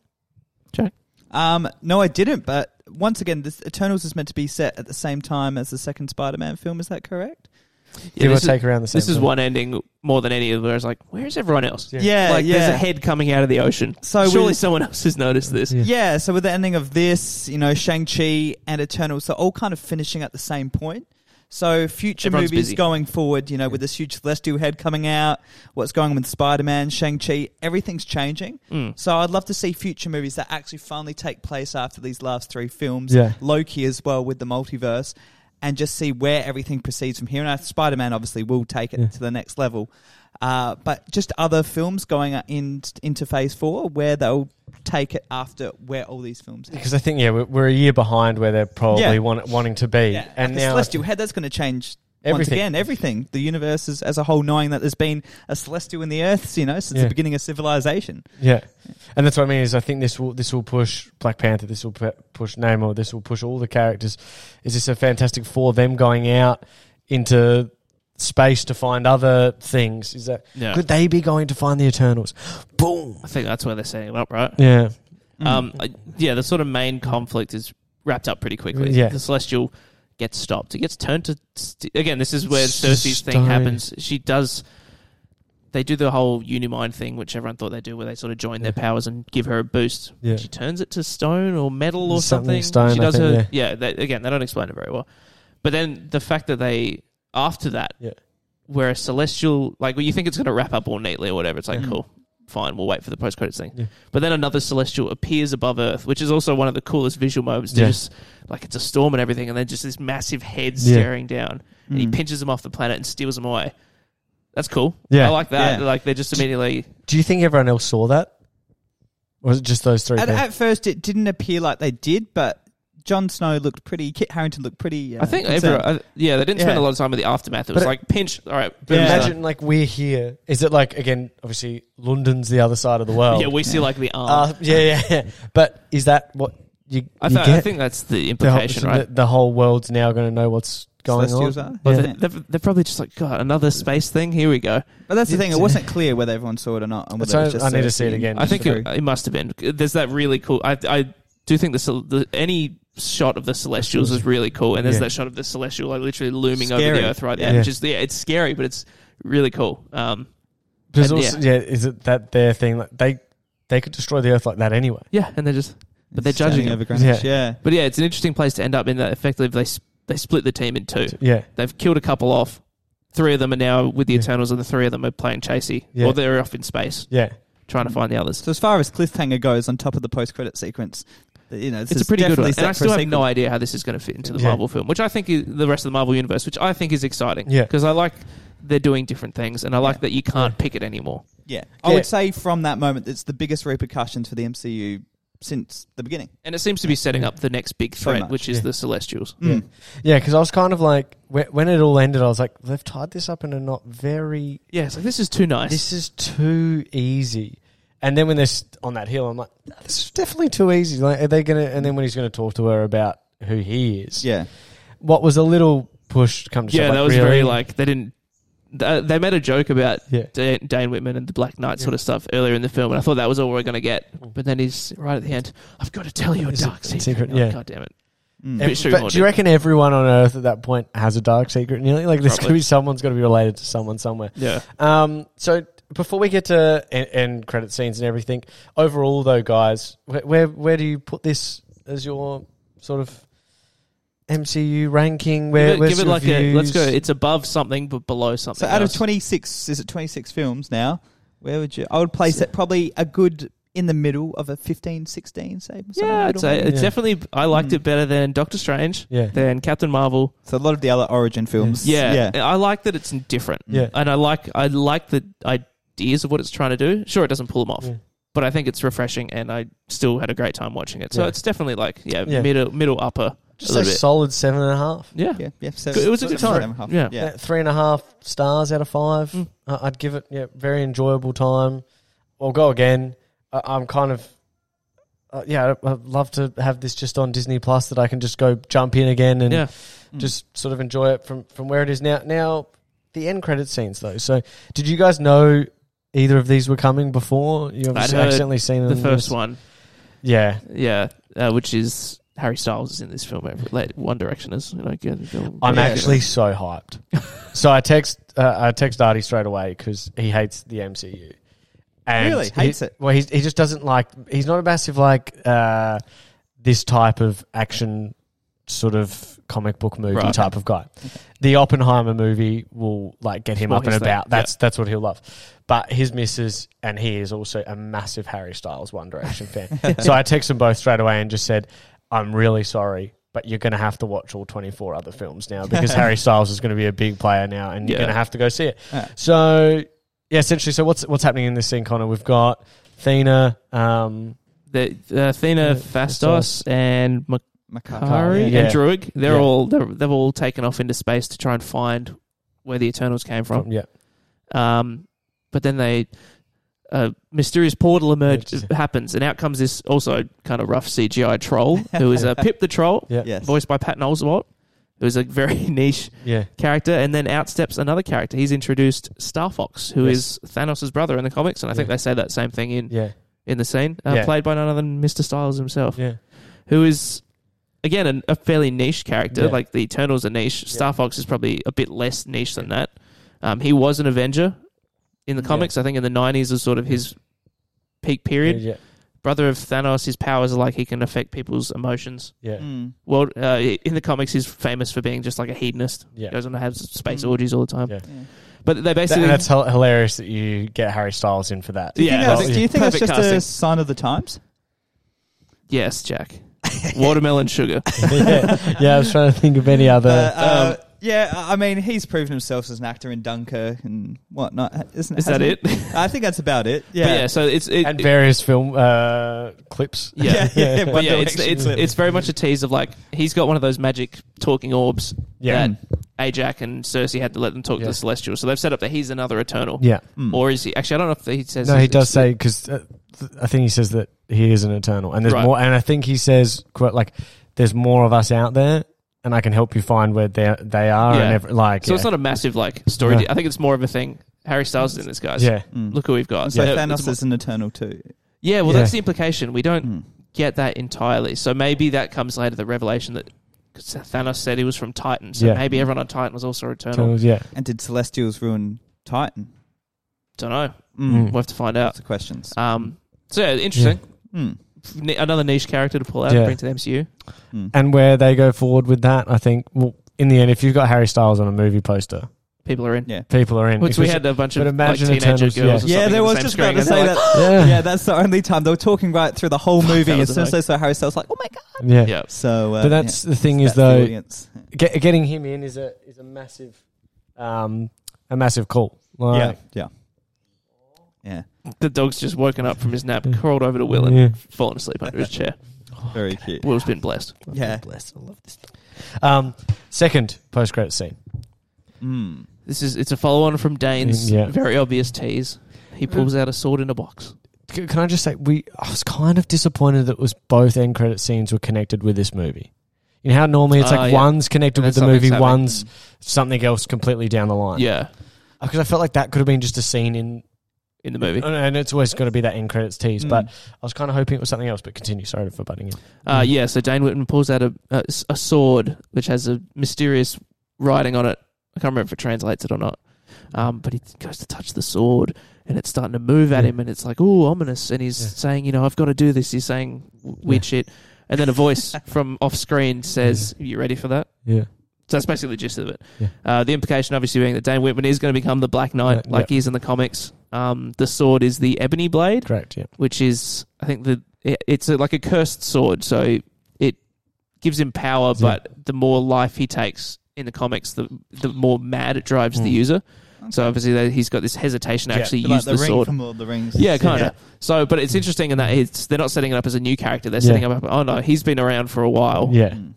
[SPEAKER 1] Um, no, I didn't. But once again, this Eternals is meant to be set at the same time as the second Spider-Man film. Is that correct?
[SPEAKER 2] Yeah,
[SPEAKER 3] Give or
[SPEAKER 2] this is-
[SPEAKER 3] take around the same.
[SPEAKER 2] This is
[SPEAKER 3] time?
[SPEAKER 2] one ending more than any of where it's like, where's everyone else?
[SPEAKER 3] Yeah. Oh,
[SPEAKER 2] like there's a head coming out of the ocean.
[SPEAKER 1] So
[SPEAKER 2] Surely
[SPEAKER 1] we-
[SPEAKER 2] someone else has noticed this.
[SPEAKER 3] Yeah.
[SPEAKER 1] Yeah, so with the ending of this, you know, Shang Chi and Eternals, they're all kind of finishing at the same point. So future
[SPEAKER 2] Everyone's
[SPEAKER 1] movies
[SPEAKER 2] busy.
[SPEAKER 1] going forward, you know, with this huge celestial head coming out, what's going on with Spider Man, Shang Chi, everything's changing.
[SPEAKER 2] Mm.
[SPEAKER 1] So I'd love to see future movies that actually finally take place after these last three films.
[SPEAKER 3] Yeah.
[SPEAKER 1] Loki as well with the multiverse, and just see where everything proceeds from here. And Spider Man obviously will take it
[SPEAKER 3] Yeah.
[SPEAKER 1] to the next level. Uh, but just other films going uh, in, into phase four where they'll take it after where all these films are.
[SPEAKER 3] Because I think yeah, we're, we're a year behind where they're probably
[SPEAKER 1] Yeah.
[SPEAKER 3] want, wanting to be,
[SPEAKER 1] Yeah,
[SPEAKER 3] and
[SPEAKER 1] like a
[SPEAKER 3] now
[SPEAKER 1] celestial head that's going to change once
[SPEAKER 3] everything.
[SPEAKER 1] again everything. The universe is, as a whole, knowing that there's been a celestial in the earth, you know, since
[SPEAKER 3] Yeah.
[SPEAKER 1] the beginning of civilization.
[SPEAKER 3] Yeah, and that's what I mean is I think this will this will push Black Panther, this will pu- push Namor, this will push all the characters. Is this a Fantastic Four? Them going out into space to find other things. Is that
[SPEAKER 2] Yeah.
[SPEAKER 3] could they be going to find the Eternals? Boom.
[SPEAKER 2] I think that's where they're setting it up, right?
[SPEAKER 3] Yeah. Mm.
[SPEAKER 2] Um, I- yeah, the sort of main conflict is wrapped up pretty quickly.
[SPEAKER 3] Yeah.
[SPEAKER 2] The Celestial gets stopped. It gets turned to. St- Again, this is where
[SPEAKER 3] S-
[SPEAKER 2] Cersei's thing
[SPEAKER 3] stone.
[SPEAKER 2] happens. She does. They do the whole Unimind thing, which everyone thought they do, where they sort of join their
[SPEAKER 3] Yeah.
[SPEAKER 2] powers and give her a boost.
[SPEAKER 3] Yeah.
[SPEAKER 2] She turns it to stone or metal or something.
[SPEAKER 3] Something stone,
[SPEAKER 2] she
[SPEAKER 3] I
[SPEAKER 2] does
[SPEAKER 3] think,
[SPEAKER 2] her. Yeah, they, again, they don't explain it very well. But then the fact that they after that,
[SPEAKER 3] Yeah.
[SPEAKER 2] where a celestial like well, you think it's going to wrap up all neatly or whatever. It's like
[SPEAKER 1] Yeah.
[SPEAKER 2] cool, fine, we'll wait for the post credits thing.
[SPEAKER 3] Yeah.
[SPEAKER 2] But then another celestial appears above Earth, which is also one of the coolest visual moments. To
[SPEAKER 3] Yeah.
[SPEAKER 2] just like it's a storm and everything, and then just this massive head
[SPEAKER 3] Yeah.
[SPEAKER 2] staring down, and he
[SPEAKER 1] Mm.
[SPEAKER 2] pinches them off the planet and steals them away. That's cool.
[SPEAKER 3] Yeah.
[SPEAKER 2] I like that.
[SPEAKER 1] Yeah.
[SPEAKER 2] Like they're just immediately
[SPEAKER 3] Do you think everyone else saw that? Or was it just those three
[SPEAKER 1] At,
[SPEAKER 3] people?
[SPEAKER 1] at first, it didn't appear like they did, but Jon Snow looked pretty. Kit Harrington looked pretty. Uh,
[SPEAKER 2] I think
[SPEAKER 1] concerned.
[SPEAKER 2] everyone, I, yeah, they didn't spend
[SPEAKER 1] Yeah.
[SPEAKER 2] a lot of time with the aftermath. It
[SPEAKER 3] um, But
[SPEAKER 2] was
[SPEAKER 3] it-
[SPEAKER 2] like pinch. All right,
[SPEAKER 3] But
[SPEAKER 2] boom,
[SPEAKER 1] Yeah.
[SPEAKER 2] done.
[SPEAKER 3] imagine like we're here. Is it like again? Obviously, London's the other side of the world.
[SPEAKER 2] yeah, we see like the arm.
[SPEAKER 3] Uh, yeah, yeah, yeah. But is that what you?
[SPEAKER 2] I,
[SPEAKER 3] you
[SPEAKER 2] th-
[SPEAKER 3] get?
[SPEAKER 2] I think that's the
[SPEAKER 3] the whole,
[SPEAKER 2] implication,
[SPEAKER 3] so
[SPEAKER 2] right?
[SPEAKER 3] the, the whole world's now going to know what's going
[SPEAKER 1] Celestials
[SPEAKER 3] on.
[SPEAKER 1] are.
[SPEAKER 3] Yeah.
[SPEAKER 2] But they- they're, they're probably just like, God, another space thing. Here we go.
[SPEAKER 1] But that's the
[SPEAKER 3] It's- uh,
[SPEAKER 1] thing; it wasn't clear whether everyone saw it or not. And whether
[SPEAKER 3] So
[SPEAKER 1] it was just
[SPEAKER 3] I need to
[SPEAKER 1] Cersei
[SPEAKER 3] see it
[SPEAKER 1] and-
[SPEAKER 3] again.
[SPEAKER 2] I think it,
[SPEAKER 1] True.
[SPEAKER 2] it must have been. There's that really cool. I I do think the, cel- the any shot of the Celestials is really cool, and there's
[SPEAKER 3] Yeah.
[SPEAKER 2] that shot of the Celestial like literally looming over
[SPEAKER 1] Scary.
[SPEAKER 2] the Earth right
[SPEAKER 1] Yeah.
[SPEAKER 2] there.
[SPEAKER 3] Yeah.
[SPEAKER 2] Just yeah, it's scary, but it's really cool. Um,
[SPEAKER 3] Because
[SPEAKER 2] And
[SPEAKER 3] also, yeah. is it that their thing? Like they they could destroy the earth like that anyway.
[SPEAKER 2] yeah, and they're just but they're
[SPEAKER 1] Standing
[SPEAKER 2] judging. it.
[SPEAKER 1] over Greenwich. Yeah.
[SPEAKER 2] But yeah, it's an interesting place to end up in that. Effectively, they s- they split the team in two.
[SPEAKER 3] Yeah,
[SPEAKER 2] They've killed a couple off. Three of them are now with the
[SPEAKER 3] Yeah.
[SPEAKER 2] Eternals, and the three of them are playing Chasey,
[SPEAKER 3] Yeah.
[SPEAKER 2] or they're off in space
[SPEAKER 3] yeah.
[SPEAKER 2] trying to find the others.
[SPEAKER 1] So as far as cliffhanger goes, on top of the post-credit sequence, you know, this
[SPEAKER 2] it's
[SPEAKER 1] is
[SPEAKER 2] a pretty good
[SPEAKER 1] definitely
[SPEAKER 2] one,
[SPEAKER 1] set
[SPEAKER 2] and I
[SPEAKER 1] for
[SPEAKER 2] still
[SPEAKER 1] a
[SPEAKER 2] have
[SPEAKER 1] sequel.
[SPEAKER 2] no idea how this is going to fit into the
[SPEAKER 3] Yeah.
[SPEAKER 2] Marvel film, which I think is the rest of the Marvel universe, which I think is exciting.
[SPEAKER 3] Yeah.
[SPEAKER 2] because I like they're doing different things, and I like that you can't pick it anymore.
[SPEAKER 1] Yeah, I
[SPEAKER 3] Yeah.
[SPEAKER 1] would say from that moment, it's the biggest repercussions for the MCU since the beginning.
[SPEAKER 2] And it seems to be setting up the next big
[SPEAKER 1] So
[SPEAKER 2] threat,
[SPEAKER 1] much,
[SPEAKER 2] which is
[SPEAKER 3] yeah.
[SPEAKER 2] the Celestials.
[SPEAKER 1] Mm.
[SPEAKER 3] Yeah, because I was kind of like, when, when it all ended, I was like, they've tied this up in a not very.
[SPEAKER 2] Yeah, it's like this is too nice.
[SPEAKER 3] This is too easy. And then when they're st- on that hill, I'm like, "No, this is definitely too easy. Like, are they gonna? And then when he's gonna talk to her about who he is,
[SPEAKER 1] Yeah,
[SPEAKER 3] what was a little push come to
[SPEAKER 2] yeah,
[SPEAKER 3] shove,
[SPEAKER 2] that was
[SPEAKER 3] really?
[SPEAKER 2] very like they didn't. They, they made a joke about
[SPEAKER 3] Yeah.
[SPEAKER 2] Da- Dane Whitman and the Black Knight sort of stuff earlier in the film, and I thought that was all we are going to get. But then he's right at the end. I've got to tell you a
[SPEAKER 3] Mm. It's a-
[SPEAKER 2] dark
[SPEAKER 3] it's
[SPEAKER 2] secret.
[SPEAKER 3] secret,
[SPEAKER 2] You're like,
[SPEAKER 3] yeah.
[SPEAKER 2] God damn it.
[SPEAKER 1] Mm.
[SPEAKER 2] Ev-
[SPEAKER 3] Ev-
[SPEAKER 2] Bit shoe
[SPEAKER 3] but do
[SPEAKER 2] laundry.
[SPEAKER 3] you reckon everyone on Earth at that point has a dark secret? Nearly like this could
[SPEAKER 2] Probably.
[SPEAKER 3] be someone's got to be related to someone somewhere.
[SPEAKER 2] Yeah.
[SPEAKER 3] Um, so before we get to end, end credit scenes and everything, overall though, guys, where, where where do you put this as your sort of MCU ranking? Where
[SPEAKER 2] give it,
[SPEAKER 3] where's
[SPEAKER 2] give it
[SPEAKER 3] your
[SPEAKER 2] like a let's go.
[SPEAKER 3] views?
[SPEAKER 2] It's above something, but below
[SPEAKER 1] So
[SPEAKER 2] something.
[SPEAKER 1] out of
[SPEAKER 2] else.
[SPEAKER 1] twenty six, is it twenty six films now? Where would you? I would place it probably a good in the middle of a 15, 16, say. somewhere in the
[SPEAKER 2] Yeah, I'd
[SPEAKER 1] middle,
[SPEAKER 2] say
[SPEAKER 1] maybe.
[SPEAKER 2] it's
[SPEAKER 3] Yeah.
[SPEAKER 2] definitely. I liked
[SPEAKER 1] Mm.
[SPEAKER 2] it better than Doctor Strange,
[SPEAKER 3] yeah,
[SPEAKER 2] than Captain Marvel.
[SPEAKER 1] So a lot of the other origin films.
[SPEAKER 2] Yeah, I like that it's different,
[SPEAKER 3] yeah,
[SPEAKER 2] and I like I like the ideas of what it's trying to do. Sure, it doesn't pull them off,
[SPEAKER 3] Yeah.
[SPEAKER 2] but I think it's refreshing, and I still had a great time watching it. So
[SPEAKER 3] Yeah.
[SPEAKER 2] it's definitely like yeah,
[SPEAKER 3] Yeah.
[SPEAKER 2] middle middle upper.
[SPEAKER 3] just
[SPEAKER 2] a
[SPEAKER 3] a
[SPEAKER 2] little bit.
[SPEAKER 3] solid seven and a half.
[SPEAKER 2] Yeah,
[SPEAKER 1] yeah, yeah. So
[SPEAKER 2] It was a good
[SPEAKER 1] seven
[SPEAKER 2] time.
[SPEAKER 1] and a half.
[SPEAKER 2] Yeah.
[SPEAKER 1] yeah.
[SPEAKER 3] Uh, three and a half stars out of five.
[SPEAKER 2] Mm.
[SPEAKER 3] I I'd give it. Yeah, very enjoyable time. I'll go again. I, I'm kind of. Uh, yeah, I- I'd love to have this just on Disney Plus that I can just go jump in again and
[SPEAKER 2] yeah.
[SPEAKER 1] Mm.
[SPEAKER 3] just sort of enjoy it from from where it is now. Now, the end credit scenes though. So, did you guys know either of these were coming before? You obviously
[SPEAKER 2] heard
[SPEAKER 3] accidentally seen
[SPEAKER 2] The
[SPEAKER 3] them
[SPEAKER 2] first one,
[SPEAKER 3] Yeah,
[SPEAKER 2] yeah, uh, which is Harry Styles is in this film. every- like, One Direction is you know. Get, go-
[SPEAKER 3] I'm
[SPEAKER 2] yeah.
[SPEAKER 3] actually so hyped. so I text uh, I text Artie straight away because he hates the MCU. And
[SPEAKER 1] Really?
[SPEAKER 3] he-
[SPEAKER 1] Hates it?
[SPEAKER 3] Well, he's, he just doesn't like. He's not a massive like uh, this type of action sort of comic book movie
[SPEAKER 2] Right.
[SPEAKER 3] type of guy. The Oppenheimer movie will like get him
[SPEAKER 2] Well,
[SPEAKER 3] up and
[SPEAKER 2] he's that-
[SPEAKER 3] about. That's that's what he'll love. But his missus and he is also a massive Harry Styles One Direction fan. so I text them both straight away and just said, "I'm really sorry." But you're going to have to watch all 24 other films now because Harry Styles is going to be a big player now, and you're
[SPEAKER 2] Yeah.
[SPEAKER 3] going to have to go see it.
[SPEAKER 1] Yeah.
[SPEAKER 3] So, yeah, essentially. So, what's what's happening in this scene, Connor? We've got Thena, um,
[SPEAKER 2] the, the Athena,
[SPEAKER 3] Uh,
[SPEAKER 2] Fastos, and Kari
[SPEAKER 1] Macari.
[SPEAKER 3] Yeah.
[SPEAKER 2] and Druig. They're
[SPEAKER 3] Yeah.
[SPEAKER 2] all they're, they've all taken off into space to try and find where the Eternals came from.
[SPEAKER 3] yeah,
[SPEAKER 2] Um, but then they a mysterious portal emerge
[SPEAKER 3] Yeah, just-
[SPEAKER 2] happens, and out comes this also kind of rough CGI troll who is uh, Pip the troll,
[SPEAKER 3] yeah,
[SPEAKER 1] Yes.
[SPEAKER 2] voiced by Patton Oswalt, who's a very niche
[SPEAKER 3] Yeah.
[SPEAKER 2] character, and then out steps another character. He's introduced Star Fox, who is Thanos' brother in the comics, and I think
[SPEAKER 3] Yeah.
[SPEAKER 2] they say that same thing in,
[SPEAKER 3] Yeah.
[SPEAKER 2] in the scene, uh,
[SPEAKER 3] Yeah.
[SPEAKER 2] played by none other than Mr. Styles himself,
[SPEAKER 3] Yeah.
[SPEAKER 2] who is, again, an, a fairly niche character.
[SPEAKER 3] Yeah.
[SPEAKER 2] Like the Eternals are niche. Star Fox is probably a bit less niche than that. Um, he was an Avenger in the
[SPEAKER 3] Yeah.
[SPEAKER 2] comics. I think in the 90s was sort of his peak period.
[SPEAKER 3] Yeah.
[SPEAKER 2] Brother of Thanos, his powers are like he can affect people's emotions.
[SPEAKER 3] Yeah.
[SPEAKER 1] Mm.
[SPEAKER 2] Well, uh, in the comics, he's famous for being just like a hedonist.
[SPEAKER 3] Yeah.
[SPEAKER 2] Goes on to have space
[SPEAKER 1] Mm.
[SPEAKER 2] orgies all the time.
[SPEAKER 3] Yeah.
[SPEAKER 1] Yeah.
[SPEAKER 2] But they
[SPEAKER 3] That-
[SPEAKER 2] basically
[SPEAKER 3] and that's hil- hilarious that you get Harry Styles in for that.
[SPEAKER 1] Do you
[SPEAKER 2] Yeah,
[SPEAKER 1] think,
[SPEAKER 2] well,
[SPEAKER 1] that's, do you think that's
[SPEAKER 2] perfect
[SPEAKER 1] just
[SPEAKER 2] casting.
[SPEAKER 1] a sign of the times?
[SPEAKER 2] yes, Jack. Watermelon sugar.
[SPEAKER 3] yeah. yeah, I was trying to think of any other. um,
[SPEAKER 1] But, uh, yeah, I I mean, he's proven himself as an actor in Dunkirk and whatnot. Isn't
[SPEAKER 2] Is that
[SPEAKER 1] hasn't
[SPEAKER 2] it?
[SPEAKER 1] he? I think that's about it.
[SPEAKER 2] But
[SPEAKER 1] Yeah.
[SPEAKER 2] yeah. So it's it,
[SPEAKER 3] and various film uh, clips.
[SPEAKER 2] yeah.
[SPEAKER 1] Yeah, yeah,
[SPEAKER 2] But
[SPEAKER 1] One
[SPEAKER 2] yeah, it's
[SPEAKER 1] Direction
[SPEAKER 2] it's
[SPEAKER 1] clip.
[SPEAKER 2] it's very much a tease of like he's got one of those magic talking orbs
[SPEAKER 3] Yeah.
[SPEAKER 2] that Ajax and Cersei had to let them talk to
[SPEAKER 3] Yeah.
[SPEAKER 2] the Celestial. So they've set up that he's another Eternal.
[SPEAKER 3] Yeah.
[SPEAKER 1] Mm.
[SPEAKER 2] Or is he? Actually, I don't know if he says.
[SPEAKER 3] No, he
[SPEAKER 2] he's-
[SPEAKER 3] does say because uh, th- I think he says that he is an eternal, and there's
[SPEAKER 2] Right.
[SPEAKER 3] more. And I think he says quote like, "There's more of us out there, and I can help you find where they they are."
[SPEAKER 2] Yeah.
[SPEAKER 3] And every, like,
[SPEAKER 2] So it's
[SPEAKER 3] yeah.
[SPEAKER 2] not a massive like story.
[SPEAKER 3] No.
[SPEAKER 2] I think it's more of a thing. Harry Styles is in this guys.
[SPEAKER 3] yeah,
[SPEAKER 1] Mm.
[SPEAKER 2] Look who we've got.
[SPEAKER 1] And so
[SPEAKER 2] Yeah, it's
[SPEAKER 1] Thanos
[SPEAKER 2] mo-
[SPEAKER 1] is an eternal too.
[SPEAKER 2] Yeah, well,
[SPEAKER 3] Yeah.
[SPEAKER 2] that's the implication. We don't
[SPEAKER 1] Mm.
[SPEAKER 2] get that entirely. So maybe that comes later. The revelation that 'cause Thanos said he was from Titan. So
[SPEAKER 3] Yeah.
[SPEAKER 2] maybe everyone on Titan was also Eternal.
[SPEAKER 3] Eternals, yeah.
[SPEAKER 1] And did Celestials ruin Titan?
[SPEAKER 2] Don't know.
[SPEAKER 1] Mm.
[SPEAKER 3] Mm.
[SPEAKER 2] We'll have to find out.
[SPEAKER 1] Lots of questions.
[SPEAKER 2] Um, so yeah, interesting.
[SPEAKER 1] Mm.
[SPEAKER 2] Ni- Another niche character to pull out
[SPEAKER 3] Yeah.
[SPEAKER 2] and bring to the MCU.
[SPEAKER 1] Mm.
[SPEAKER 3] And where they go forward with that, I think. Well, in the end, if you've got Harry Styles on a movie poster,
[SPEAKER 2] People are in.
[SPEAKER 1] Yeah.
[SPEAKER 3] people are in.
[SPEAKER 2] Which
[SPEAKER 3] If
[SPEAKER 2] we
[SPEAKER 3] it's-
[SPEAKER 2] had a bunch of
[SPEAKER 3] but
[SPEAKER 2] like
[SPEAKER 3] imagine
[SPEAKER 2] teenager
[SPEAKER 3] Eternals,
[SPEAKER 2] girls.
[SPEAKER 3] yeah.
[SPEAKER 2] Or something
[SPEAKER 1] Yeah,
[SPEAKER 2] in
[SPEAKER 1] there
[SPEAKER 2] the
[SPEAKER 1] was
[SPEAKER 2] same
[SPEAKER 1] just
[SPEAKER 2] screen
[SPEAKER 1] about to
[SPEAKER 2] and
[SPEAKER 1] say
[SPEAKER 2] they're
[SPEAKER 1] that.
[SPEAKER 2] like,
[SPEAKER 3] yeah,
[SPEAKER 1] yeah, that's the only time they were talking right through the whole
[SPEAKER 2] Fuck,
[SPEAKER 1] movie.
[SPEAKER 2] that
[SPEAKER 1] As
[SPEAKER 2] was
[SPEAKER 1] soon as
[SPEAKER 2] annoying.
[SPEAKER 1] they saw Harry Styles, like, oh my god!
[SPEAKER 3] yeah.
[SPEAKER 2] Yeah.
[SPEAKER 1] So, uh,
[SPEAKER 3] But that's the thing
[SPEAKER 1] yeah,
[SPEAKER 3] is
[SPEAKER 1] that's the
[SPEAKER 3] though,
[SPEAKER 1] audience.
[SPEAKER 3] get, getting him in is a is a massive, um, a massive call. Like,
[SPEAKER 1] yeah, yeah,
[SPEAKER 2] The dog's just woken up from his nap, crawled over to Will and fallen asleep under his chair.
[SPEAKER 1] yeah. Very cute.
[SPEAKER 2] Will's been blessed.
[SPEAKER 1] Yeah.
[SPEAKER 3] Oh, bless. I love this. Um, second post credit scene.
[SPEAKER 1] Mm.
[SPEAKER 2] This is it's a follow on from Dane's
[SPEAKER 3] Yeah.
[SPEAKER 2] very obvious tease. He
[SPEAKER 1] Mm.
[SPEAKER 2] pulls out a sword in a box.
[SPEAKER 3] C- Can I just say we? I was kind of disappointed that it was both end credit scenes were connected with this movie. You know how normally it's
[SPEAKER 2] Oh,
[SPEAKER 3] like
[SPEAKER 2] yeah.
[SPEAKER 3] one's connected
[SPEAKER 2] And
[SPEAKER 3] with
[SPEAKER 2] then
[SPEAKER 3] the movie,
[SPEAKER 2] something's happening.
[SPEAKER 1] hmm.
[SPEAKER 3] one's something else completely down the line.
[SPEAKER 2] Yeah,
[SPEAKER 3] because I felt like that could have been just a scene in,
[SPEAKER 2] in the movie.
[SPEAKER 3] and it's always got to be that end credits tease.
[SPEAKER 1] Mm.
[SPEAKER 3] But I was kind of hoping it was something else. But continue. Sorry for butting in.
[SPEAKER 2] Uh, yeah, so Dane Whitman pulls out a, a s- a sword which has a mysterious writing on it. I can't remember if it translates it or not. Um, but he goes to touch the sword and it's starting to move at
[SPEAKER 3] Yeah.
[SPEAKER 2] him and it's like, oh, ominous. And he's
[SPEAKER 3] Yeah.
[SPEAKER 2] saying, you know, I've got to do this. He's saying w- weird shit. And then a voice from off screen says, you ready for that?
[SPEAKER 3] Yeah.
[SPEAKER 2] So that's basically the gist of it.
[SPEAKER 3] Yeah.
[SPEAKER 2] Uh, the implication, obviously, being that Dane Whitman is going to become the Black Knight
[SPEAKER 3] Yeah,
[SPEAKER 2] like
[SPEAKER 3] yeah.
[SPEAKER 2] he is in the comics. Um, the sword is the Ebony Blade
[SPEAKER 3] Correct. Yeah.
[SPEAKER 2] which is I think the it- it's a, like a cursed sword, so it gives him power,
[SPEAKER 3] Yeah.
[SPEAKER 2] but the more life he takes in the comics, the the more mad it drives the
[SPEAKER 3] Mm.
[SPEAKER 2] user. So obviously that he's got this hesitation to
[SPEAKER 3] Yeah,
[SPEAKER 2] actually
[SPEAKER 1] Bit
[SPEAKER 2] use
[SPEAKER 1] like
[SPEAKER 2] the,
[SPEAKER 1] the, ring
[SPEAKER 2] sword.
[SPEAKER 1] from Lord of the Rings.
[SPEAKER 2] yeah, kind of.
[SPEAKER 3] Yeah.
[SPEAKER 2] So, but it's interesting in that it's they're not setting it up as a new character. They're
[SPEAKER 3] Yeah.
[SPEAKER 2] setting up. Oh no, he's been around for a while,
[SPEAKER 3] Yeah.
[SPEAKER 1] Mm.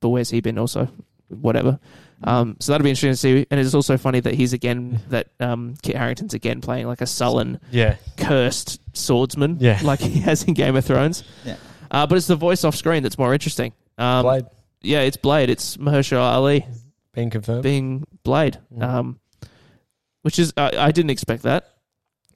[SPEAKER 2] but where's he been also? Whatever. Um, so that'll be interesting to see. And it's also funny that he's again that um, Kit Harrington's again playing like a sullen
[SPEAKER 3] Yeah.
[SPEAKER 2] cursed swordsman,
[SPEAKER 3] Yeah.
[SPEAKER 2] like he has in Game of Thrones.
[SPEAKER 1] Yeah.
[SPEAKER 2] Uh, but it's the voice off screen that's more interesting. Um,
[SPEAKER 3] Blade
[SPEAKER 2] Yeah, it's Blade. It's Mahershala Ali
[SPEAKER 3] being confirmed.
[SPEAKER 2] being Blade,
[SPEAKER 3] Mm.
[SPEAKER 2] um, which is I, I didn't expect that.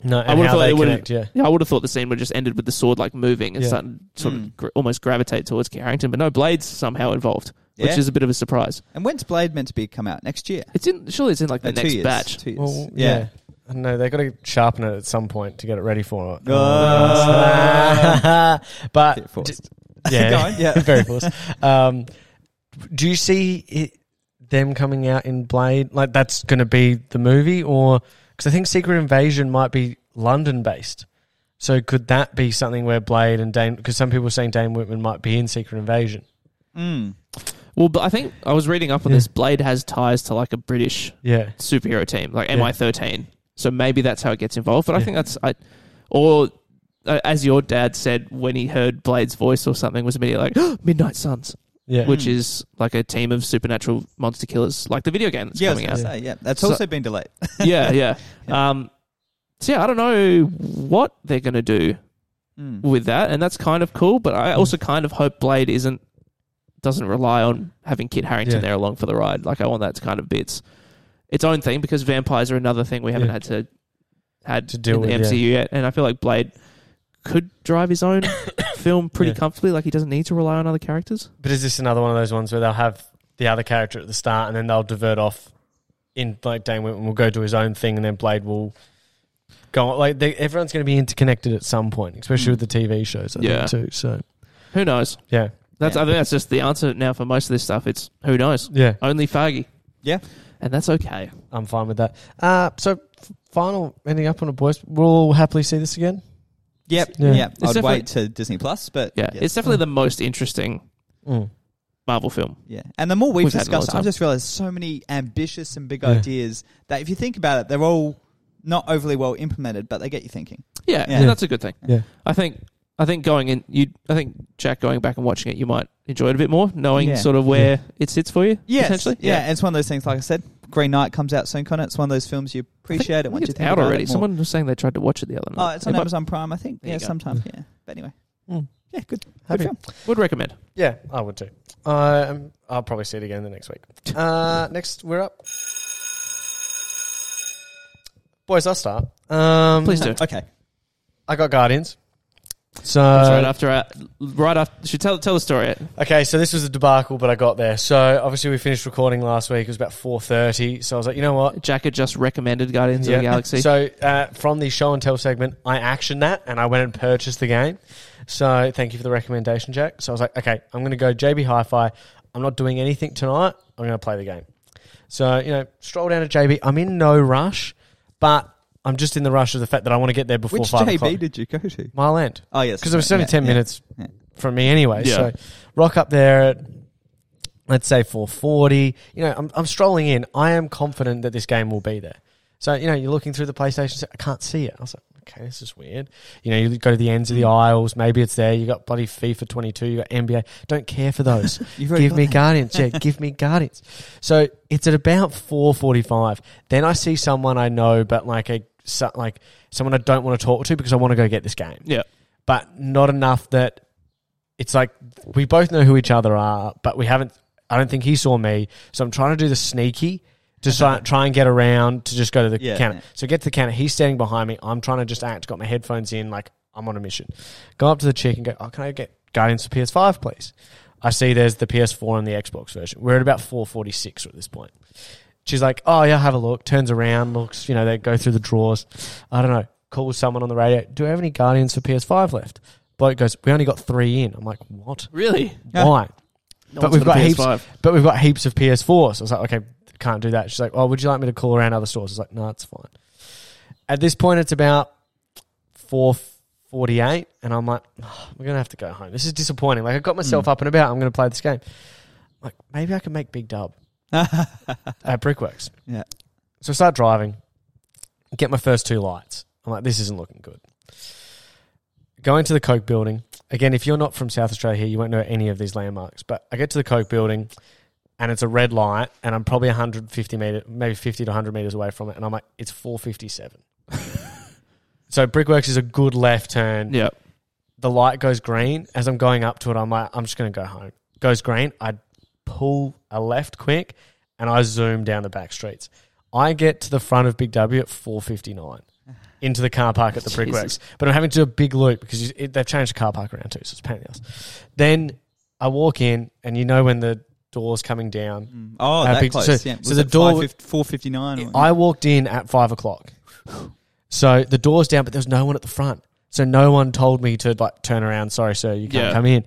[SPEAKER 3] no, and
[SPEAKER 2] would've
[SPEAKER 3] how
[SPEAKER 2] thought
[SPEAKER 3] they
[SPEAKER 2] it would've-
[SPEAKER 3] connect. Yeah.
[SPEAKER 2] Yeah, I would have thought the scene would have just ended with the sword like moving and
[SPEAKER 3] Yeah.
[SPEAKER 2] starting to sort
[SPEAKER 1] Mm.
[SPEAKER 2] of gr- almost gravitate towards Kit Harington, but no, Blade's somehow involved, which
[SPEAKER 1] Yeah.
[SPEAKER 2] is a bit of a surprise.
[SPEAKER 1] And when's Blade meant to be come out next year?
[SPEAKER 2] It's in surely it's in like the
[SPEAKER 1] Uh, two
[SPEAKER 2] next
[SPEAKER 1] years.
[SPEAKER 2] batch.
[SPEAKER 1] Two years.
[SPEAKER 3] Well, yeah.
[SPEAKER 1] yeah.
[SPEAKER 3] I don't know. They've got to sharpen it at some point to get it ready for it.
[SPEAKER 1] Oh.
[SPEAKER 3] but,
[SPEAKER 1] Bit forced.
[SPEAKER 3] Uh, d- yeah.
[SPEAKER 1] Go on, yeah.
[SPEAKER 3] Very forced. Um, do you see it, them coming out in Blade? Like, that's going to be the movie? Or. Because I think Secret Invasion might be London based. So could that be something where Blade and Dane. Because some people are saying Dane Whitman might be in Secret Invasion.
[SPEAKER 1] Mm.
[SPEAKER 2] Well, but I think I was reading up on
[SPEAKER 3] Yeah.
[SPEAKER 2] this. Blade has ties to like a British
[SPEAKER 3] Yeah.
[SPEAKER 2] superhero team, like
[SPEAKER 3] Yeah.
[SPEAKER 2] MI13. So maybe that's how it gets involved. But I
[SPEAKER 3] Yeah.
[SPEAKER 2] think that's I, or uh, as your dad said when he heard Blade's voice or something was immediately like Midnight Suns,
[SPEAKER 3] Yeah. Hmm.
[SPEAKER 2] which
[SPEAKER 1] Mm.
[SPEAKER 2] is like a team of supernatural monster killers, like the video game that's
[SPEAKER 1] Yeah, I was
[SPEAKER 2] coming
[SPEAKER 1] gonna
[SPEAKER 2] out.
[SPEAKER 1] say, yeah. That's
[SPEAKER 2] So-
[SPEAKER 1] also been delayed.
[SPEAKER 2] yeah, yeah. Um, so yeah, I don't know what they're gonna do
[SPEAKER 1] Mm.
[SPEAKER 3] Mm.
[SPEAKER 2] with that, and that's kind of cool. But I also kind of hope Blade isn't doesn't rely on having Kit Harrington
[SPEAKER 3] Yeah.
[SPEAKER 2] there along for the ride. Like I want that to kind of be its its own thing because vampires are another thing we haven't
[SPEAKER 3] Yeah.
[SPEAKER 2] had to had
[SPEAKER 3] To deal
[SPEAKER 2] in the
[SPEAKER 3] with, yeah.
[SPEAKER 2] MCU yet. And I feel like Blade could drive his own film pretty
[SPEAKER 3] Yeah.
[SPEAKER 2] comfortably. Like he doesn't need to rely on other characters.
[SPEAKER 3] But is this another one of those ones where they'll have the other character at the start and then they'll divert off in like Dane Whitman will go do his own thing and then Blade will go on. Like they, everyone's going to be interconnected at some point, especially
[SPEAKER 1] Mm.
[SPEAKER 3] with the TV shows, I
[SPEAKER 2] Yeah.
[SPEAKER 3] think, too. So,
[SPEAKER 2] Who knows?
[SPEAKER 3] yeah.
[SPEAKER 2] That's
[SPEAKER 1] Yeah.
[SPEAKER 2] I think that's just the answer now for most of this stuff. It's who knows.
[SPEAKER 3] Yeah.
[SPEAKER 2] Only Faggy.
[SPEAKER 1] Yeah.
[SPEAKER 2] And that's okay.
[SPEAKER 3] I'm fine with that. Uh, so, f- final ending up on a boys. We'll all happily see this again.
[SPEAKER 1] Yep.
[SPEAKER 3] Yeah.
[SPEAKER 1] Yep.
[SPEAKER 2] It's
[SPEAKER 1] I'd
[SPEAKER 2] definitely-
[SPEAKER 1] wait to Disney Plus, but
[SPEAKER 2] Yeah.
[SPEAKER 1] yes.
[SPEAKER 2] It's definitely the most interesting Marvel film.
[SPEAKER 1] Yeah, and the more we've,
[SPEAKER 2] We've had lots
[SPEAKER 1] discussed,
[SPEAKER 2] of-
[SPEAKER 1] I've just realised so many ambitious and big
[SPEAKER 3] Yeah.
[SPEAKER 1] ideas that if you think about it, they're all not overly well implemented, but they get you thinking.
[SPEAKER 2] Yeah,
[SPEAKER 1] Yeah.
[SPEAKER 2] and that's a good thing.
[SPEAKER 3] Yeah.
[SPEAKER 2] I think I think going in you I think Jack going back and watching it you might enjoy it a bit more, knowing
[SPEAKER 1] Yeah.
[SPEAKER 2] sort of where it sits for you.
[SPEAKER 1] Yes,
[SPEAKER 2] Potentially.
[SPEAKER 1] yeah, and it's one of those things. Like I said, Green Knight comes out soon. Connor, it's one of those films you
[SPEAKER 2] I think-
[SPEAKER 1] appreciate
[SPEAKER 2] I
[SPEAKER 1] it
[SPEAKER 2] think
[SPEAKER 1] once you
[SPEAKER 2] it's
[SPEAKER 1] think
[SPEAKER 2] out
[SPEAKER 1] about
[SPEAKER 2] already.
[SPEAKER 1] It more.
[SPEAKER 2] Someone was saying they tried to watch it the other
[SPEAKER 1] oh,
[SPEAKER 2] night.
[SPEAKER 1] it's
[SPEAKER 2] It
[SPEAKER 1] on
[SPEAKER 2] might-
[SPEAKER 1] Amazon Prime, I think.
[SPEAKER 2] There
[SPEAKER 1] Yeah,
[SPEAKER 2] you go.
[SPEAKER 1] sometime. Yeah, but anyway,
[SPEAKER 3] Mm.
[SPEAKER 1] yeah, good.
[SPEAKER 3] Happy.
[SPEAKER 1] Good film.
[SPEAKER 2] Would recommend.
[SPEAKER 3] Yeah, I would too. Um, I'll probably see it again the next week. Uh, next, we're up. Boys, I'll start. Um,
[SPEAKER 2] Please do.
[SPEAKER 1] Okay,
[SPEAKER 3] I got Guardians. So
[SPEAKER 2] That's right after uh, right after should tell tell the story.
[SPEAKER 3] Okay, so this was a debacle, but I got there. So obviously we finished recording last week. It was about four thirty. So I was like, you know what?
[SPEAKER 2] Jack had just recommended Guardians of the Galaxy.
[SPEAKER 3] So uh, from the show and tell segment, I actioned that and I went and purchased the game. So thank you for the recommendation, Jack. So I was like, okay, I'm going to go JB Hi-Fi. I'm not doing anything tonight. I'm going to play the game. So you know, stroll down to JB. I'm in no rush, but I'm just in the rush of the fact that I want to get there before
[SPEAKER 1] which
[SPEAKER 3] five
[SPEAKER 1] JB
[SPEAKER 3] o'clock.
[SPEAKER 1] did you go to?
[SPEAKER 3] Mile End
[SPEAKER 1] Oh, yes,
[SPEAKER 3] because it was only
[SPEAKER 1] yeah,
[SPEAKER 3] ten
[SPEAKER 1] yeah.
[SPEAKER 3] minutes
[SPEAKER 1] Yeah.
[SPEAKER 3] from me anyway.
[SPEAKER 2] Yeah.
[SPEAKER 3] So rock up there at let's say four forty. You know, I'm, I'm strolling in. I am confident that this game will be there. So you know, you're looking through the PlayStation. so I can't see it. I was like, okay, this is weird. You know, you go to the ends of
[SPEAKER 1] Mm.
[SPEAKER 3] the aisles. Maybe it's there. You got bloody FIFA 22. You got NBA. Don't care for those.
[SPEAKER 1] You've already
[SPEAKER 3] give
[SPEAKER 1] got
[SPEAKER 3] me
[SPEAKER 1] that.
[SPEAKER 3] Guardians. Yeah, give me Guardians. So it's at about four forty-five. Then I see someone I know, but like a so- like someone I don't want to talk to because I want to go get this game
[SPEAKER 2] yeah.
[SPEAKER 3] but not enough that it's like we both know who each other are, but we haven't. I don't think he saw me, so I'm trying to do the sneaky to try, try and get around to just go to the
[SPEAKER 1] Yeah,
[SPEAKER 3] counter.
[SPEAKER 1] yeah.
[SPEAKER 3] So get to the counter. He's standing behind me. I'm trying to just act. Got my headphones in, like I'm on a mission. Go up to the chick and go. Oh, can I get Guardians for PS5, please? I see there's the PS4 and the Xbox version. We're at about 446 at this point. She's like, oh yeah, have a look. Turns around, looks. You know, they go through the drawers. I don't know. Calls someone on the radio. Do I have any Guardians for PS5 left? Bloke goes, we only got three in. I'm like, what?
[SPEAKER 2] Really?
[SPEAKER 1] Yeah.
[SPEAKER 3] Why?
[SPEAKER 2] No
[SPEAKER 3] But
[SPEAKER 2] one's
[SPEAKER 3] we've got
[SPEAKER 2] a
[SPEAKER 3] heaps-
[SPEAKER 2] PS5.
[SPEAKER 3] But we've got heaps of PS4s. I was like, okay, can't do that. She's like, oh, would you like me to call around other stores? I was like, no, it's fine. At this point, it's about four forty-eight, and I'm like, "Ugh, we're gonna have to go home. This is disappointing. Like, I got myself
[SPEAKER 1] Mm.
[SPEAKER 3] up and about. I'm gonna play this game. Like, maybe I can make Big Dub at Brickworks.
[SPEAKER 1] Yeah.
[SPEAKER 3] So I start driving, get my first two lights. I'm like, this isn't looking good. Go into the Coke building. Again, if you're not from South Australia here, you won't know any of these landmarks. But I get to the Coke building and it's a red light and I'm probably 150 meter, maybe 50 to 100 meters away from it. And I'm like, it's 457. so Brickworks is a good left turn
[SPEAKER 2] Yeah.
[SPEAKER 3] the light goes green. As I'm going up to it, I'm like, I'm just going to go home. Goes green. I pull a left quick and I zoom down the back streets. I get to the front of Big W at 459 into the car park at the
[SPEAKER 2] Jesus.
[SPEAKER 3] Brickworks. But I'm having to do a big loop because you- it, they've changed the car park around too, so it's a pain in the ass. Then I walk in and you know when the door's coming down.
[SPEAKER 1] Mm. Oh,
[SPEAKER 3] How
[SPEAKER 1] that
[SPEAKER 3] big-
[SPEAKER 1] close.
[SPEAKER 3] so-
[SPEAKER 1] yeah.
[SPEAKER 3] so
[SPEAKER 1] Was
[SPEAKER 3] the
[SPEAKER 1] it
[SPEAKER 3] door-
[SPEAKER 1] 459
[SPEAKER 3] I walked in at five o'clock. So the door's down, but there's no one at the front. So no one told me to like turn around. Sorry, sir, you can't
[SPEAKER 2] Yeah.
[SPEAKER 3] come in.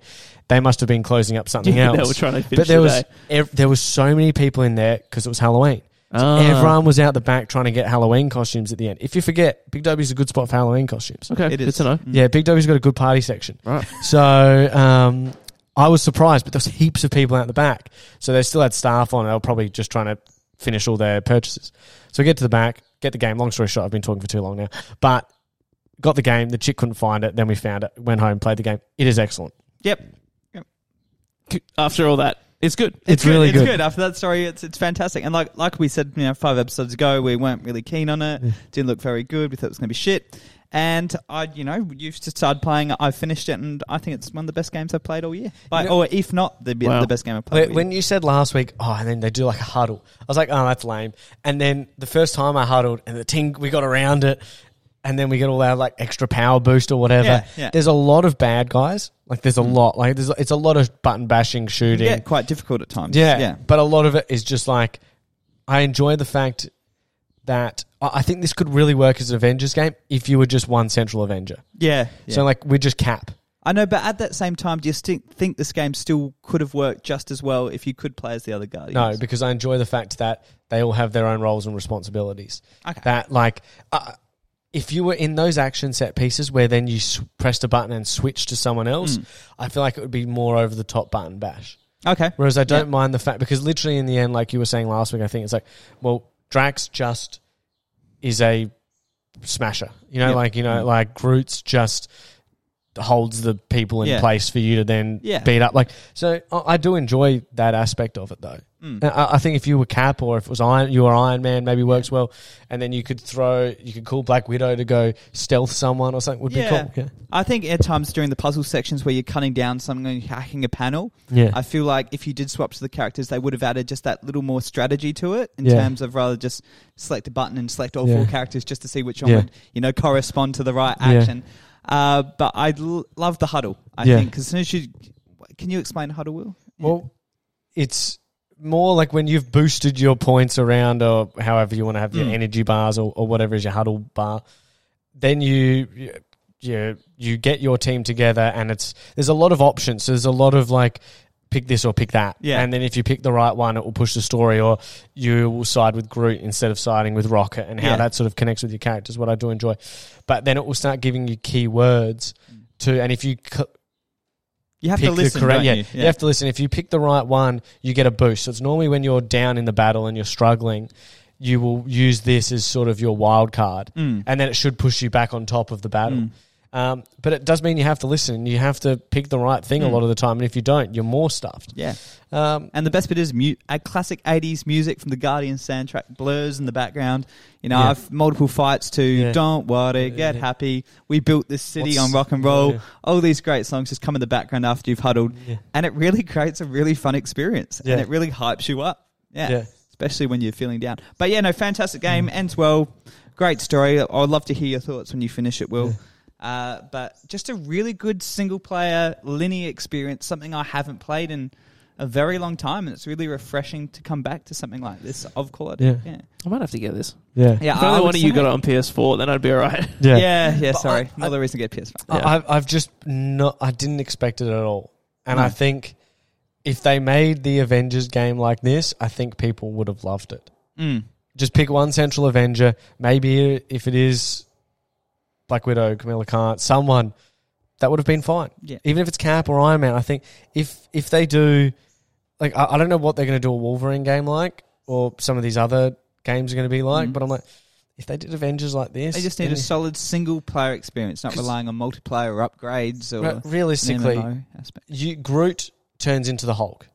[SPEAKER 3] They must have been closing up something
[SPEAKER 2] Yeah,
[SPEAKER 3] else.
[SPEAKER 2] they were trying to finish
[SPEAKER 3] but there
[SPEAKER 2] the
[SPEAKER 3] was
[SPEAKER 2] day.
[SPEAKER 3] ev- there was so many people in there because it was Halloween.
[SPEAKER 2] Ah.
[SPEAKER 3] Everyone was out the back trying to get Halloween costumes at the end. If you forget, Big W's a good spot for Halloween costumes.
[SPEAKER 2] Okay.
[SPEAKER 1] It
[SPEAKER 2] good
[SPEAKER 1] is. Mm.
[SPEAKER 2] to know.
[SPEAKER 3] Yeah, Big W's got a good party section.
[SPEAKER 2] Right.
[SPEAKER 3] So um, I was surprised, but there was heaps of people out the back. So they still had staff on. They were probably just trying to finish all their purchases. So I get to the back, get the game. Long story short, I've been talking for too long now. But got the game. The chick couldn't find it. Then we found it. Went home, played the game. It is excellent.
[SPEAKER 1] Yep.
[SPEAKER 2] After all that, It's good.
[SPEAKER 1] It's,
[SPEAKER 4] really
[SPEAKER 1] it's
[SPEAKER 4] good.
[SPEAKER 1] good. After that story, it's it's fantastic. And like like we said, you know, five episodes ago, we weren't really keen on it. Didn't look very good. We thought it was going to be shit. And I, you know, used to start playing. it. I finished it, and I think it's one of the best games I've played all year. Like,
[SPEAKER 3] You know-
[SPEAKER 1] or if not, the,
[SPEAKER 2] Wow.
[SPEAKER 1] the best game I've played.
[SPEAKER 3] When,
[SPEAKER 1] all
[SPEAKER 3] when
[SPEAKER 1] year.
[SPEAKER 3] you said last week, oh, and then they do like a huddle, I was like, oh, that's lame. And then the first time I huddled, and the team we got around it, and then we get all our like extra power boost or whatever.
[SPEAKER 1] Yeah, yeah. Mm.
[SPEAKER 3] There's a lot of bad guys. Like there's a lot. Like there's it's a lot of button bashing, shooting.
[SPEAKER 1] yeah, quite difficult at times.
[SPEAKER 3] Yeah,
[SPEAKER 1] yeah.
[SPEAKER 3] But a lot of it is just like I enjoy the fact that I I think this could really work as an Avengers game if you were just one central Avenger.
[SPEAKER 1] Yeah, yeah.
[SPEAKER 3] So like we just cap.
[SPEAKER 1] I know, but at that same time, do you sti- think this game still could have worked just as well if you could play as the other Guardians?
[SPEAKER 3] No, because I enjoy the fact that they all have their own roles and responsibilities.
[SPEAKER 1] Okay.
[SPEAKER 3] That like uh, if you were in those action set pieces where then you s- pressed a button and switched to someone else,
[SPEAKER 1] Mm.
[SPEAKER 3] I feel like it would be more over the top button bash.
[SPEAKER 1] Okay.
[SPEAKER 3] Whereas I don't
[SPEAKER 1] Yeah.
[SPEAKER 3] mind the fact because literally in the end, like you were saying last week, I think it's like, well, Drax just is a smasher. You know,
[SPEAKER 1] Yeah.
[SPEAKER 3] like you know,
[SPEAKER 1] Mm.
[SPEAKER 3] like Groot's just holds the people in
[SPEAKER 1] Yeah.
[SPEAKER 3] place for you to then
[SPEAKER 1] Yeah.
[SPEAKER 3] beat up. Like so, I, I do enjoy that aspect of it though.
[SPEAKER 1] Mm.
[SPEAKER 3] And I, I think if you were Cap or if it was Iron, you were Iron Man, maybe works well. And then you could throw, you could call Black Widow to go stealth someone or something would
[SPEAKER 1] Yeah.
[SPEAKER 3] be cool.
[SPEAKER 1] I think at times during the puzzle sections where you're cutting down something and hacking a panel,
[SPEAKER 3] Yeah, yeah.
[SPEAKER 1] I feel like if you did swap to the characters, they would have added just that little more strategy to it in
[SPEAKER 3] Yeah.
[SPEAKER 1] terms of rather just select a button and select all
[SPEAKER 3] Yeah.
[SPEAKER 1] four characters just to see which one
[SPEAKER 3] Yeah.
[SPEAKER 1] would you know correspond to the right
[SPEAKER 3] Yeah.
[SPEAKER 1] action. Uh, but I l- love the huddle. I
[SPEAKER 3] Yeah.
[SPEAKER 1] think 'cause think as soon as you can you explain huddle, Will?
[SPEAKER 3] Well, it's more like when you've boosted your points around, or however you want to have your
[SPEAKER 1] Mm.
[SPEAKER 3] energy bars or, or whatever is your huddle bar. Then you, you you you get your team together, and it's there's a lot of options. So there's a lot of like pick this or pick that.
[SPEAKER 1] Yeah.
[SPEAKER 3] And then if you pick the right one, it will push the story, or you will side with Groot instead of siding with Rocket, and how
[SPEAKER 1] Yeah.
[SPEAKER 3] that sort of connects with your characters. What I do enjoy, but then it will start giving you key words to, and if you c-
[SPEAKER 1] You have to
[SPEAKER 3] pick the
[SPEAKER 1] listen,
[SPEAKER 3] correct.
[SPEAKER 1] don't
[SPEAKER 3] Yeah,
[SPEAKER 1] you?
[SPEAKER 3] you? have to listen. If you pick the right one, you get a boost. So it's normally when you're down in the battle and you're struggling, you will use this as sort of your wild card,
[SPEAKER 1] Mm.
[SPEAKER 3] and then it should push you back on top of the battle.
[SPEAKER 1] Mm.
[SPEAKER 3] Um, but it does mean you have to listen. You have to pick the right thing a
[SPEAKER 1] Mm.
[SPEAKER 3] lot of the time, and if you don't, you're more stuffed.
[SPEAKER 1] Yeah,
[SPEAKER 3] Um,
[SPEAKER 1] and the best bit is mu- a classic '80s music from the Guardian soundtrack blurs in the background. You know,
[SPEAKER 3] Yeah.
[SPEAKER 1] I've multiple fights to
[SPEAKER 3] Yeah.
[SPEAKER 1] "Don't Worry, Get
[SPEAKER 3] Yeah.
[SPEAKER 1] Happy." We built this city
[SPEAKER 3] What's-
[SPEAKER 1] on rock and roll.
[SPEAKER 3] Yeah.
[SPEAKER 1] All these great songs just come in the background after you've huddled,
[SPEAKER 3] Yeah.
[SPEAKER 1] and it really creates a really fun experience,
[SPEAKER 3] Yeah.
[SPEAKER 1] and it really hypes you up. Yeah,
[SPEAKER 3] Yeah.
[SPEAKER 1] especially when you're feeling down. But yeah, no, fantastic game ends well. Great story. I'd love to hear your thoughts when you finish it, Will. Uh, but just a really good single player linear experience, something I haven't played in a very long time, and it's really refreshing to come back to something like this of quality.
[SPEAKER 3] Yeah.
[SPEAKER 1] yeah,
[SPEAKER 2] I might have to get this.
[SPEAKER 3] yeah,
[SPEAKER 1] yeah.
[SPEAKER 2] if only
[SPEAKER 1] would
[SPEAKER 2] one of you
[SPEAKER 1] say-
[SPEAKER 2] got it on PS4, then I'd be all right.
[SPEAKER 1] Yeah,
[SPEAKER 3] yeah.
[SPEAKER 1] yeah. sorry,
[SPEAKER 3] I-
[SPEAKER 1] another reason to get PS5.
[SPEAKER 3] I-
[SPEAKER 2] Yeah.
[SPEAKER 3] I've, I've just not. I didn't expect it at all, and I
[SPEAKER 1] Mm.
[SPEAKER 3] think if they made the Avengers game like this, I think people would have loved it.
[SPEAKER 1] Mm.
[SPEAKER 3] just pick one central Avenger. Maybe if it is Black Widow, Camilla Khan, someone that would have been fine.
[SPEAKER 1] Yeah.
[SPEAKER 3] Even if it's Cap or Iron Man, I think if if they do, like I, I don't know what they're going to do a Wolverine game like, or some of these other games are going to be like.
[SPEAKER 1] Mhm.
[SPEAKER 3] But I'm like, if they did Avengers like this,
[SPEAKER 1] They just need
[SPEAKER 3] then-
[SPEAKER 1] a solid single player experience, not
[SPEAKER 3] 'Cause-
[SPEAKER 1] relying on multiplayer upgrades or
[SPEAKER 3] Re-
[SPEAKER 1] an
[SPEAKER 3] realistically,
[SPEAKER 1] MMO aspect.
[SPEAKER 3] you Groot turns into the Hulk.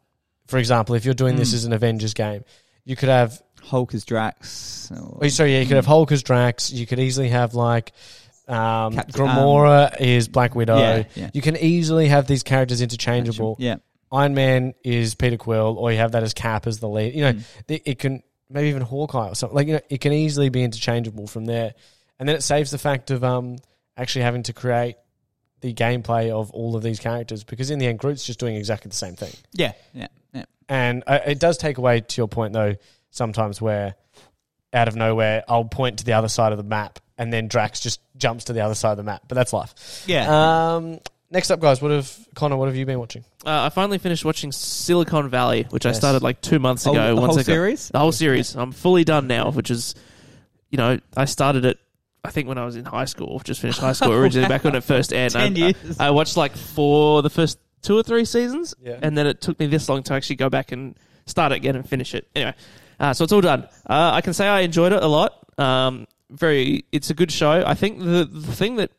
[SPEAKER 3] For example, if you're doing this
[SPEAKER 1] Mm.
[SPEAKER 3] as an Avengers game, you could have
[SPEAKER 1] Hulk is Drax. or-
[SPEAKER 3] Oh, sorry, yeah, you could have Hulk as Drax. You could easily have like um,
[SPEAKER 1] Captain-
[SPEAKER 3] Gamora is Black Widow.
[SPEAKER 1] yeah, yeah.
[SPEAKER 3] You can easily have these characters interchangeable.
[SPEAKER 1] Yeah,
[SPEAKER 3] Iron Man is Peter Quill, or you have that as Cap as the lead. You know,
[SPEAKER 1] Mm.
[SPEAKER 3] it, it can maybe even Hawkeye or something. Like you know, it can easily be interchangeable from there, and then it saves the fact of um actually having to create the gameplay of all of these characters because in the end, Groot's just doing exactly the same thing.
[SPEAKER 1] yeah, yeah, yeah.
[SPEAKER 3] And I, it does take away to your point though. Sometimes where out of nowhere, I'll point to the other side of the map, and then Drax just jumps to the other side of the map. But that's life.
[SPEAKER 1] Yeah.
[SPEAKER 3] Um, next up, guys, what have Connor? What have you been watching?
[SPEAKER 2] Uh, I finally finished watching Silicon Valley, which
[SPEAKER 3] Yes.
[SPEAKER 2] I started like two months
[SPEAKER 1] Whole-
[SPEAKER 2] ago.
[SPEAKER 1] the
[SPEAKER 2] once
[SPEAKER 1] whole
[SPEAKER 2] I got-
[SPEAKER 1] series?
[SPEAKER 2] the whole series. I'm fully done now, which is, you know, I started it. I think when I was in high school, just finished high school originally back when it first aired.
[SPEAKER 1] Ten
[SPEAKER 2] I,
[SPEAKER 1] years.
[SPEAKER 2] I watched like four, the first two or three seasons,
[SPEAKER 3] Yeah.
[SPEAKER 2] and then it took me this long to actually go back and start it again and finish it. Anyway, uh, so it's all done. Uh, I can say I enjoyed it a lot. Um, very, it's a good show. I think the, the thing that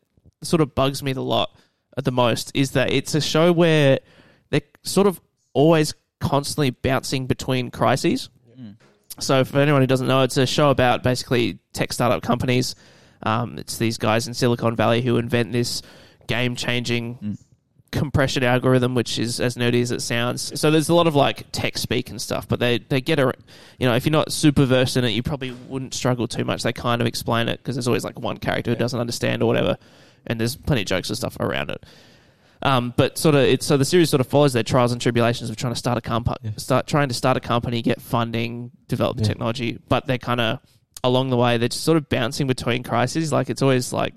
[SPEAKER 2] sort of bugs uh, me the lot the most is that it's a show where they're sort of always constantly bouncing between crises.
[SPEAKER 1] Mm.
[SPEAKER 2] So, for anyone who doesn't know, it's a show about basically tech startup companies. Um, it's these guys in Silicon Valley who invent this game changing
[SPEAKER 1] Mm.
[SPEAKER 2] compression algorithm, which is as nerdy as it sounds. So, there's a lot of like tech speak and stuff, but they, they get a, you know, if you're not super versed in it, you probably wouldn't struggle too much. They kind of explain it because there's always like one character who doesn't understand or whatever, and there's plenty of jokes and stuff around it. Um, but sort of, it's, so the series sort of follows their trials and tribulations of trying to start a comp-
[SPEAKER 5] Yeah.
[SPEAKER 2] start trying to start a company, get funding, develop the
[SPEAKER 5] Yeah.
[SPEAKER 2] technology. But they're kind of along the way, they're just sort of bouncing between crises. Like it's always like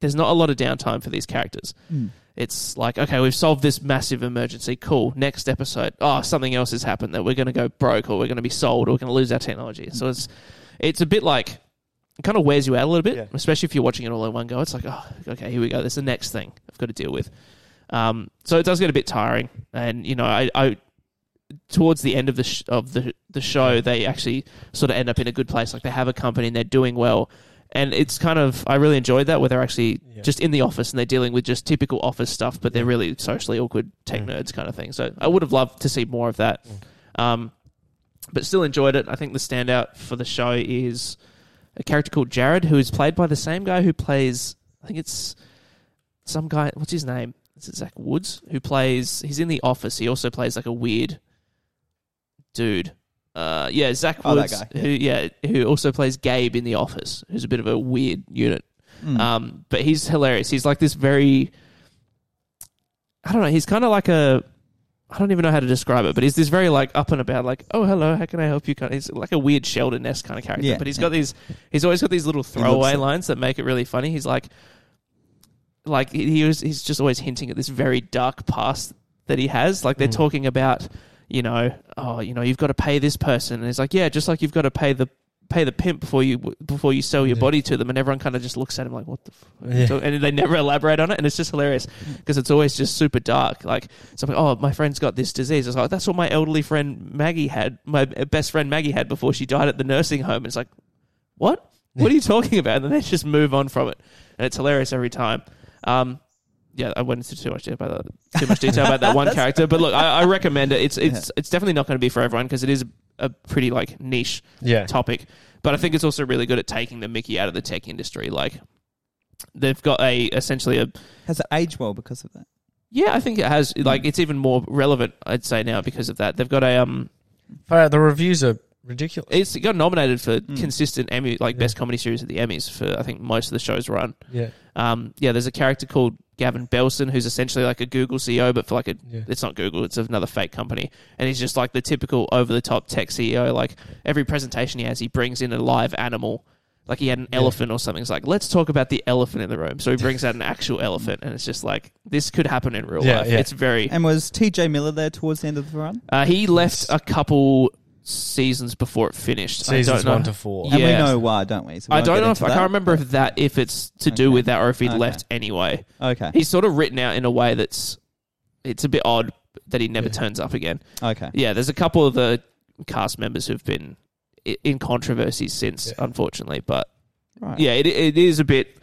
[SPEAKER 2] there's not a lot of downtime for these characters.
[SPEAKER 1] Mm.
[SPEAKER 2] It's like okay, we've solved this massive emergency. Cool. Next episode, oh, something else has happened that we're going to go broke or we're going to be sold or we're going to lose our technology. So it's it's a bit like it kind of wears you out a little bit,
[SPEAKER 5] Yeah.
[SPEAKER 2] especially if you're watching it all in one go. It's like oh, okay, here we go. There's the next thing I've got to deal with. Um, so it does get a bit tiring, and you know, I, I towards the end of the sh- of the the show, they actually sort of end up in a good place. Like they have a company and they're doing well, and it's kind of I really enjoyed that where they're actually
[SPEAKER 5] Yeah.
[SPEAKER 2] just in the office and they're dealing with just typical office stuff, but they're really socially awkward tech
[SPEAKER 5] Mm.
[SPEAKER 2] nerds kind of thing. So I would have loved to see more of that,
[SPEAKER 1] Mm.
[SPEAKER 2] um, but still enjoyed it. I think the standout for the show is a character called Jared, who is played by the same guy who plays I think it's some guy. What's his name? Is it Zach Woods who plays? He's in the office. He also plays like a weird dude. Uh, yeah, Zach
[SPEAKER 1] Oh, that
[SPEAKER 2] Woods.
[SPEAKER 1] guy,
[SPEAKER 2] Who yeah, who also plays Gabe in the office. Who's a bit of a weird unit.
[SPEAKER 1] Mm.
[SPEAKER 2] Um, but he's hilarious. He's like this very. I don't know. He's kind of like a. I don't even know how to describe it, but he's this very like up and about, like oh hello, how can I help you? Kind of, he's like a weird Sheldon esque kind of character,
[SPEAKER 1] Yeah,
[SPEAKER 2] but he's
[SPEAKER 1] yeah.
[SPEAKER 2] got these. He's always got these little
[SPEAKER 1] looks
[SPEAKER 2] throwaway
[SPEAKER 1] it.
[SPEAKER 2] lines that make it really funny. He's like, like he he was, he's just always hinting at this very dark past that he has. Like they're
[SPEAKER 5] Mm.
[SPEAKER 2] talking about, you know, oh, you know, you've got to pay this person, and it's like, yeah, just like you've got to pay the pay the pimp before you before you sell your
[SPEAKER 5] Yeah.
[SPEAKER 2] body to them, and everyone kind of just looks at him like, what the, fuck?
[SPEAKER 5] Yeah. Mm.
[SPEAKER 2] So- and they never elaborate on it, and it's just hilarious because it's always just super dark. Like something, oh, my friend's got this disease. It's like that's what my elderly friend Maggie had, my best friend Maggie had before she died at the nursing home. It's like, what? What are you talking about? And then they just move on from it, and it's hilarious every time. Um, yeah, I went into too much detail about that, too much detail about that one character, but look, I, I recommend it. It's it's it's definitely not going to be for everyone because it is a pretty like niche
[SPEAKER 5] Yeah.
[SPEAKER 2] topic. But I think it's also really good at taking the Mickey out of the tech industry. Like they've got a essentially a
[SPEAKER 1] Has it aged well because of that?
[SPEAKER 2] yeah, I think it has like it's even more relevant, I'd say now because of that. They've got a um
[SPEAKER 5] Far out, the reviews are ridiculous.
[SPEAKER 2] it's got nominated for
[SPEAKER 1] Mm.
[SPEAKER 2] consistent Emmy like
[SPEAKER 5] Hmm. Yeah.
[SPEAKER 2] best comedy series at the Emmys for I think most of the shows run.
[SPEAKER 5] Yeah.
[SPEAKER 2] Um yeah, there's a character called Gavin Belson who's essentially like a Google CEO but for like a
[SPEAKER 5] Yeah.
[SPEAKER 2] it's not Google, it's another fake company. And he's just like the typical over the top tech CEO. Like every presentation he has, he brings in a live animal. Like he had an
[SPEAKER 5] Yeah.
[SPEAKER 2] elephant or something. It's like, let's talk about the elephant in the room. So he brings out an actual elephant, and it's just like, this could happen in real
[SPEAKER 5] Yeah,
[SPEAKER 2] life.
[SPEAKER 5] yeah.
[SPEAKER 2] It's very.
[SPEAKER 1] And was TJ Miller there towards the end of the run?
[SPEAKER 2] Uh, he left a couple seasons before it finished. I
[SPEAKER 5] Seasons
[SPEAKER 2] don't know.
[SPEAKER 5] one to four.
[SPEAKER 1] And we
[SPEAKER 2] Yeah.
[SPEAKER 1] know why, don't we? So we
[SPEAKER 2] I
[SPEAKER 1] won't
[SPEAKER 2] don't
[SPEAKER 1] get
[SPEAKER 2] know if
[SPEAKER 1] into
[SPEAKER 2] I can't
[SPEAKER 1] that.
[SPEAKER 2] remember if that if it's to do
[SPEAKER 1] Okay.
[SPEAKER 2] with that or if he'd
[SPEAKER 1] Okay.
[SPEAKER 2] left anyway.
[SPEAKER 1] Okay.
[SPEAKER 2] He's sort of written out in a way that's it's a bit odd that he never
[SPEAKER 5] Yeah.
[SPEAKER 2] turns up again.
[SPEAKER 1] Okay.
[SPEAKER 2] Yeah, there's a couple of the cast members who've been i- in controversy since,
[SPEAKER 5] Yeah.
[SPEAKER 2] unfortunately. But
[SPEAKER 1] Right.
[SPEAKER 2] yeah, it it is a bit.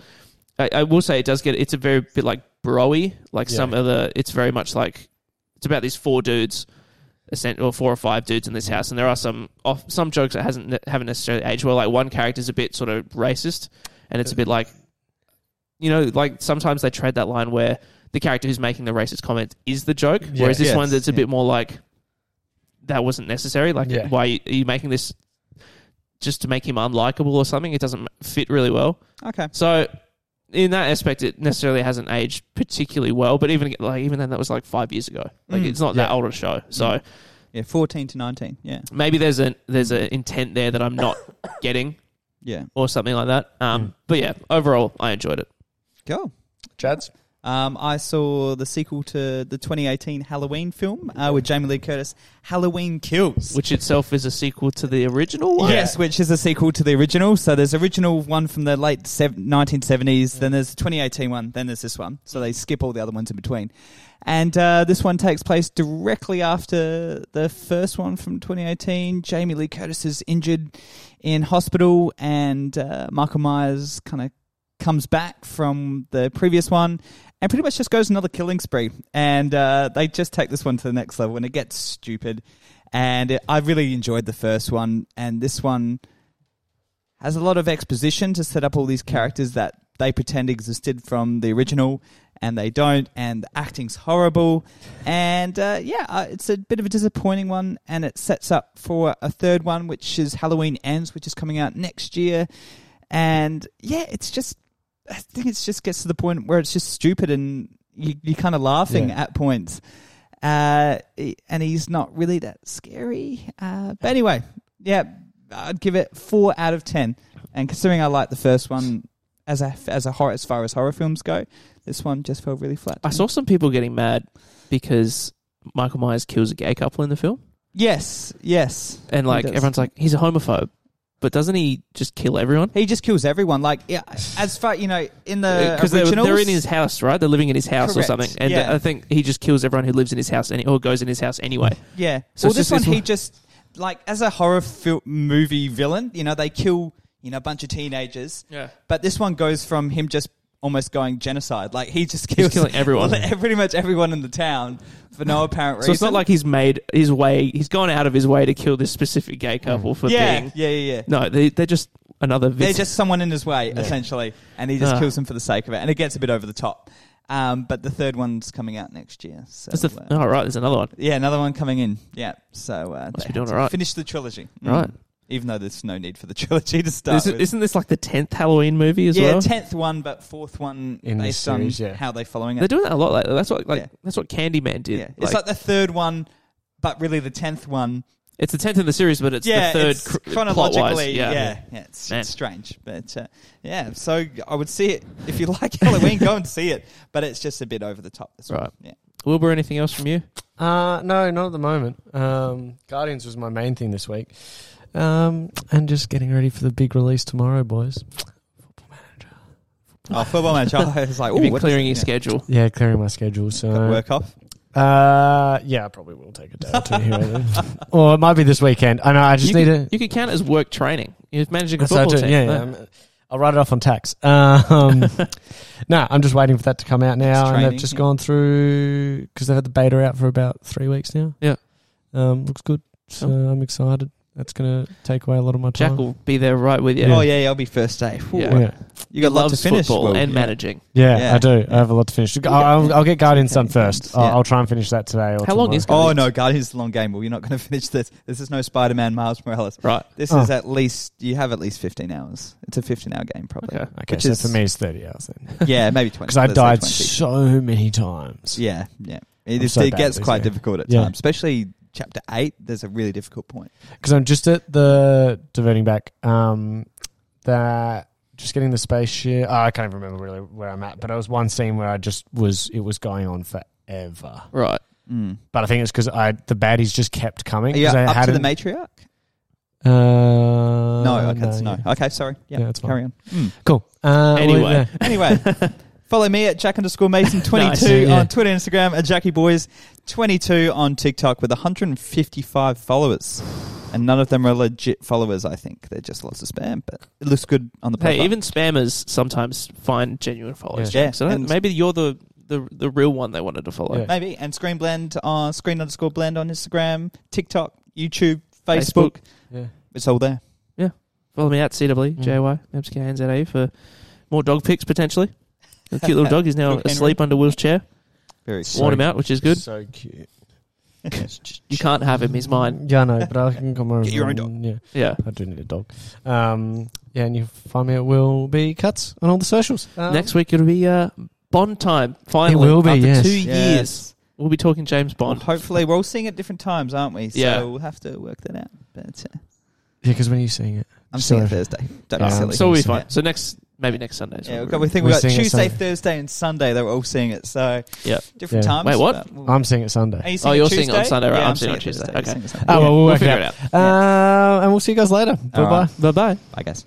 [SPEAKER 2] I, I will say it does get. It's a very bit like broy. Like
[SPEAKER 5] Yeah.
[SPEAKER 2] some of the. It's very much like it's about these four dudes, essen- or four or five dudes in this
[SPEAKER 5] Mm.
[SPEAKER 2] house, and there are some off, some jokes that hasn't ne- haven't necessarily aged well. Like one character's a bit sort of racist, and it's a bit like, you know, like sometimes they tread that line where the character who's making the racist comment is the joke,
[SPEAKER 5] Yeah.
[SPEAKER 2] whereas this
[SPEAKER 1] Yes.
[SPEAKER 2] one that's a
[SPEAKER 1] Yeah.
[SPEAKER 2] bit more like that wasn't necessary. Like,
[SPEAKER 5] Yeah.
[SPEAKER 2] why are you making this just to make him unlikable or something? It doesn't fit really well.
[SPEAKER 1] Okay.
[SPEAKER 2] So in that aspect, it necessarily hasn't aged particularly well. But even like even then, that was like five years ago. Like
[SPEAKER 1] Mm.
[SPEAKER 2] it's not that
[SPEAKER 5] Yeah.
[SPEAKER 2] old a show. So
[SPEAKER 1] Mm. Yeah, 14 to 19. Yeah.
[SPEAKER 2] maybe there's a there's an intent there that I'm not getting
[SPEAKER 1] Yeah.
[SPEAKER 2] or something like that. Um,
[SPEAKER 5] Mm.
[SPEAKER 2] But yeah, overall, I enjoyed it.
[SPEAKER 1] Cool.
[SPEAKER 5] Chads?
[SPEAKER 1] Um, I saw the sequel to the 2018 Halloween film uh, with Jamie Lee Curtis, Halloween Kills.
[SPEAKER 2] Which itself is a sequel to the original one.
[SPEAKER 1] Yes, which is a sequel to the original. So there's original one from the late sev- 1970s, then there's the 2018 one, then there's this one. So they skip all the other ones in between. And uh, this one takes place directly after the first one from 2018. Jamie Lee Curtis is injured in hospital, and uh, Michael Myers kind of comes back from the previous one and pretty much just goes another killing spree. And uh, they just take this one to the next level, and it gets stupid. And it, I really enjoyed the first one, and this one has a lot of exposition to set up all these characters that they pretend existed from the original, and they don't. And the acting's horrible, and uh, yeah, uh, it's a bit of a disappointing one. And it sets up for a third one, which is Halloween Ends, which is coming out next year. And yeah, it's just I think it just gets to the point where it's just stupid and you, you're kind of laughing
[SPEAKER 5] Yeah.
[SPEAKER 1] at points. Uh, he- and he's not really that scary. Uh, but anyway, yeah, I'd give it four out of ten. And considering I like the first one as a as a horror as far as horror films go, this one just felt really flat. to
[SPEAKER 2] I
[SPEAKER 1] me.
[SPEAKER 2] saw some people getting mad because Michael Myers kills a gay couple in the film,
[SPEAKER 1] Yes, yes.
[SPEAKER 2] and like
[SPEAKER 1] does.
[SPEAKER 2] everyone's like, he's a homophobe, but doesn't he just kill everyone?
[SPEAKER 1] He just kills everyone. Like, yeah, as far you know, in the
[SPEAKER 2] Because Uh, they're,
[SPEAKER 1] Uh, originals-
[SPEAKER 2] they're in his house, right? They're living in his house
[SPEAKER 1] Correct,
[SPEAKER 2] or something, and
[SPEAKER 1] yeah.
[SPEAKER 2] I think he just kills everyone who lives in his house and or goes in his house anyway.
[SPEAKER 1] Yeah.
[SPEAKER 2] So
[SPEAKER 1] well,
[SPEAKER 2] it's
[SPEAKER 1] this
[SPEAKER 2] just
[SPEAKER 1] one
[SPEAKER 2] this
[SPEAKER 1] he
[SPEAKER 2] one-
[SPEAKER 1] just like as a horror fil- movie villain, you know, they kill you know a bunch of teenagers,
[SPEAKER 2] Yeah,
[SPEAKER 1] but this one goes from him just almost going genocide. Like he just kills
[SPEAKER 2] killing everyone.
[SPEAKER 1] pretty much everyone in the town for no apparent reason.
[SPEAKER 2] so it's not like he's made his way; he's gone out of his way to kill this specific gay
[SPEAKER 1] Mm.
[SPEAKER 2] couple for
[SPEAKER 1] yeah,
[SPEAKER 2] being.
[SPEAKER 1] yeah, yeah, yeah.
[SPEAKER 2] No, they, they're just another
[SPEAKER 1] They're
[SPEAKER 2] victim.
[SPEAKER 1] just someone in his way essentially, and he just
[SPEAKER 2] Ah.
[SPEAKER 1] kills them for the sake of it, and it gets a bit over the top. Um, but the third one's coming out next year. So,
[SPEAKER 2] That's the th-
[SPEAKER 1] uh,
[SPEAKER 2] oh, right, there's another one.
[SPEAKER 1] yeah, another one coming in. Yeah, so uh,
[SPEAKER 2] Must
[SPEAKER 1] they
[SPEAKER 2] be doing
[SPEAKER 1] had to
[SPEAKER 2] alright.
[SPEAKER 1] Finish the trilogy, Mm.
[SPEAKER 2] Right.
[SPEAKER 1] Even though there's no need for the trilogy to start.
[SPEAKER 2] Isn't,
[SPEAKER 1] with.
[SPEAKER 2] isn't this like the tenth Halloween movie as
[SPEAKER 1] yeah,
[SPEAKER 2] well?
[SPEAKER 1] tenth one, but fourth one
[SPEAKER 5] In this
[SPEAKER 1] based
[SPEAKER 5] series,
[SPEAKER 1] on
[SPEAKER 5] yeah.
[SPEAKER 1] how they're following it.
[SPEAKER 2] They're doing that a lot. Like that's what like
[SPEAKER 1] Yeah.
[SPEAKER 2] that's what Candyman did.
[SPEAKER 1] yeah. it's like the third one, but really the tenth one.
[SPEAKER 2] It's the tenth in the series, but it's
[SPEAKER 1] yeah,
[SPEAKER 2] the third
[SPEAKER 1] it's
[SPEAKER 2] cr- plot-wise.
[SPEAKER 1] chronologically. Yeah, yeah, it's,
[SPEAKER 2] Man.
[SPEAKER 1] it's strange, but uh, yeah. So I would see it if you like Halloween, go and see it. But it's just a bit over the top. That's
[SPEAKER 2] Right.
[SPEAKER 1] Yeah.
[SPEAKER 2] Wilbur, anything else from you?
[SPEAKER 5] Uh,
[SPEAKER 3] No, not at the moment. Um,
[SPEAKER 5] Guardians was my main thing this week.
[SPEAKER 3] um, and just getting ready for the big release tomorrow, boys.
[SPEAKER 1] Oh, football match. I was like,
[SPEAKER 2] You've
[SPEAKER 1] ooh,
[SPEAKER 2] been
[SPEAKER 1] what
[SPEAKER 2] clearing your
[SPEAKER 1] is- yeah.
[SPEAKER 2] schedule.
[SPEAKER 3] Yeah, clearing my schedule. So
[SPEAKER 1] Got work off.
[SPEAKER 3] Uh, yeah, I probably will take a day or two here, and there. or it might be this weekend. I know. I just
[SPEAKER 2] you
[SPEAKER 3] need
[SPEAKER 2] could,
[SPEAKER 3] to.
[SPEAKER 2] you could count it as work training. You're managing a
[SPEAKER 3] That's what I
[SPEAKER 2] football
[SPEAKER 3] do,
[SPEAKER 2] team. Uh,
[SPEAKER 3] yeah, yeah. I'm- uh, I'll write it off on tax. Um, no, I'm just waiting for that to come out now, and
[SPEAKER 1] training,
[SPEAKER 3] they've just
[SPEAKER 1] yeah.
[SPEAKER 3] gone through because they've had the beta out for about three weeks now.
[SPEAKER 2] Yeah.
[SPEAKER 3] um, looks good. So I'm excited. That's gonna take away a lot of my time.
[SPEAKER 2] Jack will be there right with you.
[SPEAKER 3] Yeah.
[SPEAKER 1] Oh yeah, yeah, I'll be first day. Ooh,
[SPEAKER 2] Yeah.
[SPEAKER 3] Yeah.
[SPEAKER 1] You got a lot to
[SPEAKER 2] loves
[SPEAKER 1] finish.
[SPEAKER 2] football
[SPEAKER 1] Will.
[SPEAKER 2] and
[SPEAKER 1] Yeah.
[SPEAKER 2] managing.
[SPEAKER 3] Yeah,
[SPEAKER 1] Yeah.
[SPEAKER 3] I do. I have a lot to finish. I'll, I'll, I'll get Guardians done
[SPEAKER 1] Yeah.
[SPEAKER 3] first. I'll,
[SPEAKER 1] Yeah.
[SPEAKER 3] I'll try and finish that today. Or
[SPEAKER 2] How long
[SPEAKER 3] tomorrow.
[SPEAKER 2] is
[SPEAKER 1] Oh no, Guardians is a long game. Well, you're not going to finish this. This is no Spider-Man, Miles Morales.
[SPEAKER 2] Right.
[SPEAKER 1] This
[SPEAKER 3] Oh.
[SPEAKER 1] is at least you have at least fifteen hours. It's a fifteen hour game probably.
[SPEAKER 2] Okay.
[SPEAKER 3] Okay,
[SPEAKER 1] Which
[SPEAKER 3] so
[SPEAKER 1] is-
[SPEAKER 3] for me, it's thirty hours then.
[SPEAKER 1] Yeah, maybe twenty.
[SPEAKER 3] Because I
[SPEAKER 1] Let's say
[SPEAKER 3] died
[SPEAKER 1] 20.
[SPEAKER 3] so many times.
[SPEAKER 1] Yeah, yeah. It,
[SPEAKER 3] I'm
[SPEAKER 1] is,
[SPEAKER 3] so
[SPEAKER 1] it
[SPEAKER 3] bad
[SPEAKER 1] gets
[SPEAKER 3] at these
[SPEAKER 1] quite
[SPEAKER 3] games.
[SPEAKER 1] difficult at
[SPEAKER 3] Yeah.
[SPEAKER 1] times, especially chapter eight. There's a really difficult point.
[SPEAKER 3] because I'm just at the diverting back. Um, that just getting the spaceship. Oh, I can't even remember really where I'm at, but it was one scene where I just was. It was going on forever,
[SPEAKER 2] Right.
[SPEAKER 1] Mm.
[SPEAKER 3] but I think it's because I the baddies just kept coming.
[SPEAKER 1] Are you
[SPEAKER 3] 'cause I
[SPEAKER 1] up to the
[SPEAKER 3] hadn't-
[SPEAKER 1] matriarch?
[SPEAKER 3] Uh,
[SPEAKER 1] no, okay, that's no.
[SPEAKER 3] yeah.
[SPEAKER 1] Okay, sorry. Yeah,
[SPEAKER 3] Yeah, it's fine.
[SPEAKER 1] carry on. Mm.
[SPEAKER 3] Cool. Uh,
[SPEAKER 2] Anyway.
[SPEAKER 3] well, yeah.
[SPEAKER 1] Anyway, follow me at Jack underscore Mason twenty
[SPEAKER 2] Nice,
[SPEAKER 1] two
[SPEAKER 3] yeah.
[SPEAKER 1] on Twitter, Instagram, and Jackie Boys twenty two on TikTok with 155 followers, and none of them are legit followers. I think they're just lots of spam, but it looks good on the profile.
[SPEAKER 2] Hey, even spammers sometimes find genuine followers.
[SPEAKER 1] Yeah.
[SPEAKER 2] Jack, so
[SPEAKER 1] Yeah,
[SPEAKER 2] that-
[SPEAKER 1] and-
[SPEAKER 2] maybe you're the, the the real one they wanted to follow.
[SPEAKER 3] Yeah.
[SPEAKER 1] Maybe. And Screen Blend on Screen underscore Blend on Instagram, TikTok, YouTube, Facebook.
[SPEAKER 2] Facebook.
[SPEAKER 3] yeah.
[SPEAKER 1] It's all there.
[SPEAKER 2] Follow me at E, CW,
[SPEAKER 3] Mm.
[SPEAKER 2] JY, MCKNZA for more dog pics potentially. The cute little dog is now
[SPEAKER 1] Look, Henry.
[SPEAKER 2] asleep under Will's chair.
[SPEAKER 1] Very
[SPEAKER 3] So-
[SPEAKER 2] Worn him out, which is good.
[SPEAKER 5] So cute.
[SPEAKER 2] You can't have him, he's mine.
[SPEAKER 3] Yeah, I know, but I can come over.
[SPEAKER 1] Get your own
[SPEAKER 3] and- Yeah,
[SPEAKER 2] Yeah.
[SPEAKER 3] I do need a dog. Um, yeah, and you find me at Will Be Cuts on all the socials.
[SPEAKER 1] Uh-huh.
[SPEAKER 3] Um,
[SPEAKER 2] Next week it'll be uh, Bond time. Finally,
[SPEAKER 3] will be,
[SPEAKER 2] after
[SPEAKER 3] yes.
[SPEAKER 2] two years, we'll be talking James Bond.
[SPEAKER 1] Hopefully, we're all seeing at different times, aren't we? So
[SPEAKER 2] Yeah.
[SPEAKER 1] we'll have to work that out. But uh,
[SPEAKER 3] Yeah, because when are you seeing it?
[SPEAKER 1] I'm
[SPEAKER 3] Sorry.
[SPEAKER 1] seeing it Thursday. Don't
[SPEAKER 3] Yeah.
[SPEAKER 1] be silly.
[SPEAKER 2] So we'll be
[SPEAKER 1] Yeah.
[SPEAKER 2] fine. So next, maybe next Sunday. is
[SPEAKER 1] Yeah,
[SPEAKER 2] when
[SPEAKER 1] we've
[SPEAKER 2] we're-
[SPEAKER 1] got, we think
[SPEAKER 3] We're
[SPEAKER 1] we've got
[SPEAKER 3] seeing it
[SPEAKER 1] Tuesday,
[SPEAKER 3] Sunday.
[SPEAKER 1] Thursday, and Sunday. They're all seeing it. So
[SPEAKER 2] Yeah.
[SPEAKER 1] different
[SPEAKER 3] Yeah.
[SPEAKER 1] times.
[SPEAKER 2] Wait, what?
[SPEAKER 1] but we'll-
[SPEAKER 3] I'm seeing it Sunday.
[SPEAKER 1] Are you
[SPEAKER 2] Oh,
[SPEAKER 1] it
[SPEAKER 2] you're seeing it on Sunday, right?
[SPEAKER 1] Yeah,
[SPEAKER 2] I'm seeing it
[SPEAKER 1] seeing
[SPEAKER 2] Tuesday.
[SPEAKER 1] Thursday.
[SPEAKER 2] Okay.
[SPEAKER 1] You're seeing it Sunday.
[SPEAKER 3] Oh,
[SPEAKER 2] Yeah,
[SPEAKER 3] well, we'll
[SPEAKER 2] we'll
[SPEAKER 3] work it
[SPEAKER 2] figure
[SPEAKER 3] out.
[SPEAKER 2] it out.
[SPEAKER 3] Uh, and we'll see you guys later. Bye bye.
[SPEAKER 1] right.
[SPEAKER 2] Bye bye.
[SPEAKER 1] Bye, guys.